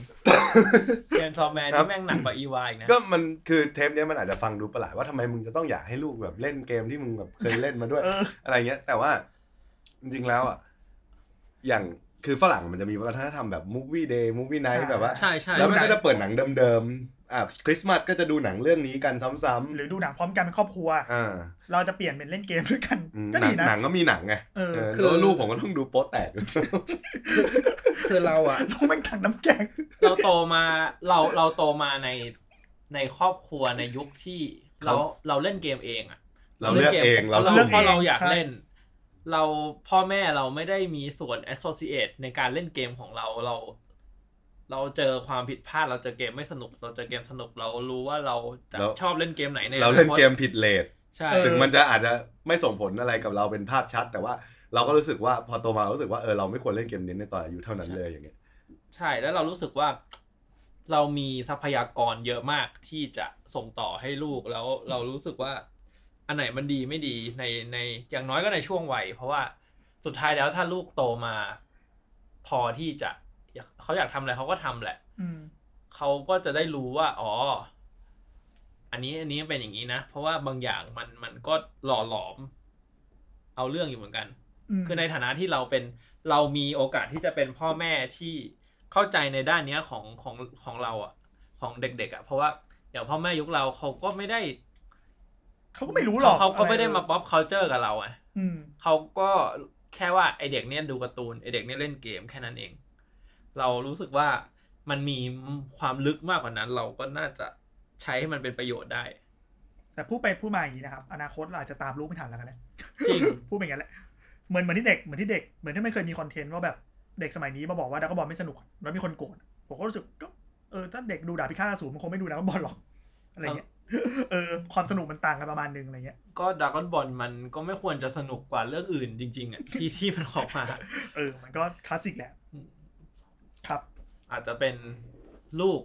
เชนซอมแมนนี่แม่งหนักกว่าอีวายนะ ก็มันคือเทปเนี้ยมันอาจจะฟังดูประหลาดว่าทำไมมึงจะต้องอยากให้ลูกแบบเล่นเกมที่มึงแบบเคยเล่นมาด้วย เออ อะไรเงี้ย แต่ว่าจริงๆแล้วอ่ะอย่างคือฝรั่งมันจะมีวัฒนธรรมแบบมูฟวี่เดย์มูฟวี่ไนท์แบบว่า ใช่ใช่ แล้วมันก็จะเปิดหนังเดิมๆอ่ะคริสต์มาสก็จะดูหนังเรื่องนี้กันซ้ำ หรือดูหนังพร้อมกันเป็นครอบครัว ๆอ่า เราจะเปลี่ยนเป็นเล่นเกมด้วยกัน อืม ก็ดีนะ หนังหนังก็มีหนังไง เออ คือลูกผมก็ต้องดูโป๊แตก คือเราอะ ต้องเป็นถังน้ำแกง เราโตมาเราเราโตมาในในครอบครัวในยุคที่ ครั เรา บ เราเล่นเกมเองอะ เราเลือกเองเรา เรา สุ่ เลือก ม เพราะเราอยาก ใช่ เล่น เราพ่อแม่เราไม่ได้มีส่วน associate ในการเล่นเกมของเราเรา เราเจอความผิดพลาดเราเจอเกมไม่สนุก เราเจอเกมสนุกเรารู้ว่าเราจะชอบเล่นเกมไหนใน เราเล่น อคต เกมผิดเลท ใช่ เออ ถึงมันจะอาจจะไม่ส่งผลอะไรกับเราเป็นภาพชัด แต่ว่าเราก็รู้สึกว่าพอโตมารู้สึกว่าเออเราไม่ควรเล่นเกมนี้ในตอนอายุเท่านั้นเลยอย่างเงี้ย ใช่แล้วเรารู้สึกว่า เรามีทรัพยากรเยอะมากที่จะส่งต่อให้ลูกแล้วเรารู้สึกว่า อันไหนมันดีไม่ดีในในอย่างน้อยก็ในช่วงวัยเพราะว่าสุดท้ายแล้วถ้าลูกโตมา พอที่จะเขาอยากทำอะไรเขาก็ทำแหละ อืม เขาก็จะได้รู้ว่า อ๋อ อันนี้อันนี้เป็นอย่างนี้นะ เพราะว่าบางอย่างมันมันก็หล่อหลอม เอาเรื่องอยู่เหมือนกัน ม คือในฐานะที่เราเป็นเรามีโอกาสที่จะเป็นพ่อแม่ที่เข้าใจในด้านเนี้ยของของของเราอะของเด็ก ๆอะเพราะว่าอย่างพ่อแม่ยุคเราเขาก็ไม่ได้ เขาก็ไม่รู้หรอก เขาก็ไม่ อะร ได้มา pop culture กับเราอะ อืม เขาก็แค่ว่าไอเด็กเนี้ยดูการ์ตูนไอเด็กเนี้ยเล่นเกมแค่นั้นเอง เรารู้สึกว่ามันมีความลึกมากกว่านั้น เราก็น่าจะใช้ให้มันเป็นประโยช <laughs> น์ได้ แต่พูดไปพูดมาอย่างนี้นะครับ อนาคตเราอาจจะตามลูกไม่ทันแล้วกันนะ จริง พูดไปอย่างนั้นแหละ เหมือนเหมือนที่เด็ก เหมือนที่เด็ก เหมือนที่ไม่เคยมีคอนเทนต์ว่าแบบเด็กสมัยนี้มาบอกว่าดราก้อนบอลไม่สนุก แล้วมีคนโกรธ ผมก็รู้สึกก็เออถ้าเด็กดูดาบพิฆาตอสูรมันคงไม่ดูดราก้อนบอลหรอก <laughs> อะไรเงี้ย เออ ความสนุกมันต่างกันประมาณนึงอะไรเงี้ย ก็ด a ก o n นบอลมันก็ไม่ควรจะสนุกกว่าเรื่องอื่นจริง ๆอะที่ที่มันออกมา เออ มันก็คลาสสิกแหละ ครับ อาจจะเป็นลูก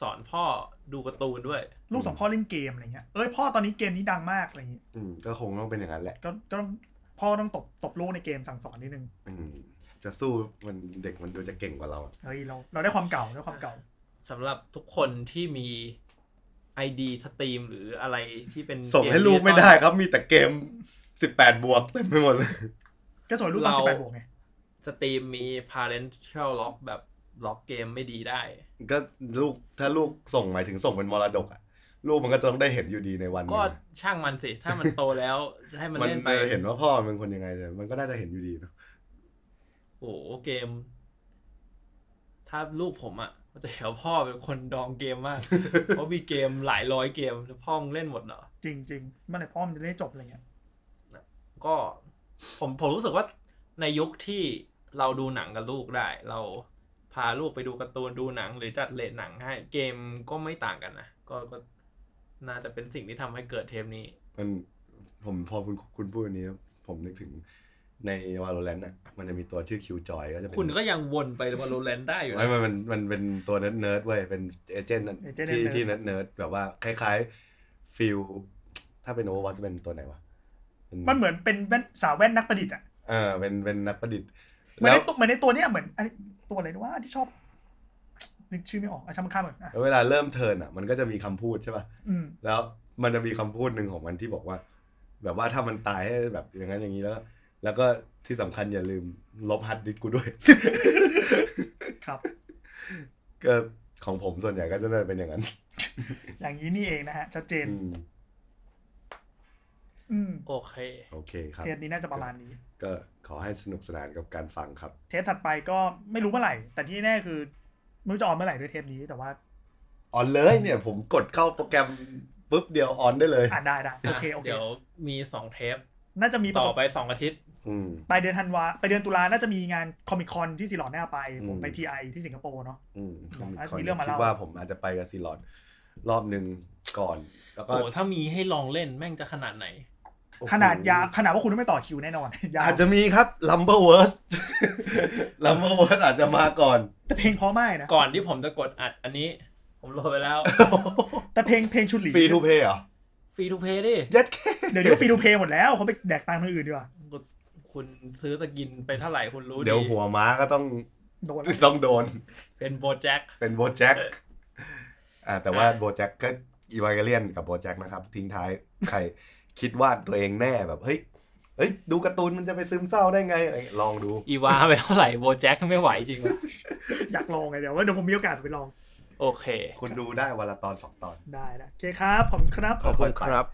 สอนพ่อดูการ์ตูนด้วย ลูกสองพ่อเล่นเกมอะไรเงี้ย เอ้ยพ่อตอนนี้เกมนี้ดังมากอะไรเงี้ย อืมก็คงต้องเป็นอย่างนั้นแหละ ก็ก็ต้องพ่อต้องตบตบลูกในเกมสั่งสอนนิดนึง อืมจะสู้มันเด็กมันดูจะเก่งกว่าเราอะ เฮ้ยเราเราได้ความเก่าได้ความเก่า สำหรับทุกคนที่มี ID สตรีมหรืออะไรที่เป็น ส่งให้ลูกไม่ เม ได้ ดิจิตอล ครับมีแต่เกม 18 บวกเต็มไปหมดเลย ก็สวยรูปตอนสิบแปดบวกไง สตรีมมี parental lock แบบล็อกเกมไม่ดีได้ ก็ลูกถ้าลูกส่งหมายถึงส่งเป็นมรดกอ่ะลูกมันก็จะต้องได้เห็นอยู่ดีในวันหนึ ก็ ง ช่างมันสิ ถ้ามันโตแล้วจะให้มัน มัน เล่นไป เห็นว่าพ่อมันเป็นคนยังไงแต่มันก็น่าจะเห็นอยู่ดีเนอะ โอ้โหเกม ถ้าลูกผมอะ่ะก็จะเห็นว่าพ่อเป็นคนดองเกม <laughs> มาก เพราะมีเกมหลายร้อยเกมแล้วพ่อมึงเล่นหมดเหรอ จริงจริงๆเมื่อไหร่พ่อมันจะได้จบอะไรเงี้ย ก็ผมผมรู้สึกว่าในยุคที่เราดูหนังกับลูกได้ เราพาลูกไปดูการ์ตูนดูหนัง หรือจัดเลทหนังให้เกมก็ไม่ต่างกันนะก็ก็น่าจะเป็นสิ่งที่ทำให้เกิดเทปนี้ มันผมพอคุณคุณพูดอันนี้ ผมนึกถึงใน Valorant อ่ะมันจะมีตัวชื่อคิวจอยก็จะเป็น คุณก็ยังวนไปวอลเลนได้อยู่ ไม่ นะ มันมันมันเป็นตัวเนิร์ดเนิร์ดๆเว้ยเป็นเอเจนต์ที่ที่เนิร์ดเนิร์ดๆแบบว่าคล้ายๆฟิลถ้าเป็นโอเวอร์วอชเป็นตัวไหนวะป็ มันเหมือนเป็นแว่นสาวแว่นนักประดิษฐ์อ่ะ เออเป็นเป็นนักประดิษฐ์ เหมือน แล้ว ในตัวเหมือนในตัวเนี้ยเหมือนอันนี้ตัวอะไรนะว่าที่ชอบนึกชื่อไม่ออกอ่ะช่างมันข้ามก่อนอ่ะ แล้วเวลาเริ่มเทิร์นอ่ะมันก็จะมีคำพูดใช่ป่ะ อืม แล้วมันจะมีคำพูดหนึ่งของมันที่บอกว่า แบบว่าถ้ามันตายให้แบบอย่างนั้นอย่างนี้แล้วก็แล้วก็ที่สำคัญอย่าลืมลบฮัดดิสก์กูด้วย <laughs> ครับ ก็ของผมส่วนใหญ่ก็จะได้เป็นอย่างนั้น อย่างนี้นี่เองนะฮะชัดเจน อืม อืม โอเค โอเคครับ เทปนี้น่าจะประมาณนี้ ก็ขอให้สนุกสนานกับการฟังครับ เทปถัดไปก็ไม่รู้เมื่อไหร่ แต่ที่แน่คือไม่รู้จะออนเมื่อไหร่ด้วยเทปนี้แต่ว่า ออนเลยเนี่ยผมกดเข้าโปรแกรมปุ๊บเดียวออนได้เลย อ่านได้ได้โอเคโอเค เดี๋ยวมีสองเทป น่าจะมีประส ต่ บ อไปสองอาทิตย์ อืม ปลายเดือนธันวาไปลายเดือนตุลาน่าจะมีงานคอมิคอนที่สิลอนแน่าไป ผม อืม ไปทีไอที่สิงคโปร์เนาะ อืม เดี๋ยวอาจจะมีเรื่องมา คิ เล่า ดว่าผมอาจจะไปกับซีลอนรอบหนึ่งก่อน แล้วก็ โอ้โหถ้ามีให้ลองเล่นแม่งจะขนาดไหน ขนาดยาวขนาดว่าคุณไม่ต่อคิวแน่นอน <laughs> ยาว อาจจะมีครับ <laughs> Lumberworth Lumberworth อาจจะมาก่อน <laughs> แต่เพลงเพราะมากนะ ก่อนที่ผมจะกดอัดอันนี้ ผมโหลดไปแล้ว แต่เพลงเพลงชุนหลี ฟรีทูเพย์เหรอ ฟรีทูเพย์ดิ ยัดแค่ เดี๋ยวนี้ฟรีดูเพลงหมดแล้วเขาไปแดกตังค์ทางอื่นดีกว่า คุณซื้อสกินไปเท่าไหร่คุณรู้ เดี๋ยวหัวม้าก็ต้อง โดนแล้ว ต้องโดน เป็นโบแจ็ค เป็นโบแจ็คอ่าแต่ว่า อ่ะ โบแจ็คก็อีวาเกเลียนกับโบแจ็คนะครับ ทิ้งท้ายใครคิดว่าตัวเองแน่แบบ เฮ้ยเฮ้ย ดูการ์ตูนมันจะไปซึมเศร้าได้ไงอะไรลองดู อีวาไปเท่าไหร่โบแจ็คไม่ไหวจริงวะ อยากลองไงเดี๋ยวว่าเดี๋ยวผมมีโอกาสไปลอง โอเค คุณดูได้วันละตอนสองตอน ได้นะโอเคครับผมครับ ขอบคุณครับ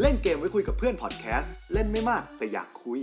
เล่นเกมไว้คุยกับเพื่อนพอดแคสต์เล่นไม่มากแต่อยากคุย